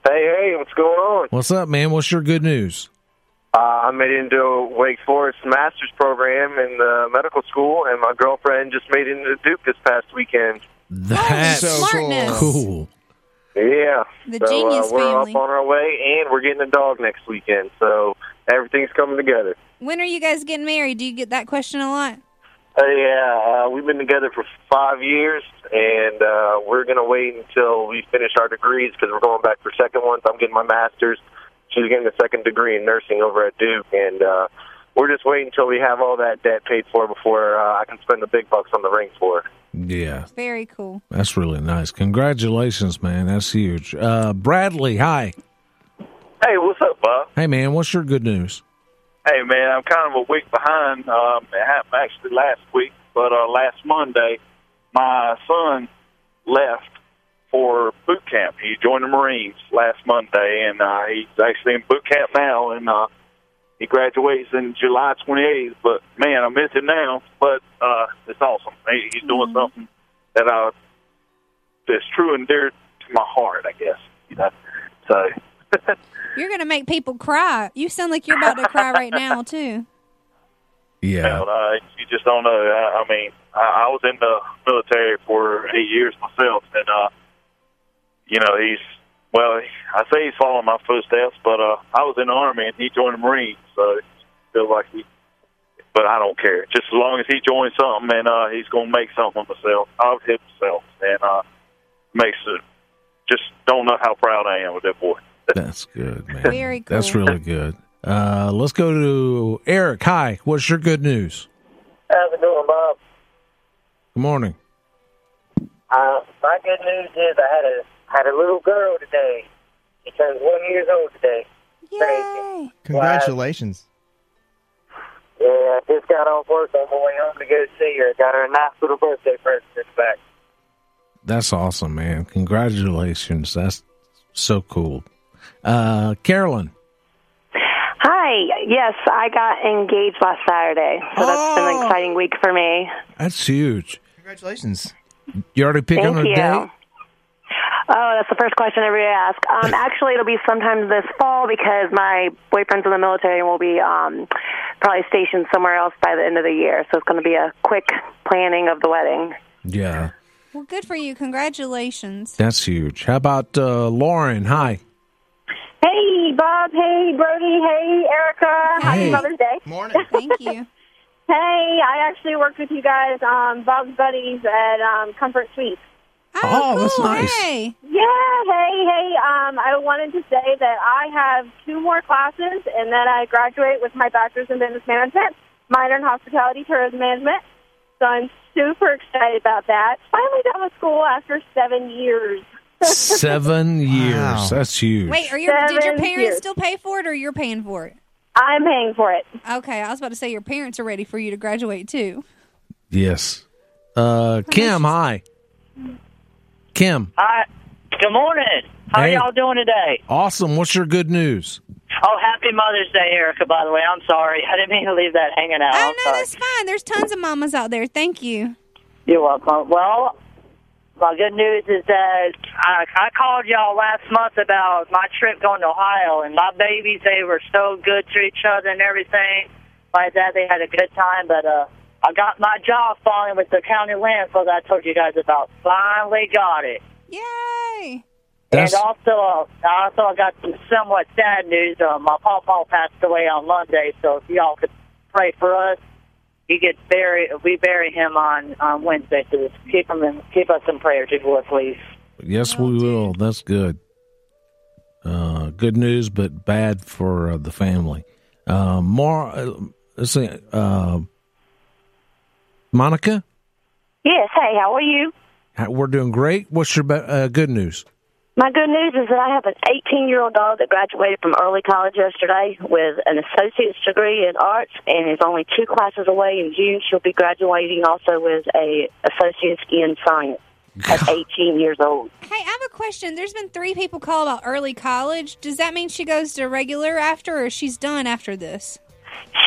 Speaker 35: Hey, hey, what's going on?
Speaker 8: what's up, man? What's your good news?
Speaker 35: Uh, I made it into Wake Forest master's program in the medical school, and my girlfriend just made it into Duke this past weekend.
Speaker 8: That's
Speaker 35: so smartness.
Speaker 8: cool.
Speaker 35: Yeah,
Speaker 7: The
Speaker 35: so,
Speaker 7: genius
Speaker 35: uh, we're
Speaker 7: family.
Speaker 35: up on our way, and we're getting a dog next weekend. So
Speaker 19: Everything's coming together.
Speaker 7: When are you guys getting married? Do you get that question a lot?
Speaker 19: Uh, yeah, uh, we've been together for five years, and uh, we're going to wait until we finish our degrees because we're going back for second ones. I'm getting my master's. She's getting a second degree in nursing over at Duke, and uh, we're just waiting until we have all that debt paid for before uh, I can spend the big bucks on the ring for her.
Speaker 8: Yeah,
Speaker 7: Very cool.
Speaker 8: that's really nice. Congratulations, man. That's huge. Uh, Bradley, hi.
Speaker 10: Hey, what's up, Bob?
Speaker 8: Hey, man. What's your good news?
Speaker 10: Hey, man, I'm kind of a week behind. Um, it happened actually last week, but uh, last Monday, my son left for boot camp. He joined the Marines last Monday, and uh, he's actually in boot camp now, and uh, he graduates in July 28th. But man, I miss him now. But uh, it's awesome. He, he's doing something that I that's true and dear to my heart, I guess. You know, so.
Speaker 7: You're going to make people cry. You sound like you're about to cry right now, too.
Speaker 8: Yeah.
Speaker 10: uh, you just don't know. I, I mean, I, I was in the military for eight years myself, and uh, you know, he's well. I say he's following my footsteps, but uh, I was in the army, and he joined the Marines, so I feel like he. But I don't care. Just as long as he joins something, and uh, he's gonna make something of himself, of himself, and uh, makes it. Just don't know how proud I am of that boy.
Speaker 8: That's good, man.
Speaker 10: Very
Speaker 8: That's
Speaker 10: cool.
Speaker 8: really good. Uh, let's go to Eric. Hi. What's your good news?
Speaker 36: How's it going, Bob?
Speaker 8: Good morning.
Speaker 36: Uh, my good news is I had a had a little girl today. She turns one years old today. Yay!
Speaker 4: Congratulations.
Speaker 36: Yeah, I just got off work on my way home to go see her. Got her a nice little birthday present this back.
Speaker 8: That's awesome, man. Congratulations. That's so cool. Uh, Carolyn.
Speaker 37: Hi. Yes, I got engaged last Saturday, so that's been an exciting week for me.
Speaker 8: That's huge.
Speaker 4: Congratulations.
Speaker 8: You already picking
Speaker 37: Thank
Speaker 8: a
Speaker 37: you.
Speaker 8: date?
Speaker 37: Oh, that's the first question everybody asks. Um, actually, it'll be sometime this fall because my boyfriend's in the military and will be um, probably stationed somewhere else by the end of the year. So it's going to be a quick planning of the wedding.
Speaker 8: Yeah.
Speaker 7: Well, good for you. Congratulations.
Speaker 8: That's huge. How about uh, Lauren? Hi.
Speaker 12: Hey, Bob. Hey, Brody. Hey, Erica. Happy
Speaker 8: Hey.
Speaker 12: Mother's Day.
Speaker 4: Morning.
Speaker 7: Thank you.
Speaker 12: hey, I actually worked with you guys, um, Bob's buddies at um, Comfort Suites.
Speaker 8: Oh, that's nice.
Speaker 7: Hey.
Speaker 12: Yeah, hey, hey. Um, I wanted to say that I have two more classes, and then I graduate with my bachelor's in business management, minor in hospitality tourism management. So I'm super excited about that. Finally done with school after seven years.
Speaker 8: Seven years. That's huge.
Speaker 7: Wait, are your, did your
Speaker 12: Seven
Speaker 7: parents
Speaker 12: years.
Speaker 7: still pay for it or you're paying for it?
Speaker 12: I'm paying for it.
Speaker 7: Okay, I was about to say your parents are ready for you to graduate, too.
Speaker 8: Yes. Uh, Kim. Hi. Kim.
Speaker 11: Hi. Good morning. How
Speaker 8: Hey.
Speaker 11: are y'all doing today?
Speaker 8: Awesome. What's your good news?
Speaker 11: Oh, happy Mother's Day, Erica, by the way. I'm sorry. I didn't mean to leave that hanging out. I'm sorry.
Speaker 7: That's fine. There's tons of mamas out there. Thank you.
Speaker 11: You're welcome. Well, my good news is that I, I called y'all last month about my trip going to Ohio, and my babies, they were so good to each other and everything like that. They had a good time, but uh, I got my job falling with the county landfill that I told you guys about. Finally got it.
Speaker 7: Yay!
Speaker 11: And also, uh, also I got some somewhat sad news. Uh, my pawpaw passed away on Monday, so if y'all could pray for us, he gets buried. We bury him on on Wednesday, so just keep him in, keep us in prayers, if you would, please.
Speaker 8: Yes, we will. That's good. Uh, good news, but bad for uh, the family. Uh, more. Uh, let's see. Uh, Monica,
Speaker 12: Yes, hey, how are you?
Speaker 8: how- we're doing great. What's your be- uh, good news?
Speaker 12: My good news is that I have an 18 year old dog that graduated from early college yesterday with an associate's degree in arts and is only two classes away in June. She'll be graduating also with a associate's in science at 18 years old.
Speaker 7: Hey, I have a question. There's been three people call about early college. Does that mean she goes to regular after or she's done after this?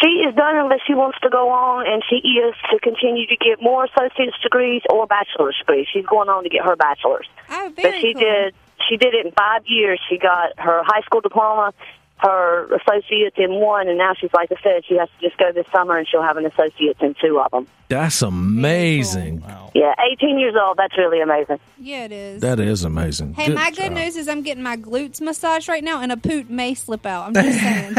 Speaker 12: She is done unless she wants to go on and she is to continue to get more associate's degrees or bachelor's degrees. She's going on to get her bachelor's.
Speaker 7: Oh, very
Speaker 12: but she did she did it in five years. She got her high school diploma, her associates in one, and now she's like I said, she has to just go this summer, and she'll have an associates in two of them.
Speaker 8: That's amazing.
Speaker 12: Yeah, 18 years old. That's really amazing.
Speaker 7: Yeah, it is.
Speaker 8: That is amazing.
Speaker 7: Hey,
Speaker 8: Good-
Speaker 7: my good news is I'm getting my glutes massaged right now, and a poot may slip out. I'm just saying.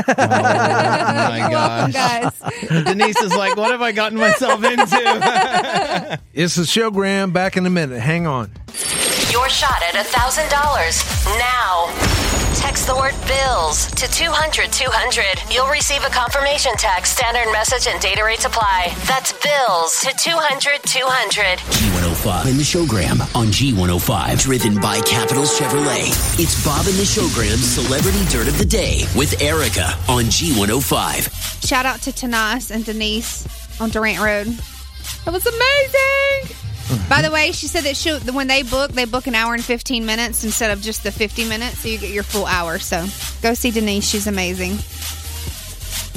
Speaker 4: my
Speaker 7: welcome,
Speaker 4: gosh. Denise is like, what have I gotten myself into?
Speaker 8: It's the show, Graham. Back in a minute. Hang on.
Speaker 9: Your shot at $1,000 now. Text the word bills to 200 200. You'll receive a confirmation text. Standard message and data rates apply. That's bills to 200 200.
Speaker 5: G105 and the Showgram on G105, driven by Capital Chevrolet. It's Bob and the Showgram's Celebrity Dirt of the Day with Erica on G105.
Speaker 7: Shout out to Tanas and Denise on Durant Road. That was amazing. By the way, she said that she when they book, they book an hour and 15 minutes instead of just the 50 minutes, so you get your full hour. So go see Denise. She's amazing.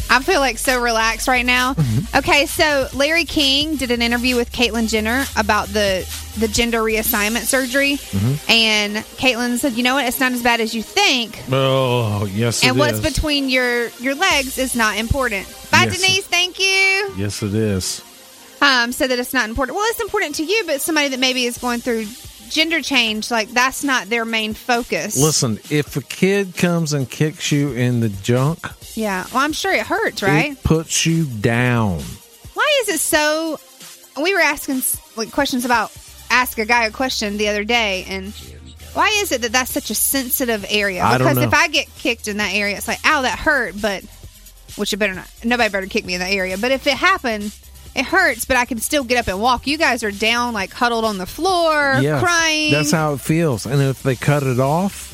Speaker 7: I feel like so relaxed right now. Okay, so Larry King did an interview with Caitlyn Jenner about the the gender reassignment surgery,
Speaker 8: Mm-hmm.
Speaker 4: Mm-hmm.
Speaker 7: and Caitlyn said, "You know what? It's not as bad as you think."
Speaker 8: Oh, yes.
Speaker 7: and
Speaker 8: it
Speaker 7: what's
Speaker 8: is.
Speaker 7: between your your legs is not important. Bye,
Speaker 8: Yes.
Speaker 7: Denise. Thank you.
Speaker 8: Yes, it is.
Speaker 7: Um, so that it's not important. Well, it's important to you, but somebody that maybe is going through gender change, like that's not their main focus.
Speaker 8: Listen, if a kid comes and kicks you in the junk,
Speaker 7: Yeah. Well, I'm sure it hurts, right?
Speaker 8: it puts you down.
Speaker 7: Why is it so? We were asking like questions about ask a guy a question the other day, and why is it that that's such a sensitive area?
Speaker 8: I don't
Speaker 7: Because if
Speaker 8: know.
Speaker 7: I get kicked in that area, it's like, ow, that hurt, but which you better not. Nobody better kick me in that area. But if it happened, it hurts, but I can still get up and walk. You guys are down, like huddled on the floor,
Speaker 8: Yes,
Speaker 7: crying.
Speaker 8: That's how it feels. And if they cut it off,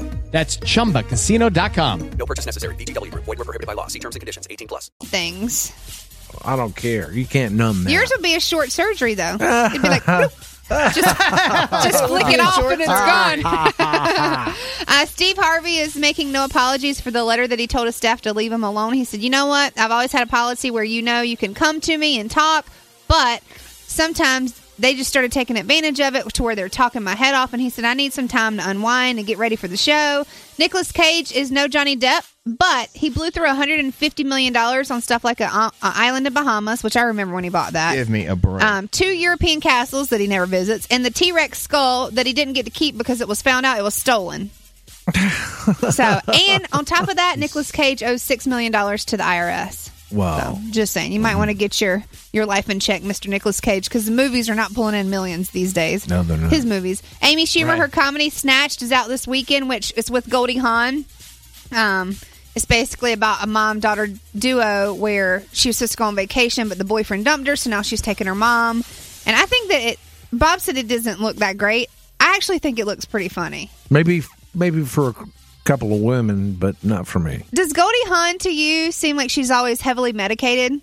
Speaker 18: That's chumbacasino.com.
Speaker 28: No purchase necessary. VGW Group. Void were prohibited by law. See terms and conditions. 18 plus.
Speaker 7: things.
Speaker 8: I don't care. You can't numb that.
Speaker 7: Yours would be a short surgery, though. It'd be like, bloop. just, just flick it off and it's gone. Uh, Steve Harvey is making no apologies for the letter that he told his staff to leave him alone. He said, You know what? I've always had a policy where you know you can come to me and talk, but sometimes they just started taking advantage of it to where they're talking my head off. And he said, I need some time to unwind and get ready for the show. Nicolas Cage is no Johnny Depp, but he blew through $150 million on stuff like an island in Bahamas, which I remember when he bought that.
Speaker 4: Give me a break.
Speaker 7: Um, two European castles that he never visits, and the T Rex skull that he didn't get to keep because it was found out it was stolen. so, and on top of that, Nicolas Cage owes six million dollars to the IRS.
Speaker 8: Wow.
Speaker 7: Just saying, you
Speaker 8: Mm-hmm.
Speaker 7: might want to get your your life in check, Mister Nicolas Cage, because the movies are not pulling in millions these days.
Speaker 8: No, they're not.
Speaker 7: His movies. Amy Schumer,
Speaker 8: Right.
Speaker 7: her comedy Snatched is out this weekend, which is with Goldie Hawn. Um, it's basically about a mom daughter duo where she was supposed to go on vacation, but the boyfriend dumped her, so now she's taking her mom. And I think that it. Bob said it doesn't look that great. I actually think it looks pretty funny.
Speaker 8: Maybe, maybe for a couple of women, but not for me.
Speaker 7: Does Goldie Hawn to you seem like she's always heavily medicated?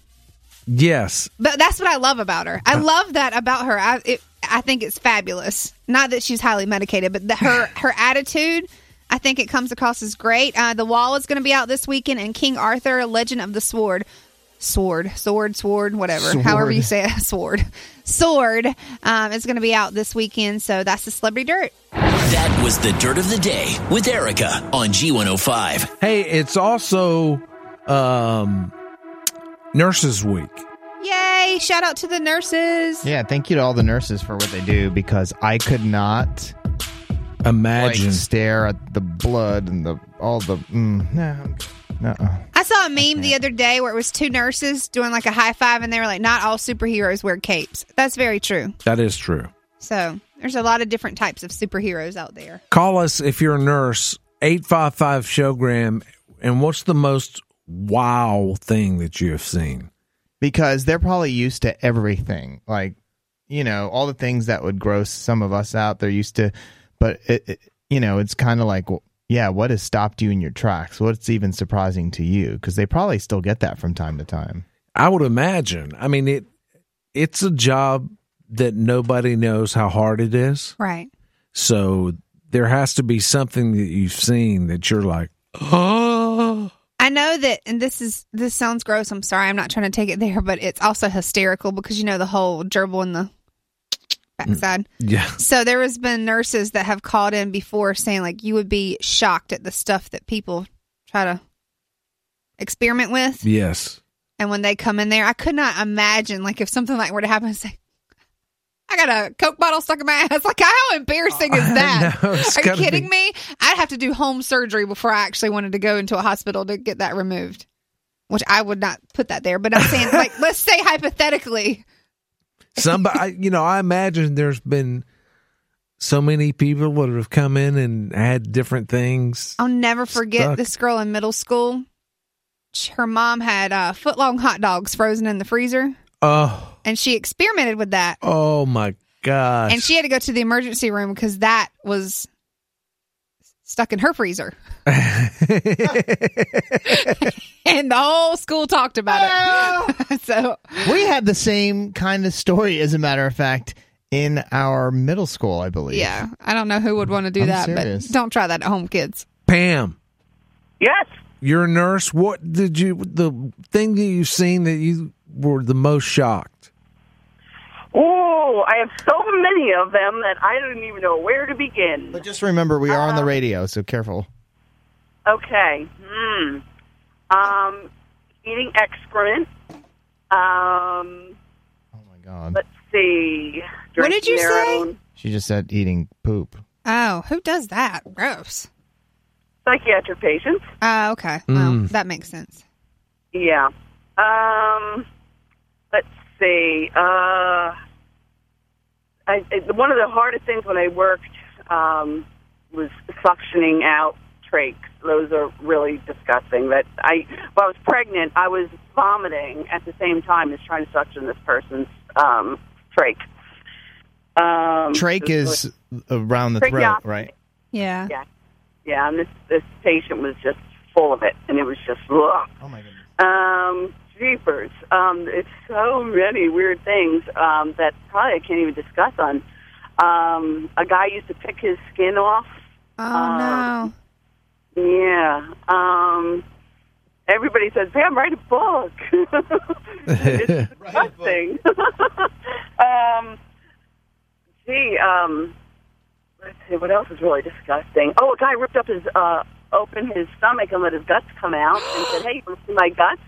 Speaker 8: Yes.
Speaker 7: But that's what I love about her. I love that about her. I it, I think it's fabulous. Not that she's highly medicated, but the, her her attitude. I think it comes across as great. Uh, the Wall is going to be out this weekend, and King Arthur: Legend of the Sword, sword, sword, sword, whatever,
Speaker 25: Sword.
Speaker 7: however you say it, sword, sword, um, is going to be out this weekend. So that's the celebrity dirt.
Speaker 5: That was the Dirt of the Day with Erica on G105.
Speaker 8: Hey, it's also um, Nurses Week.
Speaker 7: Yay! Shout out to the nurses.
Speaker 4: Yeah, thank you to all the nurses for what they do because I could not
Speaker 8: imagine
Speaker 4: stare at the blood and the all the mm, no, uh
Speaker 7: I saw a meme the other day where it was two nurses doing like a high five, and they were like, "Not all superheroes wear capes." That's very true.
Speaker 8: That is true.
Speaker 7: So there's a lot of different types of superheroes out there.
Speaker 8: Call us if you're a nurse, 855 Showgram. And what's the most wow thing that you have seen?
Speaker 4: because they're probably used to everything like you know all the things that would gross some of us out they're used to but it, it- you know it's kind of like well, yeah, what has stopped you in your tracks? What's even surprising to you? Because they probably still get that from time to time.
Speaker 8: I would imagine. I mean, it it's a job that nobody knows how hard it is.
Speaker 7: Right.
Speaker 8: So there has to be something that you've seen that you're like, oh,
Speaker 7: I know that, and this is this sounds gross. I'm sorry, I'm not trying to take it there, but it's also hysterical because you know the whole gerbil in the backside.
Speaker 8: yeah.
Speaker 7: So there has been nurses that have called in before saying like you would be shocked at the stuff that people try to experiment with,
Speaker 8: Yes.
Speaker 7: and when they come in there, I could not imagine like if something like were to happen, I'd say. I got a Coke bottle stuck in my ass. Like, how embarrassing is that?
Speaker 8: Oh, know, it's
Speaker 7: Are you
Speaker 8: gotta
Speaker 7: kidding
Speaker 8: be-
Speaker 7: me? I'd have to do home surgery before I actually wanted to go into a hospital to get that removed, which I would not put that there. But I'm saying, like, let's say hypothetically,
Speaker 8: Somebody, I- you know, I imagine there's been so many people that have come in and had different things.
Speaker 7: I'll never forget
Speaker 8: Stuck.
Speaker 7: this girl in middle school. Sh- Her mom had uh, foot long hot dogs frozen in the freezer,
Speaker 8: Oh,
Speaker 7: and she experimented with that.
Speaker 8: oh my gosh.
Speaker 7: And she had to go to the emergency room because that was stuck in her freezer. and the whole school talked about it. so
Speaker 4: We had the same kind of story, as a matter of fact, in our middle school, I believe.
Speaker 7: yeah, I don't know who would want to do
Speaker 4: I'm
Speaker 7: that,
Speaker 4: serious.
Speaker 7: but don't try that at home, kids.
Speaker 8: Pam,
Speaker 23: Yes.
Speaker 8: you're a nurse. What did you, the thing that you've seen that you were the most shocked?
Speaker 23: Oh, I have so many of them that I don't even know where to begin. But
Speaker 4: Just remember, we are on the radio, so careful.
Speaker 23: okay. Hmm. Um, eating excrement. Um. Oh my
Speaker 4: God.
Speaker 23: Let's see.
Speaker 7: What did
Speaker 23: Drinking
Speaker 7: you
Speaker 23: their
Speaker 7: say?
Speaker 23: own-
Speaker 4: She just said eating poop.
Speaker 7: Oh, who does that? Gross.
Speaker 23: Psychiatric patients.
Speaker 7: Oh, okay. Well,
Speaker 4: Mm.
Speaker 7: that makes sense.
Speaker 23: Yeah. Um, let's see. Uh, I, I- one of the hardest things when I worked um, was suctioning out trachs. Those are really disgusting. That I, when I was pregnant, I was vomiting at the same time as trying to suction this person's um, trach. Um,
Speaker 4: Trach
Speaker 23: it was
Speaker 4: is around the throat,
Speaker 23: Tracheostomy.
Speaker 4: right?
Speaker 7: Yeah.
Speaker 23: Yeah. Yeah, and this this patient was just full of it, and it was just ugh. Oh my goodness. Um, jeepers. Um, it's so many weird things um, that probably I can't even discuss on. Um, a guy used to pick his skin off.
Speaker 7: Oh
Speaker 23: no. Yeah. Um, everybody says, "Pam, write a book." it's disgusting. um, gee, um, let's see, what else is really disgusting? Oh, a guy ripped up his, uh, open his stomach and let his guts come out and said, hey, you want to see my guts?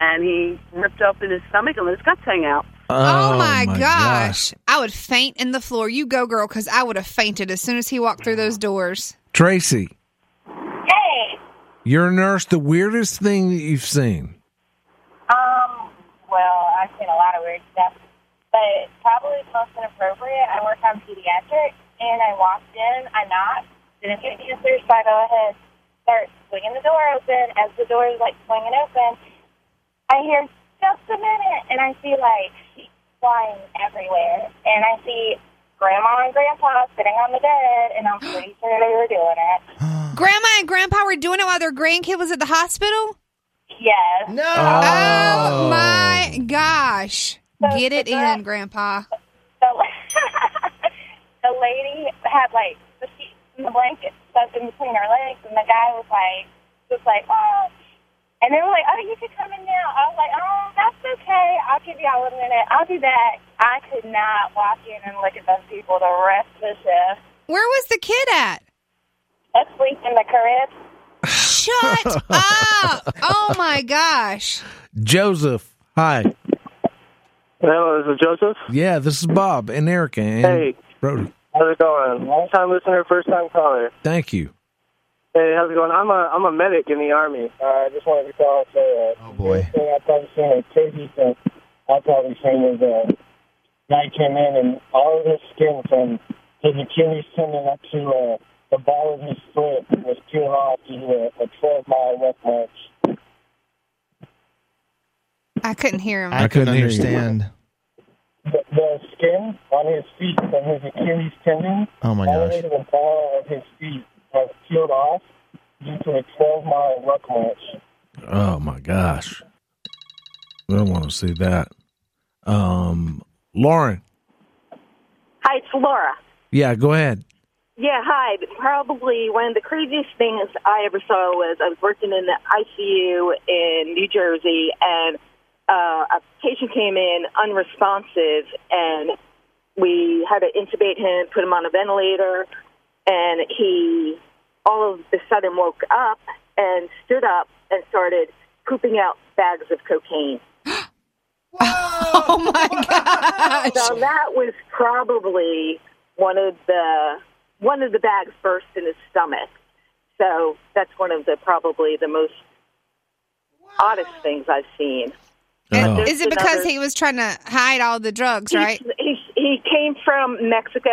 Speaker 23: And he ripped open his stomach and let his guts hang out.
Speaker 7: Oh, my, gosh. I would faint in the floor. You go, girl, because I would have fainted as soon as he walked through those doors.
Speaker 8: Tracy,
Speaker 12: Hey,
Speaker 8: you're a nurse. The weirdest thing that you've seen.
Speaker 12: um, well, I've seen a lot of weird stuff, but probably the most inappropriate. I work on pediatrics, and I walked in, I knocked, didn't get answers, so I go ahead, start swinging the door open. As the door is like swinging open, I hear just a minute, and I see like sheets flying everywhere, and I see grandma and grandpa sitting on the bed, and I'm pretty sure they were doing it.
Speaker 7: Grandma and grandpa were doing it while their grandkid was at the hospital?
Speaker 12: Yes.
Speaker 7: No.
Speaker 12: Oh.
Speaker 7: Oh, my gosh. Get it in, grandpa.
Speaker 12: the lady had like the sheets and the blankets stuffed in between her legs, and the guy was like, was like, oh. And they were like, oh, you could come in now. I was like, oh, that's okay. I'll give y'all a minute. I'll be back. I could not walk in and look at those people the rest of the shift.
Speaker 7: Where was the kid at?
Speaker 12: Asleep in the crib.
Speaker 7: Shut up. Oh my gosh.
Speaker 8: Joseph, hi.
Speaker 17: Hello, this is Joseph.
Speaker 8: Yeah, this is Bob and Erica and
Speaker 17: Hey.
Speaker 8: Brody.
Speaker 17: How's it going? Long time listener, first time caller.
Speaker 8: Thank you.
Speaker 17: Hey, how's it going? I'm a I'm a medic in the army. Uh, I just wanted to call and say that. Oh boy. Thing I've probably uh, seen the craziest thing I've probably seen is a guy came in and all of his skin from his Achilles tendon up to uh, the ball of his foot was too hot to do a, a 12 mile ruck march.
Speaker 7: I couldn't hear him.
Speaker 4: I, couldn't understand.
Speaker 17: The, the skin on his feet from his Achilles tendon
Speaker 4: Oh my
Speaker 17: all the
Speaker 4: gosh.
Speaker 17: way to the ball of his feet was peeled off, due to a 12 mile ruck march.
Speaker 8: Oh my gosh. I don't want to see that. Um, Lauren.
Speaker 12: Hi, it's Laura.
Speaker 8: Yeah, go ahead.
Speaker 12: Yeah, hi. Probably one of the craziest things I ever saw was I was working in the ICU in New Jersey, and uh, a patient came in unresponsive, and we had to intubate him, put him on a ventilator, and he all of a sudden woke up and stood up and started pooping out bags of cocaine.
Speaker 7: oh my gosh!
Speaker 12: So that was probably one of the one of the bags burst in his stomach. So that's one of the probably the most oddest things I've seen.
Speaker 7: And
Speaker 12: Oh.
Speaker 7: Is it because he was trying to hide all the drugs, right?
Speaker 12: He, he came from Mexico.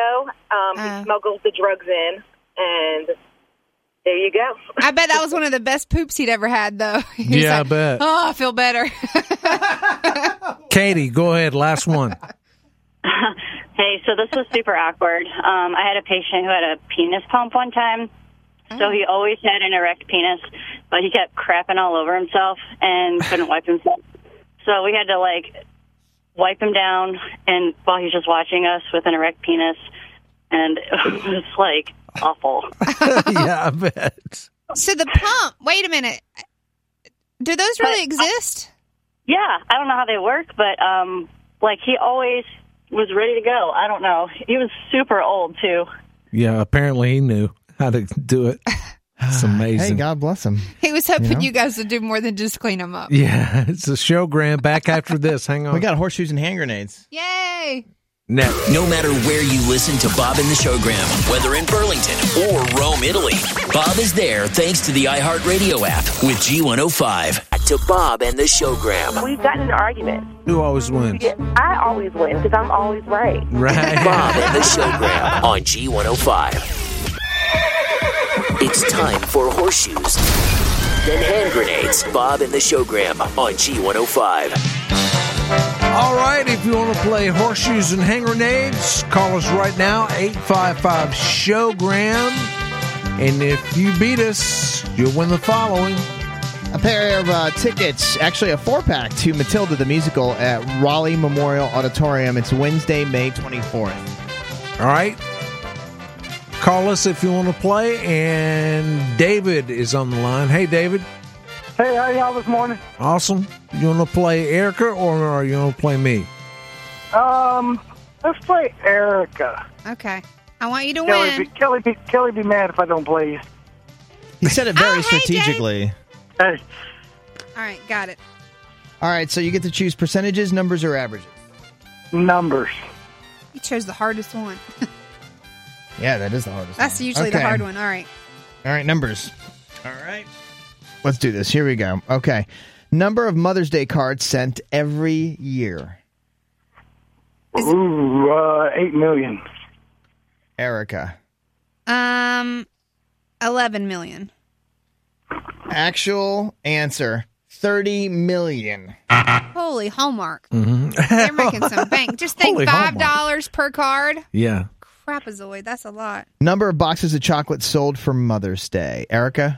Speaker 12: Um,
Speaker 7: Uh.
Speaker 12: He smuggled the drugs in, and there you go.
Speaker 7: I bet that was one of the best poops he'd ever had, though. He was
Speaker 8: Yeah, I
Speaker 7: like,
Speaker 8: bet.
Speaker 7: Oh, I feel better.
Speaker 4: "Oh."
Speaker 8: Katie, go ahead. Last one.
Speaker 38: Hey, so this was super awkward. Um, I had a patient who had a penis pump one time. So
Speaker 7: Oh.
Speaker 38: he always had an erect penis, but he kept crapping all over himself and couldn't wipe himself. So we had to like wipe him down, and while he's just watching us with an erect penis, and it was like awful.
Speaker 8: yeah, I bet.
Speaker 7: so the pump. Wait a minute. Do those really exist?
Speaker 38: uh, yeah, I don't know how they work, but um, like he always was ready to go. I don't know. He was super old too.
Speaker 8: Yeah, apparently he knew how to do it. It's amazing.
Speaker 4: Hey, God bless him.
Speaker 7: He was hoping
Speaker 8: You know?
Speaker 7: you guys would do more than just clean them up.
Speaker 8: Yeah, it's a show, Graham. Back after this. Hang on.
Speaker 4: We got horseshoes and hand grenades.
Speaker 7: Yay!
Speaker 5: No matter where you listen to Bob and the Showgram, whether in Burlington or Rome, Italy, Bob is there thanks to the iHeartRadio app with G105. Back to Bob and the Showgram.
Speaker 39: We've gotten in an argument.
Speaker 8: Who always wins?
Speaker 39: Yeah, I always win because I'm always right.
Speaker 8: Right.
Speaker 5: Bob and the Showgram on G105. It's time for horseshoes, then hand grenades. Bob and the Showgram on G105.
Speaker 8: All right, if you want to play horseshoes and hand grenades, call us right now, 855 Showgram. And if you beat us, you'll win the following.
Speaker 4: A pair of uh, tickets, actually a four pack to Matilda the Musical at Raleigh Memorial Auditorium. It's Wednesday, May 24th.
Speaker 8: All right. Call us if you want to play. And David is on the line. Hey, David.
Speaker 17: Hey, how y'all this morning?
Speaker 8: Awesome. You want to play Erica or are you going to play me?
Speaker 17: Um, let's play Erica.
Speaker 7: Okay. I want you to
Speaker 17: Kelly,
Speaker 7: win.
Speaker 17: Be, Kelly, be, Kelly, be mad if I don't play you.
Speaker 4: He said it very strategically.
Speaker 17: Hey,
Speaker 7: All right, got it.
Speaker 4: All right, so you get to choose percentages, numbers, or averages.
Speaker 17: Numbers.
Speaker 7: You chose the hardest one.
Speaker 4: Yeah, that is the hardest.
Speaker 7: That's usually the
Speaker 4: Okay.
Speaker 7: hard one. All right.
Speaker 4: All right, numbers. All right. Let's do this. Here we go. Okay. Number of Mother's Day cards sent every year.
Speaker 17: Ooh, uh, 8 million.
Speaker 4: Erica.
Speaker 7: Um, eleven million.
Speaker 4: Actual answer 30 million.
Speaker 7: Holy Hallmark!
Speaker 4: Mm-hmm.
Speaker 7: They're making some bank. Just think
Speaker 4: Holy
Speaker 7: five
Speaker 4: Hallmark.
Speaker 7: dollars per card.
Speaker 8: Yeah.
Speaker 7: Crapazoid, that's a lot.
Speaker 4: Number of boxes of chocolate sold for Mother's Day. Erica?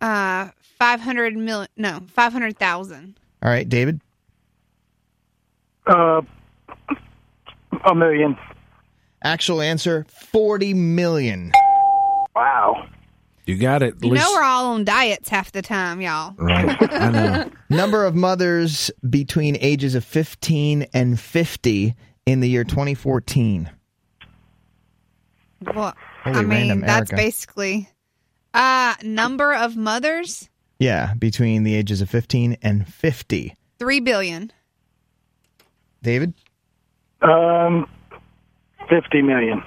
Speaker 7: Uh, five hundred million. No, five hundred thousand.
Speaker 4: All right, David.
Speaker 17: Uh, a million.
Speaker 4: Actual answer 40 million.
Speaker 17: Wow.
Speaker 8: You got it.
Speaker 7: You know we're all on diets half the time, y'all.
Speaker 8: Right. I know.
Speaker 4: Number of mothers between ages of 15 and 50 in the year 2014.
Speaker 7: Well,
Speaker 4: Holy
Speaker 7: I mean,
Speaker 4: random,
Speaker 7: that's
Speaker 4: Erica.
Speaker 7: basically uh number of mothers
Speaker 4: Yeah, between the ages of 15 and 50.
Speaker 7: three billion.
Speaker 4: David?
Speaker 17: Um, 50 million.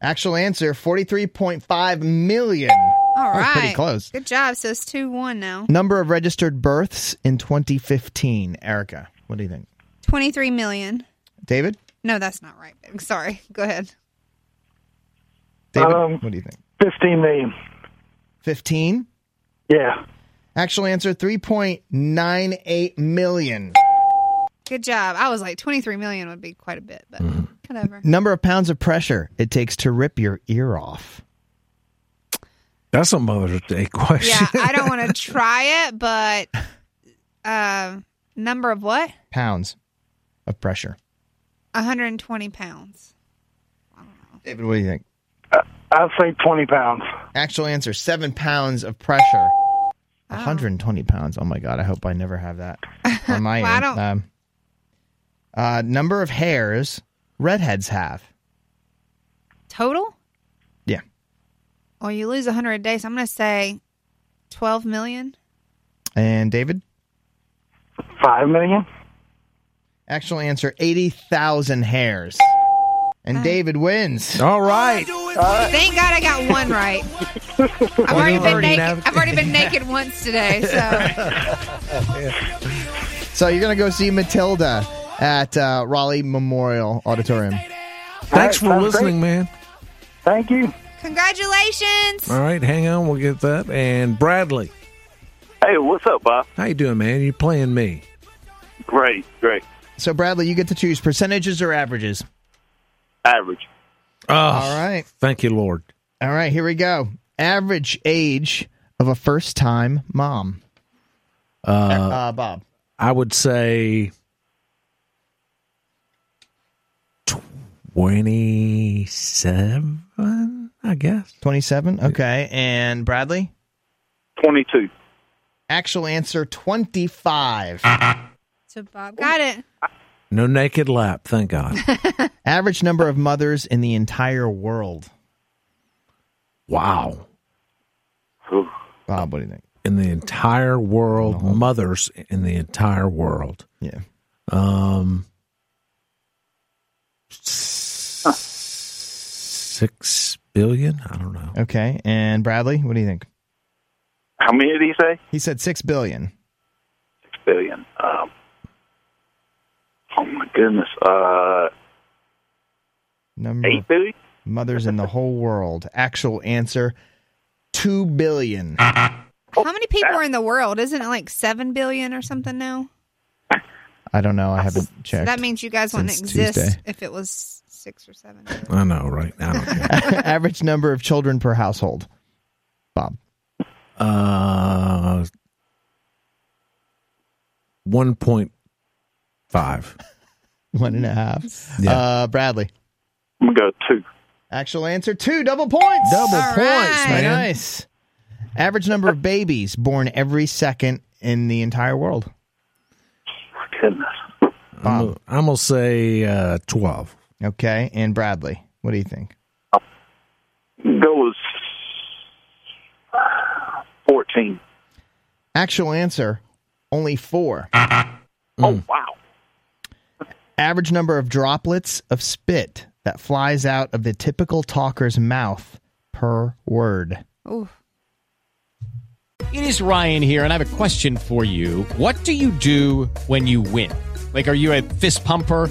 Speaker 4: Actual answer 43.5 million.
Speaker 7: All
Speaker 4: That was
Speaker 7: right,
Speaker 4: pretty close.
Speaker 7: Good job. So it's two one now.
Speaker 4: Number of registered births in 2015. Erica, what do you think?
Speaker 7: Twenty three million.
Speaker 4: David?
Speaker 7: No, that's not right. I'm sorry. Go ahead.
Speaker 4: David, what do you think?
Speaker 17: 15 Um, million.
Speaker 4: 15?
Speaker 17: Yeah.
Speaker 4: Actual answer 3.98 million.
Speaker 7: Good job. I was like twenty three million would be quite a
Speaker 4: Mm-hmm.
Speaker 7: bit, but whatever.
Speaker 4: Number of pounds of pressure it takes to rip your ear off.
Speaker 8: That's a Mother's Day question.
Speaker 7: Yeah, I don't want to try it, but uh, number of what?
Speaker 4: Pounds of pressure.
Speaker 7: 120 pounds.
Speaker 4: David, what do you think?
Speaker 17: I'll say 20 pounds.
Speaker 4: Actual answer seven pounds of pressure.
Speaker 7: Oh.
Speaker 4: 120 pounds. Oh my God. I hope I never have that on my
Speaker 7: Well, I
Speaker 4: end.
Speaker 7: don't-
Speaker 4: Um, uh, number of hairs redheads have.
Speaker 7: Total?
Speaker 4: Yeah.
Speaker 7: Well, you lose 100 a day, so I'm going to say 12 million.
Speaker 4: And David?
Speaker 17: Five million.
Speaker 4: Actual answer 80,000 hairs. And David wins.
Speaker 8: All right.
Speaker 7: Thank God I got one right. I've already been naked. I've already been naked once today, so
Speaker 4: So you're going to go see Matilda at uh, Raleigh Memorial Auditorium.
Speaker 8: Thanks for listening, man.
Speaker 17: Thank you.
Speaker 7: congratulations.
Speaker 8: All right, hang on. We'll get that. And Bradley.
Speaker 10: Hey, what's up, Bob?
Speaker 8: How you doing, man? You playing me?
Speaker 10: Great, great.
Speaker 4: So, Bradley, you get to choose percentages or averages.
Speaker 10: Average.
Speaker 8: Oh,
Speaker 4: All right.
Speaker 8: Thank you, Lord.
Speaker 4: All right, here we go. Average age of a first time mom.
Speaker 8: Uh,
Speaker 4: Uh, Bob.
Speaker 8: I would say twenty-seven. uh, I guess
Speaker 4: 27. Okay. And Bradley?
Speaker 10: 22.
Speaker 4: Actual answer 25.
Speaker 7: So Bob got it.
Speaker 8: No naked lap. Thank God.
Speaker 4: Average number of mothers in the entire world.
Speaker 8: Wow.
Speaker 4: Bob, what do you think?
Speaker 8: In the entire world, mothers in the entire world.
Speaker 4: Yeah.
Speaker 8: Um. Six billion? I don't know.
Speaker 4: Okay. And Bradley, what do you think?
Speaker 10: How many did he say?
Speaker 4: He said 6 billion.
Speaker 10: Six billion. Um, oh my goodness. Uh,
Speaker 4: Number
Speaker 10: eight billion.
Speaker 4: mothers in the whole world. Actual answer 2 billion.
Speaker 7: How many people are in the world? Isn't it like seven billion or something now?
Speaker 4: I don't know. I haven't
Speaker 7: So
Speaker 4: checked.
Speaker 7: that means you guys wouldn't
Speaker 4: Since
Speaker 7: exist
Speaker 4: Tuesday.
Speaker 7: if it was six or seven.
Speaker 8: I know, right? I don't
Speaker 4: Average number of children per household. Bob.
Speaker 8: Uh, one point five.
Speaker 4: One and a half.
Speaker 8: Yeah.
Speaker 4: Uh, Bradley.
Speaker 10: I'm gonna go two.
Speaker 4: Actual answer two. Double points.
Speaker 8: Double All points, right.
Speaker 4: Very
Speaker 8: man.
Speaker 4: Nice. Average number of babies born every second in the entire world.
Speaker 10: Goodness.
Speaker 8: I'm, gonna- I'm gonna say uh, twelve.
Speaker 4: Okay. And Bradley, what do you think?
Speaker 10: Go with fourteen.
Speaker 4: Actual answer only four.
Speaker 8: Mm.
Speaker 10: Oh wow.
Speaker 4: Average number of droplets of spit that flies out of the typical talker's mouth per word.
Speaker 7: Oh,
Speaker 18: It is Ryan here, and I have a question for you. What do you do when you win? Like, are you a fist pumper?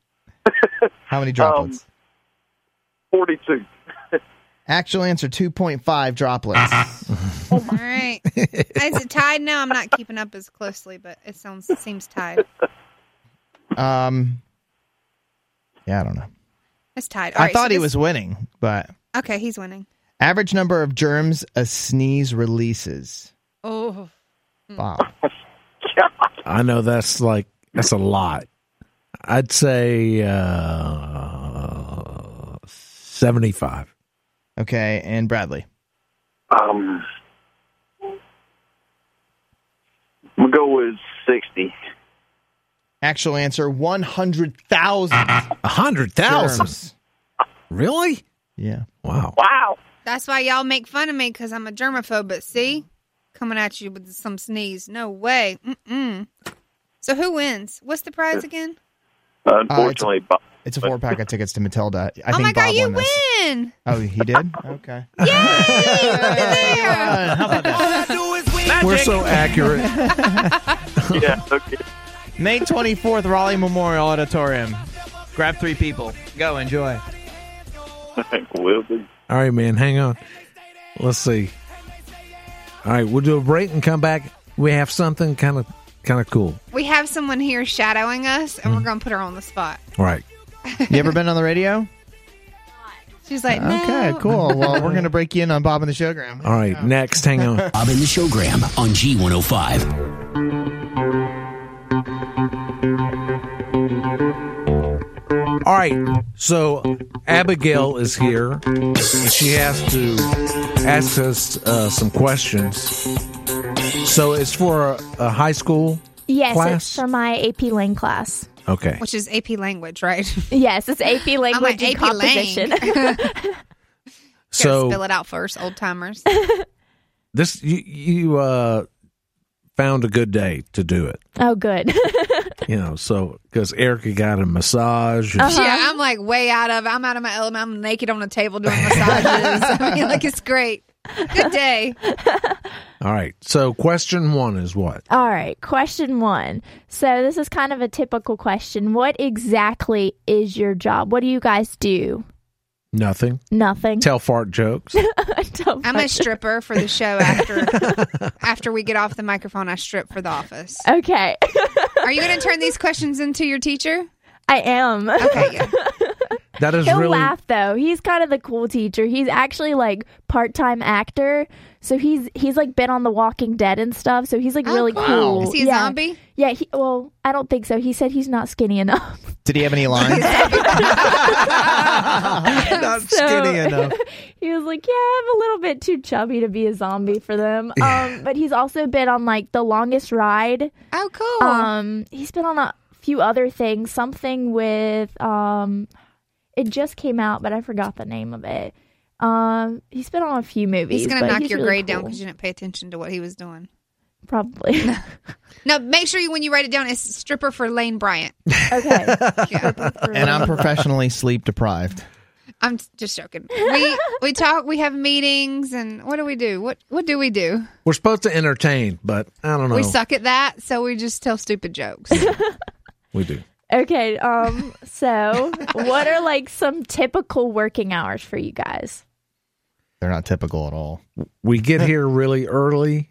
Speaker 4: How many droplets?
Speaker 10: Um, Forty-two.
Speaker 4: Actual answer 2.5 droplets.
Speaker 7: all right. Is it tied now? I'm not keeping up as closely, but it sounds seems tied.
Speaker 4: Um, yeah, I don't know.
Speaker 7: It's tied. All
Speaker 4: I
Speaker 7: right, so
Speaker 4: thought he
Speaker 7: this-
Speaker 4: was winning, but
Speaker 7: Okay, he's winning.
Speaker 4: average number of germs a sneeze releases.
Speaker 7: Oh,
Speaker 4: Bob,
Speaker 8: I know that's like that's a lot. I'd say uh, seventy-five.
Speaker 4: okay, and Bradley.
Speaker 10: Um, I'm gonna go with sixty.
Speaker 4: Actual answer: one hundred thousand.
Speaker 8: A hundred thousand. Really?
Speaker 4: Yeah.
Speaker 8: Wow.
Speaker 10: Wow.
Speaker 7: that's why y'all make fun of me because I'm a germaphobe. But see, coming at you with some sneeze. No way. Mm-mm. So who wins? What's the prize again?
Speaker 4: Unfortunately,
Speaker 10: Bob.
Speaker 4: It's a four pack of tickets to Matilda. I
Speaker 7: oh
Speaker 4: think
Speaker 7: my
Speaker 4: Bob
Speaker 7: god, you
Speaker 4: won this.
Speaker 7: win!
Speaker 4: Oh, he did. Okay.
Speaker 7: Yay! Look at there.
Speaker 4: How about that?
Speaker 7: logic.
Speaker 8: We're so accurate.
Speaker 4: yeah, okay. May 24th, Raleigh Memorial Auditorium. Grab three people. Go enjoy.
Speaker 40: Will be.
Speaker 8: All right, man, hang on. Let's see. All right, we'll do a break and come back. We have something kind of kind of cool.
Speaker 7: We have someone here shadowing us, and we're going to put her on the spot.
Speaker 8: All right.
Speaker 4: You ever been on the radio?
Speaker 7: She's like,
Speaker 4: Okay,
Speaker 7: "No."
Speaker 4: cool. Well, we're going to break you in on Bob and the Showgram.
Speaker 8: All right, next, hang on.
Speaker 5: Bob in the Showgram on G105.
Speaker 8: All right. So Abigail is here. She has to ask us uh, some questions. So it's for a, a high school
Speaker 21: Yes,
Speaker 8: class.
Speaker 21: it's for my AP Lang class.
Speaker 8: Okay.
Speaker 7: Which is AP language, right?
Speaker 21: Yes, it's AP
Speaker 7: I'm like,
Speaker 21: language and
Speaker 7: AP lang.
Speaker 21: composition.
Speaker 8: So
Speaker 7: Spill it out first, old timers.
Speaker 8: this you you uh, found a good day to do it.
Speaker 21: oh, good.
Speaker 8: You know, so because Erica got a massage. and-
Speaker 21: Uh-huh.
Speaker 7: Yeah, I'm like way out of. I'm out of my element. I'm naked on the table doing massages. I mean, like it's great. Good day.
Speaker 8: All right. So question one is what?
Speaker 21: All right, question one. So this is kind of a typical question. What exactly is your job? What do you guys do?
Speaker 8: Nothing.
Speaker 21: Nothing.
Speaker 8: Tell fart jokes.
Speaker 7: I'm a stripper for the show after after we get off the microphone. I strip for the office.
Speaker 21: Okay.
Speaker 7: Are you going to turn these questions into your teacher?
Speaker 21: I am.
Speaker 7: Okay. yeah.
Speaker 8: That is
Speaker 21: He'll
Speaker 8: really
Speaker 21: laugh though. He's kind of the cool teacher. He's actually like part-time actor, so he's he's like been on The Walking Dead and stuff. So he's like really
Speaker 7: Oh, cool.
Speaker 21: cool.
Speaker 7: Is he a
Speaker 21: yeah.
Speaker 7: zombie?
Speaker 21: Yeah. He, well, I don't think so. He said he's not skinny enough.
Speaker 4: Did he have any lines? Not
Speaker 21: So-
Speaker 4: skinny enough.
Speaker 21: he was like, "Yeah, I'm a little bit too chubby to be a zombie for them." Um, but he's also been on like the longest ride.
Speaker 7: Oh, cool.
Speaker 21: Um, he's been on a few other things. Something with um, it just came out, but I forgot the name of it. Um, he's been on a few movies.
Speaker 7: He's going to
Speaker 21: but
Speaker 7: knock
Speaker 21: he's
Speaker 7: your
Speaker 21: really
Speaker 7: grade down
Speaker 21: cool.
Speaker 7: because you didn't pay attention to what he was doing.
Speaker 21: Probably.
Speaker 7: No, make sure you when you write it down, it's stripper for Lane Bryant.
Speaker 4: and I'm professionally sleep deprived.
Speaker 7: I'm just joking. We we talk. We have meetings, and what do we do? What what do we do?
Speaker 8: We're supposed to entertain, but I don't know.
Speaker 7: We suck at that, so we just tell stupid jokes.
Speaker 8: We do.
Speaker 21: okay. Um. So, what are like some typical working hours for you guys?
Speaker 4: They're not typical at all.
Speaker 8: we get here really early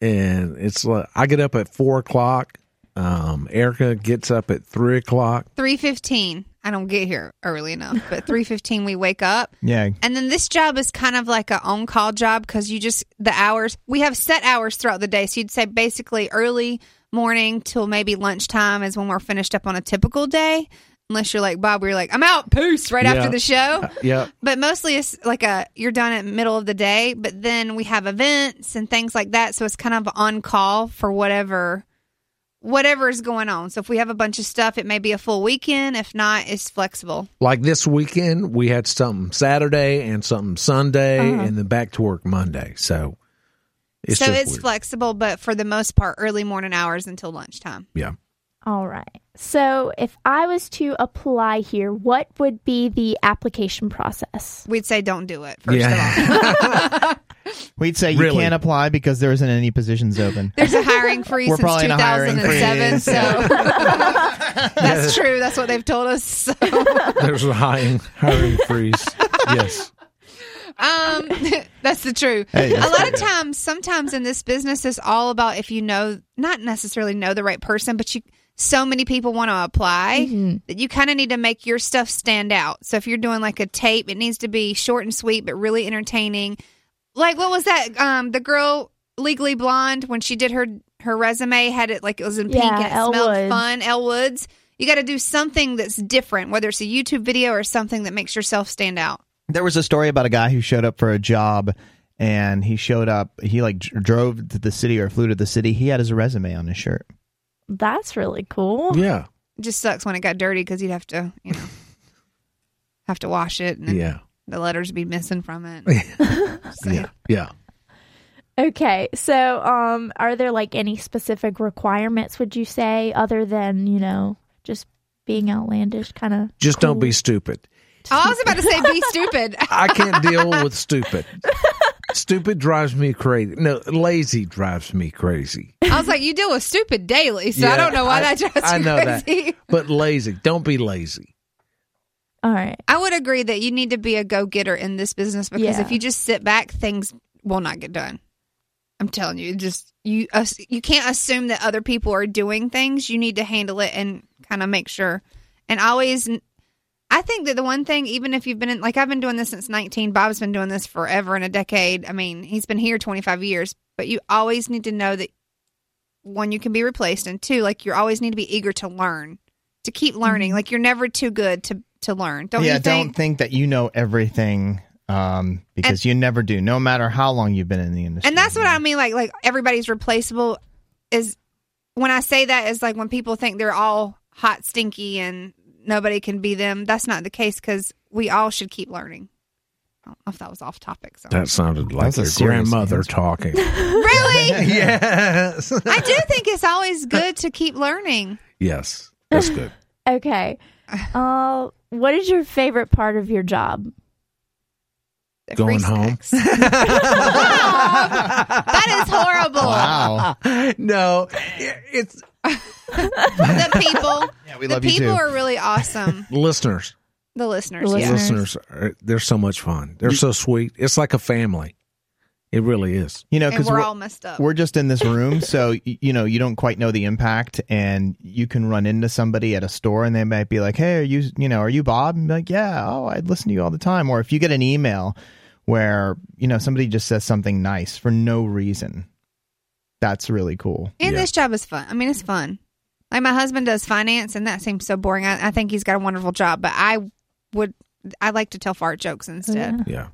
Speaker 8: and it's like i get up at four o'clock um erica gets up at three o'clock
Speaker 7: Three fifteen. I don't get here early enough, but three fifteen we wake up,
Speaker 4: yeah
Speaker 7: and then this job is kind of like a on call job because you just the hours we have set hours throughout the day. So you'd say basically early morning till maybe lunchtime is when we're finished up on a typical day, unless you're like Bob, we are like I'm out, peace, right
Speaker 8: Yeah.
Speaker 7: after the
Speaker 4: Uh,
Speaker 7: show.
Speaker 8: yeah
Speaker 7: But mostly it's like a you're done at middle of the day, but then we have events and things like that, so it's kind of on call for whatever whatever is going on. So if we have a bunch of stuff, it may be a full weekend. If not, it's flexible.
Speaker 8: like this weekend we had something saturday and something sunday
Speaker 7: Uh-huh.
Speaker 8: and then back to work monday so it's
Speaker 7: so
Speaker 8: just
Speaker 7: it's
Speaker 8: weird.
Speaker 7: flexible, but for the most part, early morning hours until lunchtime.
Speaker 8: yeah
Speaker 21: All right. So, if I was to apply here, what would be the application process?
Speaker 7: We'd say don't do it.
Speaker 8: yeah
Speaker 4: We'd say you
Speaker 8: Really?
Speaker 4: can't apply because there isn't any positions open.
Speaker 7: There's a hiring freeze
Speaker 4: We're
Speaker 7: since
Speaker 4: probably in a hiring
Speaker 7: 2007,
Speaker 4: freeze.
Speaker 7: so that's true. That's what they've told us. So.
Speaker 8: there's a hiring hiring freeze yes
Speaker 7: Um, that's the truth.
Speaker 8: Hey,
Speaker 7: a
Speaker 8: that's
Speaker 7: lot of times, sometimes in this business, it's all about if you know, not necessarily know the right person, but you. So many people want to apply
Speaker 8: Mm-hmm.
Speaker 7: that you kind of need to make your stuff stand out. So if you're doing like a tape, it needs to be short and sweet, but really entertaining. Like what was that? Um, the girl Legally Blonde when she did her her resume had it like it was in pink
Speaker 21: Yeah,
Speaker 7: and it
Speaker 21: Elle
Speaker 7: smelled
Speaker 21: Woods.
Speaker 7: fun. Elle Woods. You got to do something that's different, whether it's a YouTube video or something that makes yourself stand out.
Speaker 4: There was a story about a guy who showed up for a job and he showed up, he like dr- drove to the city or flew to the city. He had his resume on his shirt.
Speaker 21: That's really
Speaker 7: Oh.
Speaker 21: cool.
Speaker 8: Yeah.
Speaker 7: just sucks when it got dirty because you'd have to, you know, have to wash it and then
Speaker 8: yeah
Speaker 7: the letters would be missing from it.
Speaker 8: yeah yeah
Speaker 21: Okay. So, um, are there like any specific requirements would you say other than, you know, just being outlandish kind of
Speaker 8: just don't be stupid
Speaker 7: Oh, I was about to say be stupid.
Speaker 8: i can't deal with stupid Stupid drives me crazy. No, lazy drives me crazy.
Speaker 7: I was like, you deal with stupid daily, so I
Speaker 8: Yeah,
Speaker 7: don't know why that drives
Speaker 8: I
Speaker 7: you
Speaker 8: know
Speaker 7: crazy.
Speaker 8: that. But lazy. Don't be lazy.
Speaker 21: All right.
Speaker 7: I would agree that you need to be a go getter in this business because
Speaker 21: Yeah.
Speaker 7: if you just sit back, things will not get done. I'm telling you, just you us- you can't assume that other people are doing things. You need to handle it and kind of make sure. And always, I think that the one thing, even if you've been in, like I've been doing this since 19, Bob's been doing this forever in a decade. I mean, he's been here 25 years, but you always need to know that one, you can be replaced, and two, like you always need to be eager to learn, to keep learning. Like you're never too good to to learn. Don't
Speaker 4: yeah,
Speaker 7: you think?
Speaker 4: don't think that you know everything um, because you never do, no matter how long you've been in the industry.
Speaker 7: and that's what I mean. Like like everybody's replaceable is when I say that is like when people think they're all hot stinky and nobody can be them. That's not the case because we all should keep learning. I don't know if that was off topic. So
Speaker 8: That sounded like
Speaker 4: That's a
Speaker 8: your
Speaker 4: serious
Speaker 8: grandmother talking.
Speaker 7: really,
Speaker 8: yes.
Speaker 7: I do think it's always good to keep learning.
Speaker 8: Yes. That's good.
Speaker 21: Okay. Uh, what is your favorite part of your job?
Speaker 8: Going home.
Speaker 7: That is horrible.
Speaker 8: Wow. no, it's
Speaker 7: the people.
Speaker 8: Yeah, we
Speaker 7: the
Speaker 8: love you
Speaker 7: people
Speaker 8: too.
Speaker 7: are really awesome.
Speaker 8: listeners.
Speaker 7: The listeners,
Speaker 8: The
Speaker 7: yeah.
Speaker 8: listeners, are, they're so much fun. They're so sweet. It's like a family. It really is.
Speaker 4: You know,
Speaker 7: And
Speaker 4: because
Speaker 7: we're all messed up.
Speaker 4: We're just in this room, so y- you know you don't quite know the impact, and you can run into somebody at a store, and they might be like, "Hey, are you you know are you Bob?" And be like, "Yeah, oh, I listen to you all the time." Or if you get an email where you know somebody just says something nice for no reason, that's really cool.
Speaker 7: And this job is fun. I mean, it's fun. Like my husband does finance, and that seems so boring. I, I think he's got a wonderful job, but I would, I like to tell fart jokes instead.
Speaker 8: Yeah,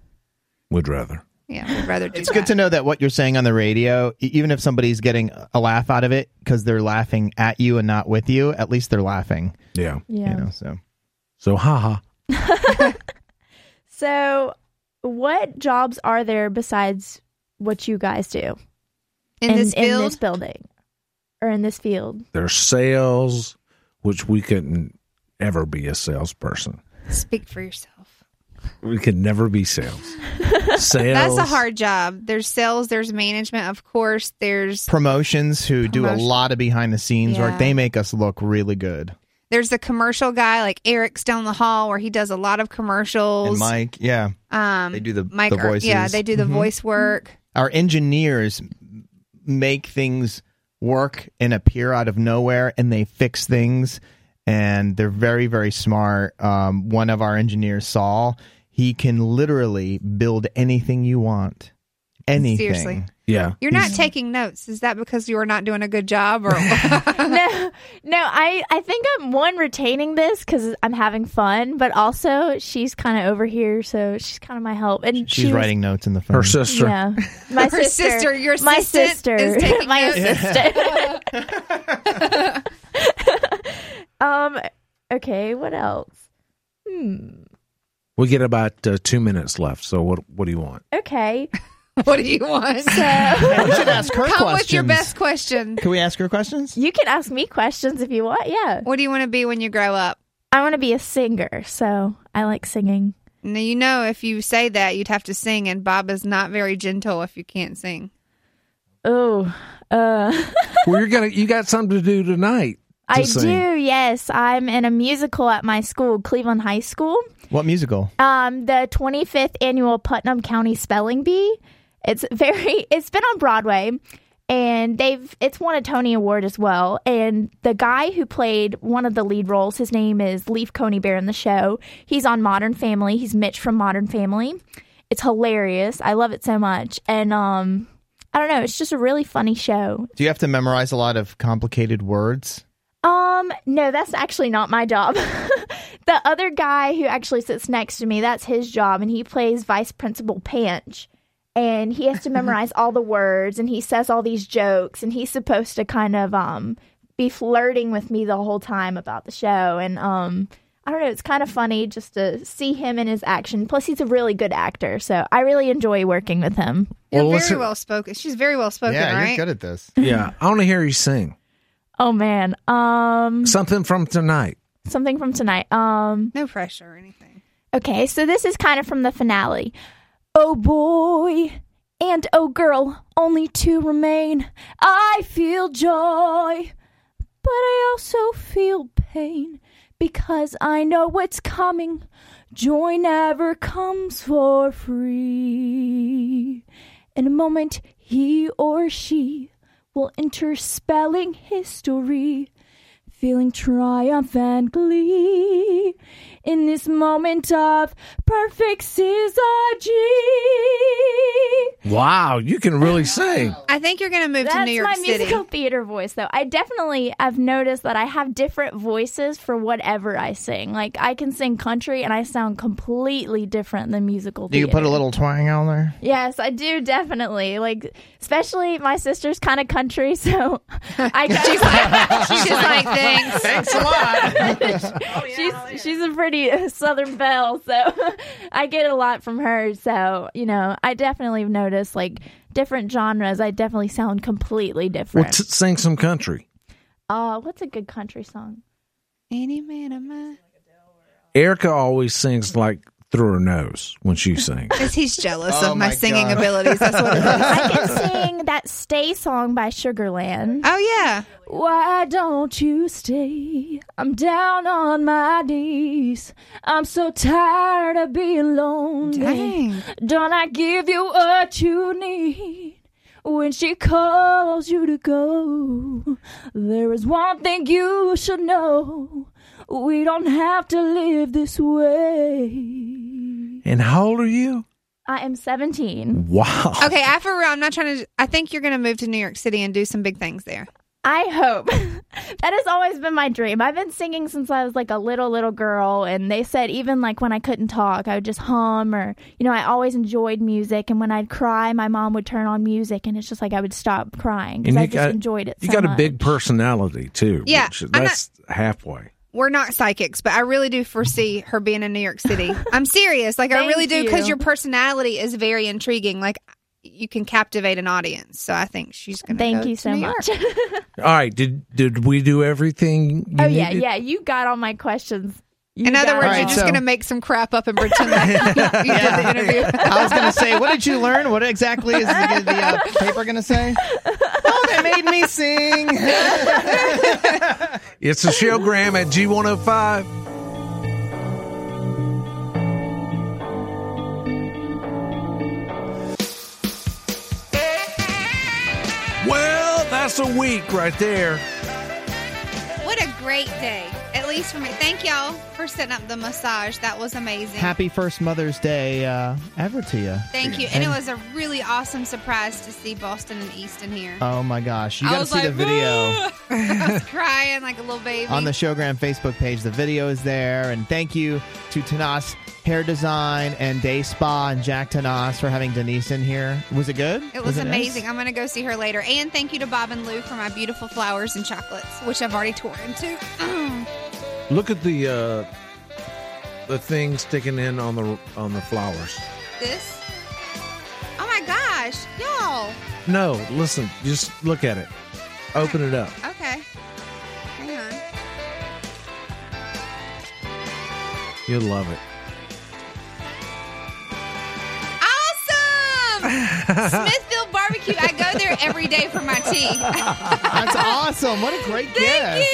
Speaker 8: would rather.
Speaker 7: Yeah, I'd rather do
Speaker 4: It's good to know that what you're saying on the radio, e- even if somebody's getting a laugh out of it because they're laughing at you and not with you, at least they're laughing.
Speaker 8: Yeah.
Speaker 21: Yeah.
Speaker 4: You know, so
Speaker 8: So haha.
Speaker 21: So, what jobs are there besides what you guys do
Speaker 7: In this
Speaker 21: in
Speaker 7: field?
Speaker 21: this building, or in this field?
Speaker 8: There's sales, which we couldn't ever be a salesperson.
Speaker 7: Speak for yourself.
Speaker 8: We could never be sales. sales.
Speaker 7: That's a hard job. There's sales. There's management, of course. There's
Speaker 4: promotions who do a
Speaker 7: Promotion.
Speaker 4: lot of behind the scenes
Speaker 7: Yeah.
Speaker 4: work, they make us look really good.
Speaker 7: there's the commercial guy, like Eric's down the hall, where he does a lot of commercials.
Speaker 4: And Mike, yeah.
Speaker 7: um,
Speaker 4: They do the-
Speaker 7: Mike,
Speaker 4: the
Speaker 7: Ar- Yeah,
Speaker 4: voices.
Speaker 7: they do the
Speaker 21: Mm-hmm.
Speaker 4: Mhm.
Speaker 7: voice work.
Speaker 4: Our engineers m- make things work and appear out of nowhere and they fix things and they're very, very smart. Um, one of our engineers, Saul, he can literally build anything you want. Anything.
Speaker 7: Seriously.
Speaker 8: Yeah.
Speaker 7: You're not taking notes. Is that because you are not doing a good job, or
Speaker 21: no, no. I I think I'm one retaining this because I'm having fun, but also she's kind of over here, so she's kind of my help. And
Speaker 4: She's
Speaker 21: she was-
Speaker 4: writing notes in the phone.
Speaker 8: Her sister.
Speaker 21: Yeah, my
Speaker 7: Her sister, your
Speaker 21: my
Speaker 7: assistant
Speaker 21: sister,
Speaker 7: is taking
Speaker 21: my
Speaker 7: notes.
Speaker 21: assistant. um. Okay. What else? Hmm.
Speaker 8: We get about uh, two minutes left. So what? What do you want?
Speaker 21: Okay.
Speaker 7: what do you want?
Speaker 4: we should ask her
Speaker 7: Come with your
Speaker 4: questions.
Speaker 7: best question.
Speaker 4: Can we ask her questions?
Speaker 21: You can ask me questions if you want. Yeah.
Speaker 7: What do you want to be when you grow up?
Speaker 21: I want to be a singer, so I like singing.
Speaker 7: Now you know if you say that you'd have to sing, and Bob is not very gentle if you can't sing.
Speaker 21: Oh, uh,
Speaker 8: well, you're gonna. You got something to do tonight. to
Speaker 21: I
Speaker 8: sing.
Speaker 21: do. Yes, I'm in a musical at my school, Cleveland High School.
Speaker 4: What musical?
Speaker 21: Um, the 25th annual Putnam County Spelling Bee. It's very. It's been on Broadway, and they've. It's won a Tony Award as well. And the guy who played one of the lead roles, his name is Leaf Coney Bear in the show. He's on Modern Family. He's Mitch from Modern Family. It's hilarious. I love it so much. And um, I don't know. It's just a really funny show.
Speaker 4: Do you have to memorize a lot of complicated words?
Speaker 21: Um, no, that's actually not my job. the other guy who actually sits next to me, that's his job, and he plays Vice Principal Panch. And he has to memorize all the words and he says all these jokes and he's supposed to kind of um be flirting with me the whole time about the show and um I don't know, it's kind of funny just to see him in his action. Plus he's a really good actor, so I really enjoy working with him.
Speaker 7: You're
Speaker 8: Well,
Speaker 7: very
Speaker 8: listen-
Speaker 7: well spoken. She's very well spoken, right?
Speaker 4: at this.
Speaker 8: Yeah, I want to hear you sing
Speaker 21: Oh man. Um
Speaker 8: something from tonight.
Speaker 21: something from tonight. Um
Speaker 7: No pressure or anything.
Speaker 21: Okay, so this is kind of from the finale. Oh boy, And oh, girl, only two remain. I feel joy, but I also feel pain because I know what's coming. Joy never comes for free. In a moment, he or she will enter spelling history, feeling triumph and glee. In this moment of perfect syzygy.
Speaker 8: Wow, you can really sing.
Speaker 21: I think you're going to move
Speaker 7: to New York
Speaker 21: my
Speaker 7: City.
Speaker 21: musical theater voice, though. I definitely I've noticed that I have different voices for whatever I sing. Like I can sing country, and I sound completely different than musical
Speaker 4: Do you
Speaker 21: theater.
Speaker 4: put a little twang on there?
Speaker 21: Yes, I do definitely. Like, especially my sister's kind of country, so I she's like,
Speaker 7: she's just like, "Thanks." Thanks a lot. Oh,
Speaker 21: she's she's a pretty uh, Southern belle, so I get a lot from her. So you know, I definitely have noticed like different genres. I definitely sound completely
Speaker 8: Well,
Speaker 21: different.
Speaker 8: t- sing some country.
Speaker 21: uh, what's a good country song?
Speaker 7: Any man of mine.
Speaker 8: Erica always sings like through her nose when she sings.
Speaker 7: Because he's jealous
Speaker 8: Oh
Speaker 7: of my,
Speaker 8: my
Speaker 7: singing
Speaker 8: God.
Speaker 7: abilities. That's what it is.
Speaker 21: I can sing that "Stay" song by Sugarland.
Speaker 7: Oh yeah.
Speaker 21: Why don't you stay? I'm down on my knees. I'm so tired of being lonely.
Speaker 7: Dang.
Speaker 21: Don't I give you what you need? When she calls you to go, there is one thing you should know. We don't have to live this way.
Speaker 8: and how old are you?
Speaker 21: I am 17.
Speaker 8: Wow.
Speaker 7: Okay, I for real. I'm not trying to. I think you're going to move to New York City and do some big things there.
Speaker 21: I hope. that has always been my dream. I've been singing since I was like a little, little girl. And they said, even like when I couldn't talk, I would just hum or, you know, I always enjoyed music. And when I'd cry, my mom would turn on music and it's just like I would stop crying because I just enjoyed it.
Speaker 8: You
Speaker 21: so
Speaker 8: got a
Speaker 21: much.
Speaker 8: big personality too.
Speaker 7: Yeah,
Speaker 8: which-
Speaker 7: I'm not-
Speaker 8: that's halfway.
Speaker 7: We're not psychics, but I really do foresee her being in New York City. I'm serious. Like I
Speaker 21: Thank
Speaker 7: really do because
Speaker 21: you.
Speaker 7: your personality is very intriguing. Like you can captivate an audience. So I think she's going to.
Speaker 21: Thank
Speaker 7: go
Speaker 21: you
Speaker 7: to
Speaker 21: so
Speaker 7: New
Speaker 21: much.
Speaker 7: York.
Speaker 8: All right. Did did we do everything? You
Speaker 21: oh, yeah,
Speaker 8: needed?
Speaker 21: yeah. You got all my questions. You
Speaker 7: In other
Speaker 21: got
Speaker 7: words,
Speaker 21: it
Speaker 7: you're
Speaker 21: all.
Speaker 7: just going to make some crap up and pretend that you did the interview.
Speaker 4: I was going to say, what did you learn? What exactly is the, the uh, paper going to say? Oh, they made me sing.
Speaker 8: It's a showgram at G105. Well, that's a week right there.
Speaker 7: What a great day. At least for me. Thank y'all for setting up the massage. That was amazing.
Speaker 4: Happy first Mother's Day uh, ever to you.
Speaker 7: Thank you. And it was a really awesome surprise to see Boston and Easton here.
Speaker 4: Oh my gosh! You
Speaker 7: I
Speaker 4: got to
Speaker 7: was
Speaker 4: see the
Speaker 7: like,
Speaker 4: video
Speaker 7: I was crying like a little baby.
Speaker 4: on the Showgram Facebook page. The video is there, and thank you to Tanas Hair Design and Day Spa and Jack Tanas for having Denise in here. Was it good?
Speaker 7: it was,
Speaker 4: nice?
Speaker 7: amazing. I'm going to go see her later. And thank you to Bob and Lou for my beautiful flowers and chocolates, which I've already torn into.
Speaker 8: Look at the uh, the thing sticking in on the on the flowers.
Speaker 7: this. Oh my gosh. Y'all.
Speaker 8: No, listen. Just look at it. Open it up.
Speaker 7: Okay. Hang on.
Speaker 8: You'll love it.
Speaker 7: Awesome! Smithfield Barbecue. I go there every day for my tea.
Speaker 4: That's awesome! What a great gift.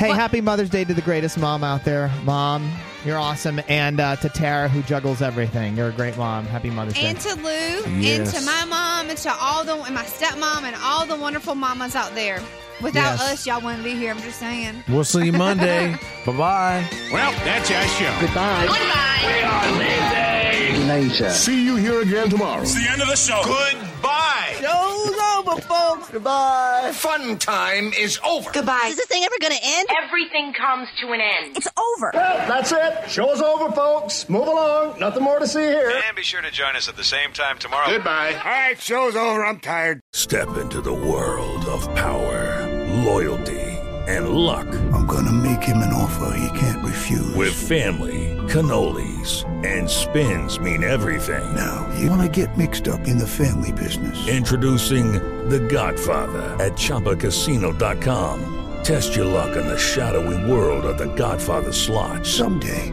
Speaker 4: Hey, happy Mother's Day to the greatest mom out there, Mom. You're awesome, and uh, to Tara who juggles everything. You're a great mom. Happy Mother's Day.
Speaker 7: and to Lou,
Speaker 4: Yes.
Speaker 7: and to my mom, and to all the and my stepmom, and all the wonderful mamas out there. Without
Speaker 8: Yes.
Speaker 7: us, y'all wouldn't be here. I'm just saying.
Speaker 8: We'll see you Monday. bye bye.
Speaker 41: Well, that's our show.
Speaker 8: Goodbye.
Speaker 15: Later. See you here again tomorrow.
Speaker 18: It's the end of the show. Goodbye.
Speaker 15: Show's over, folks. Goodbye. Fun time is over. Goodbye.
Speaker 25: Is this thing ever going to end? Everything comes to an end. It's over.
Speaker 15: Well, that's it. Show's over, folks. Move along. Nothing more to see here.
Speaker 18: And be sure to join us at the same time tomorrow.
Speaker 15: Goodbye. All right, show's over. I'm tired.
Speaker 20: Step into the world of power, loyalty, and luck. I'm going to make him an offer he can't refuse. With family, cannolis, and spins mean everything. Now,
Speaker 42: You want to get mixed up in the family business.
Speaker 20: introducing The Godfather at ChumbaCasino.com. Test your luck in the shadowy world of The Godfather slot.
Speaker 42: Someday,